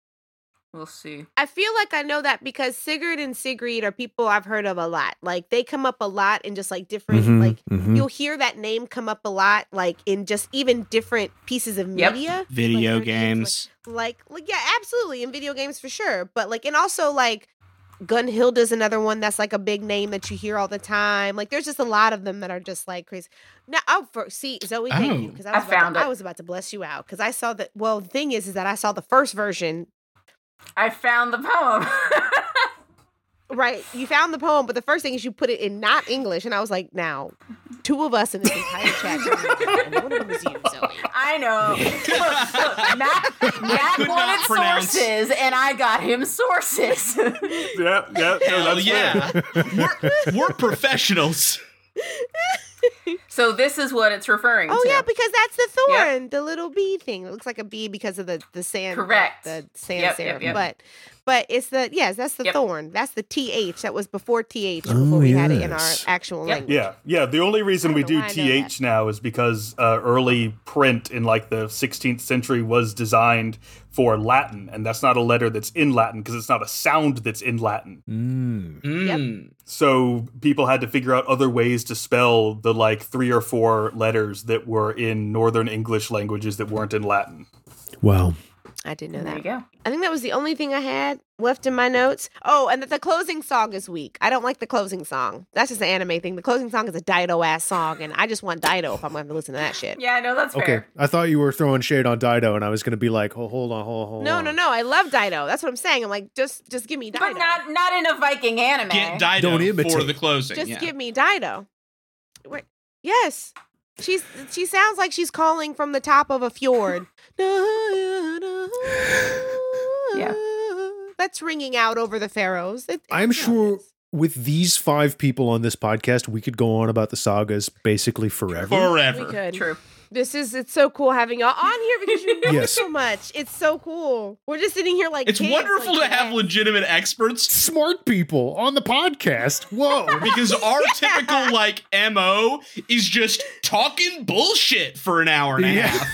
[SPEAKER 5] we'll see.
[SPEAKER 3] I feel like I know that because Sigurd and Sigrid are people I've heard of a lot. Like they come up a lot in just like different
[SPEAKER 1] Mhm,
[SPEAKER 3] like
[SPEAKER 1] mhm.
[SPEAKER 3] you'll hear that name come up a lot like in just even different pieces of
[SPEAKER 5] Yep.
[SPEAKER 3] media.
[SPEAKER 8] Video
[SPEAKER 3] Like, their names,
[SPEAKER 8] games.
[SPEAKER 3] Like, like yeah, absolutely in video games for sure. But like and also like Gunhilda's another one that's like a big name that you hear all the time. Like there's just a lot of them that are just like crazy. Now, oh, for, see, Zoe, thank you
[SPEAKER 2] Oh.
[SPEAKER 3] because
[SPEAKER 5] I
[SPEAKER 3] I was about
[SPEAKER 5] found
[SPEAKER 3] to,
[SPEAKER 5] it.
[SPEAKER 3] I was about to bless you out because I saw that. Well, the thing is, is that I saw the first version
[SPEAKER 5] I found the poem.
[SPEAKER 3] Right. You found the poem, but the first thing is you put it in not English. And I was like, now, two of us in this entire chat. and one of them is you, Zoe.
[SPEAKER 5] I know. Look, look, Matt, Matt
[SPEAKER 2] could not
[SPEAKER 5] wanted
[SPEAKER 2] pronounce-
[SPEAKER 5] sources, and I got him sources.
[SPEAKER 4] yeah, yeah, no,
[SPEAKER 2] Hell
[SPEAKER 4] that's fair.
[SPEAKER 2] yeah! we're, we're professionals.
[SPEAKER 5] So this is what it's referring
[SPEAKER 3] Oh
[SPEAKER 5] to.
[SPEAKER 3] yeah, because that's the
[SPEAKER 5] Yep.
[SPEAKER 3] thorn, the little bee thing. It looks like a bee because of the the sand, the-
[SPEAKER 5] Correct.
[SPEAKER 3] The sand
[SPEAKER 5] Yep, yep,
[SPEAKER 3] serum,
[SPEAKER 5] yep.
[SPEAKER 3] but but it's the yes, that's the
[SPEAKER 5] Yep.
[SPEAKER 3] thorn. That's the th. That was before th
[SPEAKER 1] Oh,
[SPEAKER 3] before we had it in our
[SPEAKER 1] yes.
[SPEAKER 3] actual
[SPEAKER 5] Yep.
[SPEAKER 3] language.
[SPEAKER 4] Yeah, yeah. The only reason
[SPEAKER 3] I
[SPEAKER 4] we
[SPEAKER 3] don't know
[SPEAKER 4] do
[SPEAKER 3] why I know
[SPEAKER 4] th now is because uh, early print in like the 16th century was designed for Latin, and that's not a letter that's in Latin because it's not a sound that's in Latin.
[SPEAKER 1] Mm.
[SPEAKER 2] Mm.
[SPEAKER 4] So people had to figure out other ways to spell the like three or four letters that were in Northern English languages that weren't in Latin.
[SPEAKER 1] Wow.
[SPEAKER 3] I didn't know
[SPEAKER 5] There you
[SPEAKER 3] that.
[SPEAKER 5] go.
[SPEAKER 3] I think that was the only thing I had left in my notes. Oh, and that the closing song is weak. I don't like the closing song. That's just an anime thing. The closing song is a Dido ass song, and I just want Dido if I'm going to listen to that shit.
[SPEAKER 5] Yeah, no, that's
[SPEAKER 1] Okay,
[SPEAKER 5] fair.
[SPEAKER 1] I thought you were throwing shade on Dido, and I was going to be like, oh, hold on, hold on, hold
[SPEAKER 3] No,
[SPEAKER 1] on.
[SPEAKER 3] no, no. I love Dido. That's what I'm saying. I'm like, just, just give me Dido.
[SPEAKER 5] But not not in a Viking anime.
[SPEAKER 2] Get Dido
[SPEAKER 1] Don't
[SPEAKER 2] for
[SPEAKER 1] imitate.
[SPEAKER 2] the closing.
[SPEAKER 3] Just
[SPEAKER 2] yeah.
[SPEAKER 3] give me Dido. Wait, yes. She's she sounds like she's calling from the top of a fjord. yeah. That's ringing out over the Faroes. It- it-
[SPEAKER 1] I'm
[SPEAKER 3] you know,
[SPEAKER 1] sure
[SPEAKER 3] it's-
[SPEAKER 1] With these five people on this podcast, we could go on about the sagas basically forever.
[SPEAKER 2] forever.
[SPEAKER 3] we could.
[SPEAKER 5] True.
[SPEAKER 3] This is it's so cool having y'all on here because you know
[SPEAKER 1] Yes.
[SPEAKER 3] so much. It's so cool. We're just sitting here like
[SPEAKER 2] It's
[SPEAKER 3] kids,
[SPEAKER 2] wonderful
[SPEAKER 3] like,
[SPEAKER 2] to have
[SPEAKER 3] yes.
[SPEAKER 2] legitimate experts
[SPEAKER 1] Smart people on the podcast. Whoa.
[SPEAKER 2] because our typical like mo is just talking bullshit for an hour and a
[SPEAKER 1] Yeah.
[SPEAKER 2] half,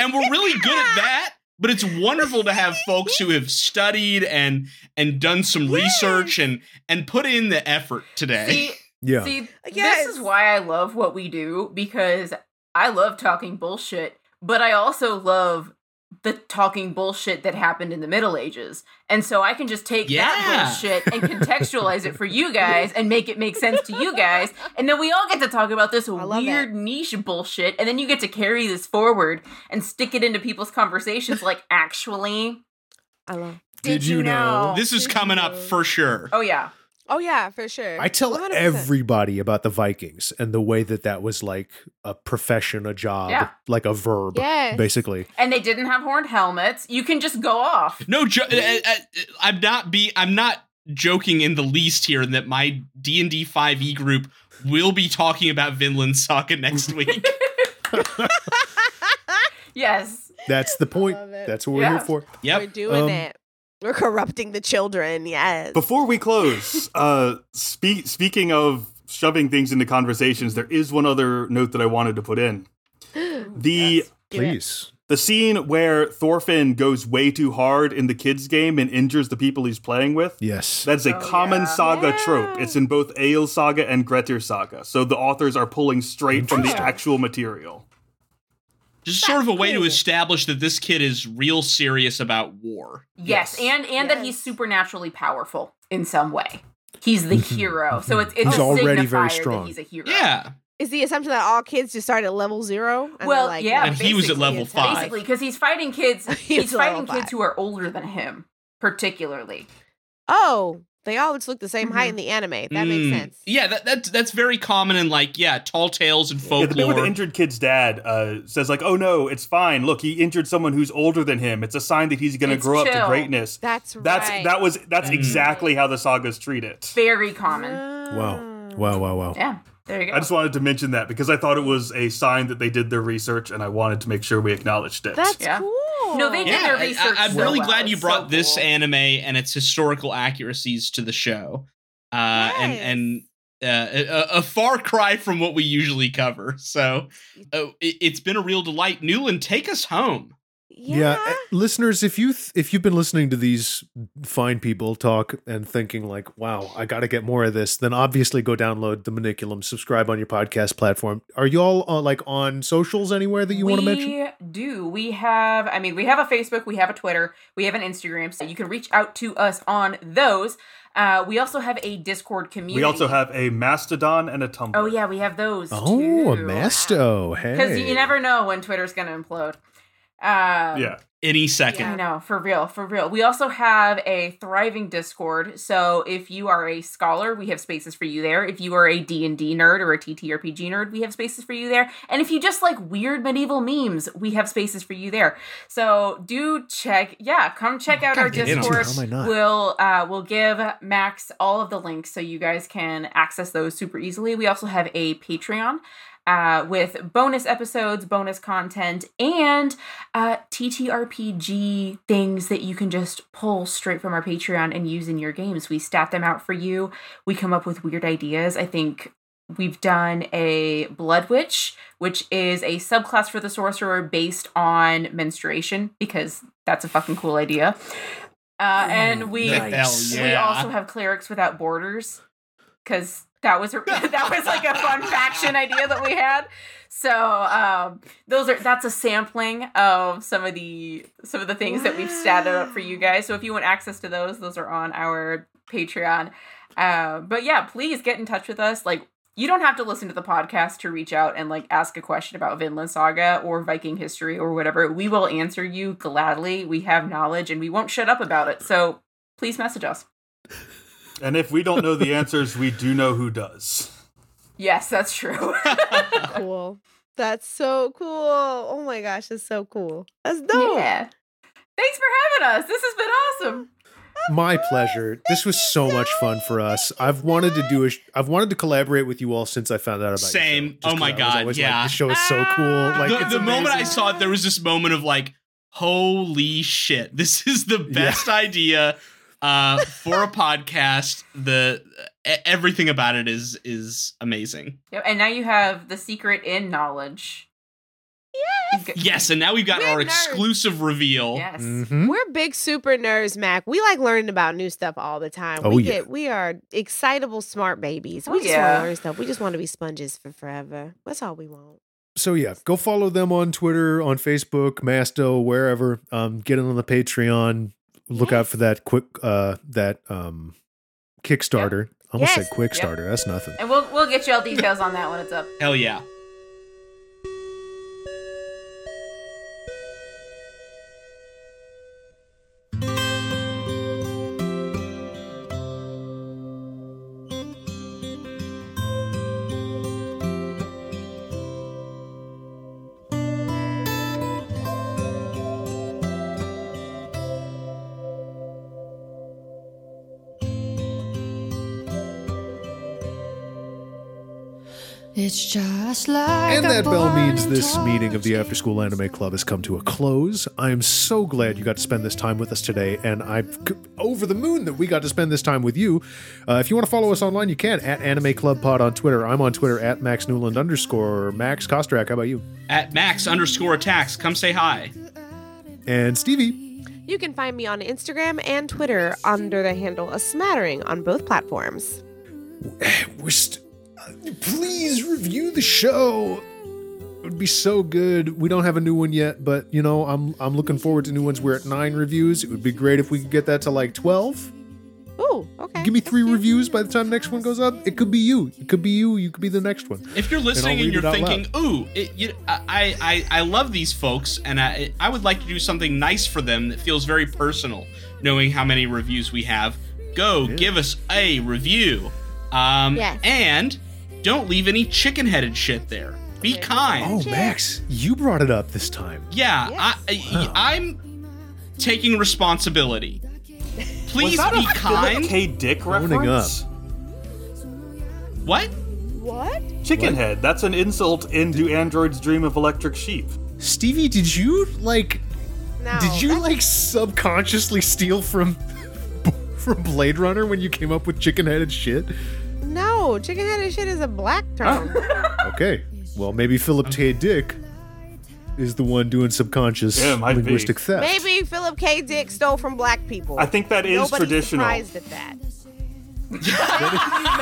[SPEAKER 2] and we're really good at that. But it's wonderful to have folks who have studied and and done some research and and put in the effort today.
[SPEAKER 5] See,
[SPEAKER 1] yeah.
[SPEAKER 5] see,
[SPEAKER 3] Yes.
[SPEAKER 5] this is why I love what we do because I love talking bullshit, but I also love the talking bullshit that happened in the Middle Ages, and so I can just take
[SPEAKER 2] Yeah.
[SPEAKER 5] that bullshit and contextualize it for you guys and make it make sense to you guys, and then we all get to talk about this
[SPEAKER 3] love
[SPEAKER 5] weird niche bullshit, and then you get to carry this forward and stick it into people's conversations. like, actually,
[SPEAKER 3] I love.
[SPEAKER 5] did, you, know?
[SPEAKER 2] This is coming up for sure.
[SPEAKER 5] Oh yeah.
[SPEAKER 3] Oh yeah, for sure.
[SPEAKER 1] I tell
[SPEAKER 3] 100%.
[SPEAKER 1] everybody about the Vikings and the way that that was like a profession, a job,
[SPEAKER 5] Yeah.
[SPEAKER 1] like a verb,
[SPEAKER 3] Yes.
[SPEAKER 1] basically.
[SPEAKER 5] And they didn't have horned helmets. You can just go off.
[SPEAKER 2] No, jo- I, I, I'm not be I'm not joking in the least here. That my D and D five E group will be talking about Vinland Saga next week.
[SPEAKER 5] Yes.
[SPEAKER 1] That's the point.
[SPEAKER 3] love it.
[SPEAKER 1] That's what we're
[SPEAKER 5] Yeah.
[SPEAKER 1] here for.
[SPEAKER 3] We're
[SPEAKER 2] yep.
[SPEAKER 3] doing
[SPEAKER 1] um,
[SPEAKER 3] it. We're corrupting the children. Yes.
[SPEAKER 4] Before we close, uh, spe- speaking of shoving things into conversations, there is one other note that I wanted to put in.
[SPEAKER 3] Do
[SPEAKER 4] The
[SPEAKER 3] it.
[SPEAKER 1] Please.
[SPEAKER 4] the scene where Thorfinn goes way too hard in the kids game and injures the people he's playing with.
[SPEAKER 1] Yes.
[SPEAKER 4] That's a
[SPEAKER 5] Oh,
[SPEAKER 4] common
[SPEAKER 5] yeah.
[SPEAKER 4] saga
[SPEAKER 3] Yeah.
[SPEAKER 4] trope. It's in both Ale Saga and Grettir Saga. So the authors are pulling straight from the
[SPEAKER 1] Interesting.
[SPEAKER 4] actual material.
[SPEAKER 2] Just sort of a way
[SPEAKER 3] cool.
[SPEAKER 2] to establish that this kid is real serious about war.
[SPEAKER 5] Yes, and and that he's
[SPEAKER 3] Yes.
[SPEAKER 5] supernaturally powerful in some way. He's the
[SPEAKER 1] Mhm,
[SPEAKER 5] hero, so it's it's
[SPEAKER 1] He's
[SPEAKER 5] a
[SPEAKER 1] already
[SPEAKER 5] signifier
[SPEAKER 1] very
[SPEAKER 5] that
[SPEAKER 1] strong.
[SPEAKER 5] he's a hero.
[SPEAKER 2] Yeah.
[SPEAKER 3] Is the assumption that all kids just start at level zero? they're
[SPEAKER 5] Well, yeah,
[SPEAKER 2] And he was at
[SPEAKER 5] basically,
[SPEAKER 2] level
[SPEAKER 3] it's
[SPEAKER 2] five.
[SPEAKER 5] basically because he's fighting kids. He's,
[SPEAKER 3] He's a
[SPEAKER 5] fighting
[SPEAKER 3] little
[SPEAKER 5] kids
[SPEAKER 3] bot.
[SPEAKER 5] who are older than him, particularly.
[SPEAKER 3] Oh, they all just look the same height
[SPEAKER 5] Mhm.
[SPEAKER 3] in the anime. That
[SPEAKER 2] Mm.
[SPEAKER 3] makes sense.
[SPEAKER 2] Yeah, that, that's that's very common in like yeah, tall tales and
[SPEAKER 4] Yeah, the bit where the
[SPEAKER 2] folklore.
[SPEAKER 4] injured kid's dad uh, says like, "Oh no, it's fine. Look, he injured someone who's older than him. It's a sign that he's going to
[SPEAKER 5] It's
[SPEAKER 4] grow up
[SPEAKER 5] chill.
[SPEAKER 4] to greatness."
[SPEAKER 3] That's
[SPEAKER 4] That's
[SPEAKER 3] right.
[SPEAKER 4] that was that's
[SPEAKER 2] Mm.
[SPEAKER 4] exactly how the sagas treat it.
[SPEAKER 5] Very
[SPEAKER 3] Oh. Uh,
[SPEAKER 5] common.
[SPEAKER 1] Wow. Wow, wow, wow.
[SPEAKER 5] Yeah, there you go.
[SPEAKER 4] I just wanted to mention that because I thought it was a sign that they did their research, and I wanted to make sure we acknowledged it.
[SPEAKER 3] That's
[SPEAKER 5] Yeah.
[SPEAKER 3] cool.
[SPEAKER 5] No, they did
[SPEAKER 2] yeah,
[SPEAKER 5] their
[SPEAKER 2] I-
[SPEAKER 5] research
[SPEAKER 2] I, am
[SPEAKER 5] so
[SPEAKER 2] really
[SPEAKER 5] well.
[SPEAKER 2] glad you
[SPEAKER 5] It's
[SPEAKER 2] brought
[SPEAKER 5] so
[SPEAKER 2] this
[SPEAKER 5] cool.
[SPEAKER 2] anime and its historical accuracies to the show. Uh,
[SPEAKER 3] Yes.
[SPEAKER 2] And and uh, a, a far cry from what we usually cover. So uh, it, it's been a real delight. Newland, take us home.
[SPEAKER 3] Yeah.
[SPEAKER 1] eh, listeners, if you th- if you've been listening to these fine people talk and thinking like, "Wow, I got to get more of this," then obviously go download the Maniculum, subscribe on your podcast platform. Are you all uh, like on socials anywhere that you want to mention?
[SPEAKER 5] We do. We have, I mean, we have a Facebook, we have a Twitter, we have an Instagram, so you can reach out to us on those. Uh, we also have a Discord community.
[SPEAKER 4] we also have a mastodon and a Tumblr.
[SPEAKER 5] Oh, yeah, we have those.
[SPEAKER 1] Oh, a
[SPEAKER 5] too.
[SPEAKER 1] masto. Hey,
[SPEAKER 5] Because you never know when Twitter's going to implode. Um,
[SPEAKER 4] yeah.
[SPEAKER 2] Any second.
[SPEAKER 5] I know, for real, for real. We also have a thriving Discord. So if you are a scholar, we have spaces for you there. If you are a D&D nerd or a TTRPG nerd, we have spaces for you there. And if you just like weird medieval memes, we have spaces for you there. So do check, yeah, come
[SPEAKER 1] Oh,
[SPEAKER 5] check out
[SPEAKER 2] Gotta
[SPEAKER 5] our
[SPEAKER 2] get in on
[SPEAKER 5] Discord.
[SPEAKER 1] this. How am I not?
[SPEAKER 5] We'll uh, we'll give Max all of the links so you guys can access those super easily. We also have a Patreon. uh, with bonus episodes, bonus content, and uh, TTRPG things that you can just pull straight from our Patreon and use in your games. We stat them out for you. We come up with weird ideas. I think we've done a Blood Witch, which is a subclass for the sorcerer based on menstruation because that's a fucking cool idea. Uh, and we
[SPEAKER 2] nice. Hell
[SPEAKER 5] we
[SPEAKER 2] yeah.
[SPEAKER 5] also have clerics without borders because that was that was like a fun faction idea that we had. So um, those are that's a sampling of some of the some of the things that we've statted up for you guys. So if you want access to those, those are on our Patreon. Uh, but yeah, please get in touch with us. Like you don't have to listen to the podcast to reach out and like ask a question about Vinland Saga or Viking history or whatever. We will answer you gladly. We have knowledge and we won't shut up about it. So please message us.
[SPEAKER 4] And if we don't know the answers, we do know who does.
[SPEAKER 5] Yes, that's true.
[SPEAKER 1] eh,
[SPEAKER 3] cool. That's so cool. Oh my gosh, that's so cool. That's dope.
[SPEAKER 5] yeah. Thanks for having us. This has been awesome.
[SPEAKER 1] My pleasure. This was so much fun for us. I've wanted to do a. sh- I've wanted to collaborate with you all since I found out about. your show,
[SPEAKER 2] Same.
[SPEAKER 1] just
[SPEAKER 2] Oh
[SPEAKER 1] 'cause
[SPEAKER 2] my
[SPEAKER 1] I was
[SPEAKER 2] God,
[SPEAKER 1] always
[SPEAKER 2] yeah. Ah,
[SPEAKER 1] Like, the show is so cool. Like
[SPEAKER 2] the,
[SPEAKER 1] it's
[SPEAKER 2] the moment I
[SPEAKER 1] amazing.
[SPEAKER 2] saw it, there was this moment of like, holy shit, this is the best idea uh, for a podcast. The e- everything about it is is amazing.
[SPEAKER 5] Yep, and now you have the secret in knowledge. Yes.
[SPEAKER 2] Yes, and now we've got
[SPEAKER 3] We're
[SPEAKER 2] our
[SPEAKER 3] nerds.
[SPEAKER 2] exclusive reveal.
[SPEAKER 5] Yes.
[SPEAKER 1] Mhm.
[SPEAKER 3] We're big super nerds, Mac. We like learning about new stuff all the time.
[SPEAKER 1] Oh,
[SPEAKER 3] we
[SPEAKER 1] yeah.
[SPEAKER 3] get we are excitable smart babies.
[SPEAKER 5] Oh,
[SPEAKER 3] We just want
[SPEAKER 5] yeah.
[SPEAKER 3] to learn stuff. We just want to be sponges for forever. That's all we want.
[SPEAKER 1] So yeah, go follow them on Twitter, on Facebook, Masto, wherever. Um, get in on the Patreon. Look out for that quick. Uh, that um, Kickstarter. I almost
[SPEAKER 3] Yes.
[SPEAKER 1] said quick starter. That's nothing.
[SPEAKER 5] And we'll we'll get you all details on that when it's up.
[SPEAKER 2] Hell yeah.
[SPEAKER 8] It's just like
[SPEAKER 1] And
[SPEAKER 8] a
[SPEAKER 1] that bell
[SPEAKER 8] born
[SPEAKER 1] means
[SPEAKER 8] and
[SPEAKER 1] this
[SPEAKER 8] torn
[SPEAKER 1] meeting of the After School Anime Club has come to a close. I am so glad you got to spend this time with us today, and I'm c- over the moon that we got to spend this time with you. Uh, if you want to follow us online, you can at Anime Club Pod on Twitter. I'm on Twitter at Max Newland underscore Max Kostrak. How about you?
[SPEAKER 2] At Max underscore attacks, come say hi.
[SPEAKER 1] And Stevie.
[SPEAKER 3] You can find me on Instagram and Twitter under the handle a smattering on both platforms.
[SPEAKER 1] We're st- please review the show. It would be so good. We don't have a new one yet, but you know, I'm I'm looking forward to new ones. We're at nine reviews. It would be great if we could get that to like twelve.
[SPEAKER 3] Ooh, okay.
[SPEAKER 1] Give me three reviews by the time next one goes up. It could be you. It could be you. You could be the next one.
[SPEAKER 2] If you're listening and,
[SPEAKER 1] read
[SPEAKER 2] you're
[SPEAKER 1] it out
[SPEAKER 2] thinking, "Ooh, it, you, I, I, I I love these folks, and I, I would like to do something nice for them that feels very personal," knowing how many reviews we have, go give us a review. Um,
[SPEAKER 3] Yes.
[SPEAKER 2] And don't leave any chicken-headed shit there. Be kind.
[SPEAKER 1] Oh, Max, you brought it up this time.
[SPEAKER 2] Yeah, I, I, I'm taking responsibility. Please
[SPEAKER 4] Was that
[SPEAKER 2] be
[SPEAKER 4] a Philip
[SPEAKER 2] kind.
[SPEAKER 4] K. Dick
[SPEAKER 1] Owning
[SPEAKER 4] reference?
[SPEAKER 2] what?
[SPEAKER 3] What?
[SPEAKER 4] Chicken head. That's an insult in Do Androids Dream of Electric Sheep?
[SPEAKER 1] Stevie, did you like?
[SPEAKER 3] No.
[SPEAKER 1] Did you like subconsciously steal from from Blade Runner when you came up with chicken-headed shit?
[SPEAKER 3] No, chicken headed shit is a black term.
[SPEAKER 1] Oh. Okay. Well, maybe Philip K. Dick is the one doing subconscious
[SPEAKER 4] Yeah, it might be.
[SPEAKER 1] linguistic theft.
[SPEAKER 3] Maybe Philip K. Dick stole from black people.
[SPEAKER 4] I think that is
[SPEAKER 3] Nobody's
[SPEAKER 4] traditional.
[SPEAKER 3] surprised at that. Thank you,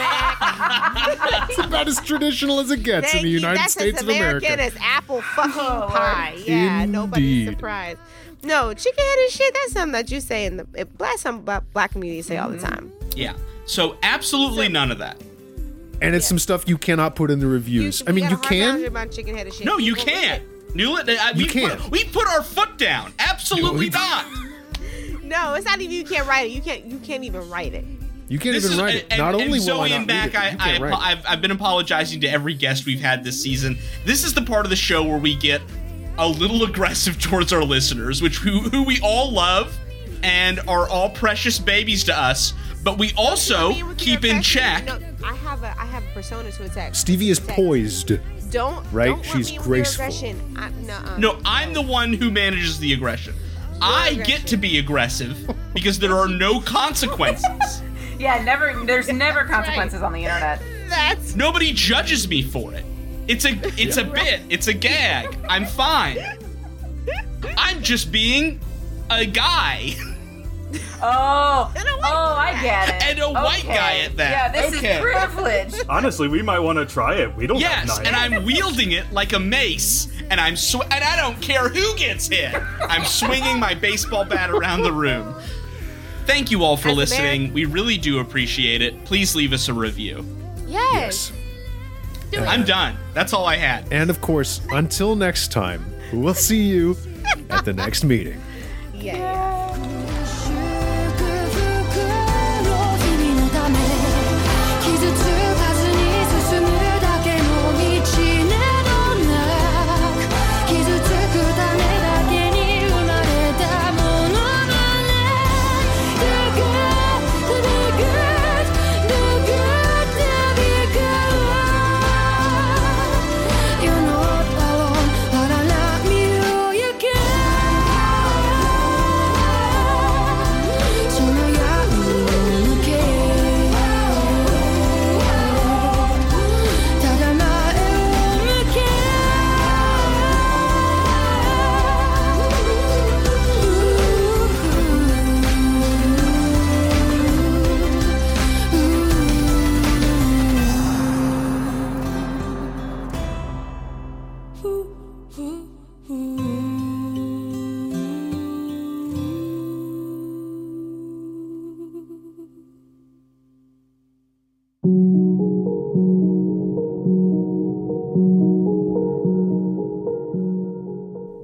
[SPEAKER 3] Mac.
[SPEAKER 1] It's about as traditional as it gets in
[SPEAKER 3] Thank
[SPEAKER 1] the
[SPEAKER 3] you.
[SPEAKER 1] United
[SPEAKER 3] That's
[SPEAKER 1] States
[SPEAKER 3] as
[SPEAKER 1] of
[SPEAKER 3] American
[SPEAKER 1] America. Oh,
[SPEAKER 3] as apple fucking pie. Yeah, nobody's
[SPEAKER 1] Indeed.
[SPEAKER 3] surprised. No, chicken headed shit, that's something that you say in the it- that's something about black community say all the time.
[SPEAKER 1] Mm-hmm.
[SPEAKER 2] Yeah. So absolutely none of that.
[SPEAKER 1] And it's some stuff you cannot put in the reviews. I mean,
[SPEAKER 3] got
[SPEAKER 1] you
[SPEAKER 3] a hard boundary
[SPEAKER 1] can.
[SPEAKER 3] about chicken headed shit.
[SPEAKER 2] No, you
[SPEAKER 3] People will
[SPEAKER 2] can't. Newland, uh,
[SPEAKER 1] You
[SPEAKER 2] we
[SPEAKER 1] can't.
[SPEAKER 2] Put, we put our foot down. Absolutely
[SPEAKER 1] No,
[SPEAKER 2] not.
[SPEAKER 3] listen. No, it's not even you can't write it. You can't you can't even write it.
[SPEAKER 1] You can't even write it.
[SPEAKER 2] and-
[SPEAKER 1] not
[SPEAKER 2] and
[SPEAKER 1] only will
[SPEAKER 2] Zoe
[SPEAKER 1] I not
[SPEAKER 2] and
[SPEAKER 1] read it,
[SPEAKER 2] Mac,
[SPEAKER 1] but you
[SPEAKER 2] I,
[SPEAKER 1] can't
[SPEAKER 2] I,
[SPEAKER 1] write it.
[SPEAKER 2] I've, I've been apologizing to every guest we've had this season. This is the part of the show where we get a little aggressive towards our listeners, which who, who we all love and are all precious babies to us. But we also
[SPEAKER 3] Me with your
[SPEAKER 2] keep in
[SPEAKER 3] affection,
[SPEAKER 2] check.
[SPEAKER 3] you know, I have a I have a persona to attack.
[SPEAKER 1] Stevie is
[SPEAKER 3] Text.
[SPEAKER 1] poised.
[SPEAKER 6] Don't
[SPEAKER 1] Right?
[SPEAKER 6] Don't
[SPEAKER 1] She's
[SPEAKER 6] want me
[SPEAKER 1] graceful.
[SPEAKER 6] With your aggression. I, nuh-uh.
[SPEAKER 2] No, I'm the one who manages the aggression. I get to be aggressive because there are no consequences.
[SPEAKER 5] Yeah, never. There's never consequences on the internet.
[SPEAKER 6] That's
[SPEAKER 2] Nobody judges me for it. It's a it's a bit. It's a gag. I'm fine. I'm just being a guy
[SPEAKER 5] Oh,
[SPEAKER 6] And a white
[SPEAKER 5] oh, I get it.
[SPEAKER 2] and a white
[SPEAKER 5] Okay.
[SPEAKER 2] guy at that.
[SPEAKER 5] Yeah, this
[SPEAKER 2] Okay.
[SPEAKER 5] is privilege.
[SPEAKER 4] Honestly, we might want to try it. We don't
[SPEAKER 2] Yes,
[SPEAKER 4] have
[SPEAKER 2] and I'm wielding it like a mace, and I'm sw- and I don't care who gets hit. I'm swinging my baseball bat around the room. Thank you all for
[SPEAKER 6] As a man-
[SPEAKER 2] listening. We really do appreciate it. Please leave us a review.
[SPEAKER 1] Yes.
[SPEAKER 2] I'm done. That's all I had.
[SPEAKER 1] And of course, until next time, we'll see you at the next meeting.
[SPEAKER 6] yeah. yeah.
[SPEAKER 8] 祝福を君のため傷つかずに進むだけの道などなく傷つくためだけに生まれたものまね Do good to be good Do good to be good You're not alone But I love you You can その闇を抜けただ前を向け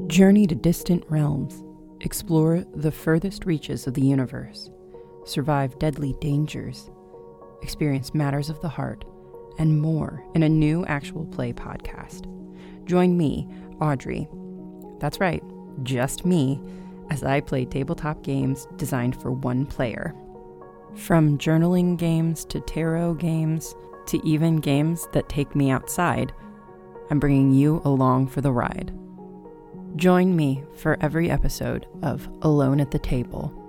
[SPEAKER 9] Journey to distant realms, explore the furthest reaches of the universe, survive deadly dangers, experience matters of the heart, and more in a new actual play podcast. Join me, Audrey. That's right, just me, as I play tabletop games designed for one player. From journaling games to tarot games to even games that take me outside, I'm bringing you along for the ride. Join me for every episode of Alone at the Table.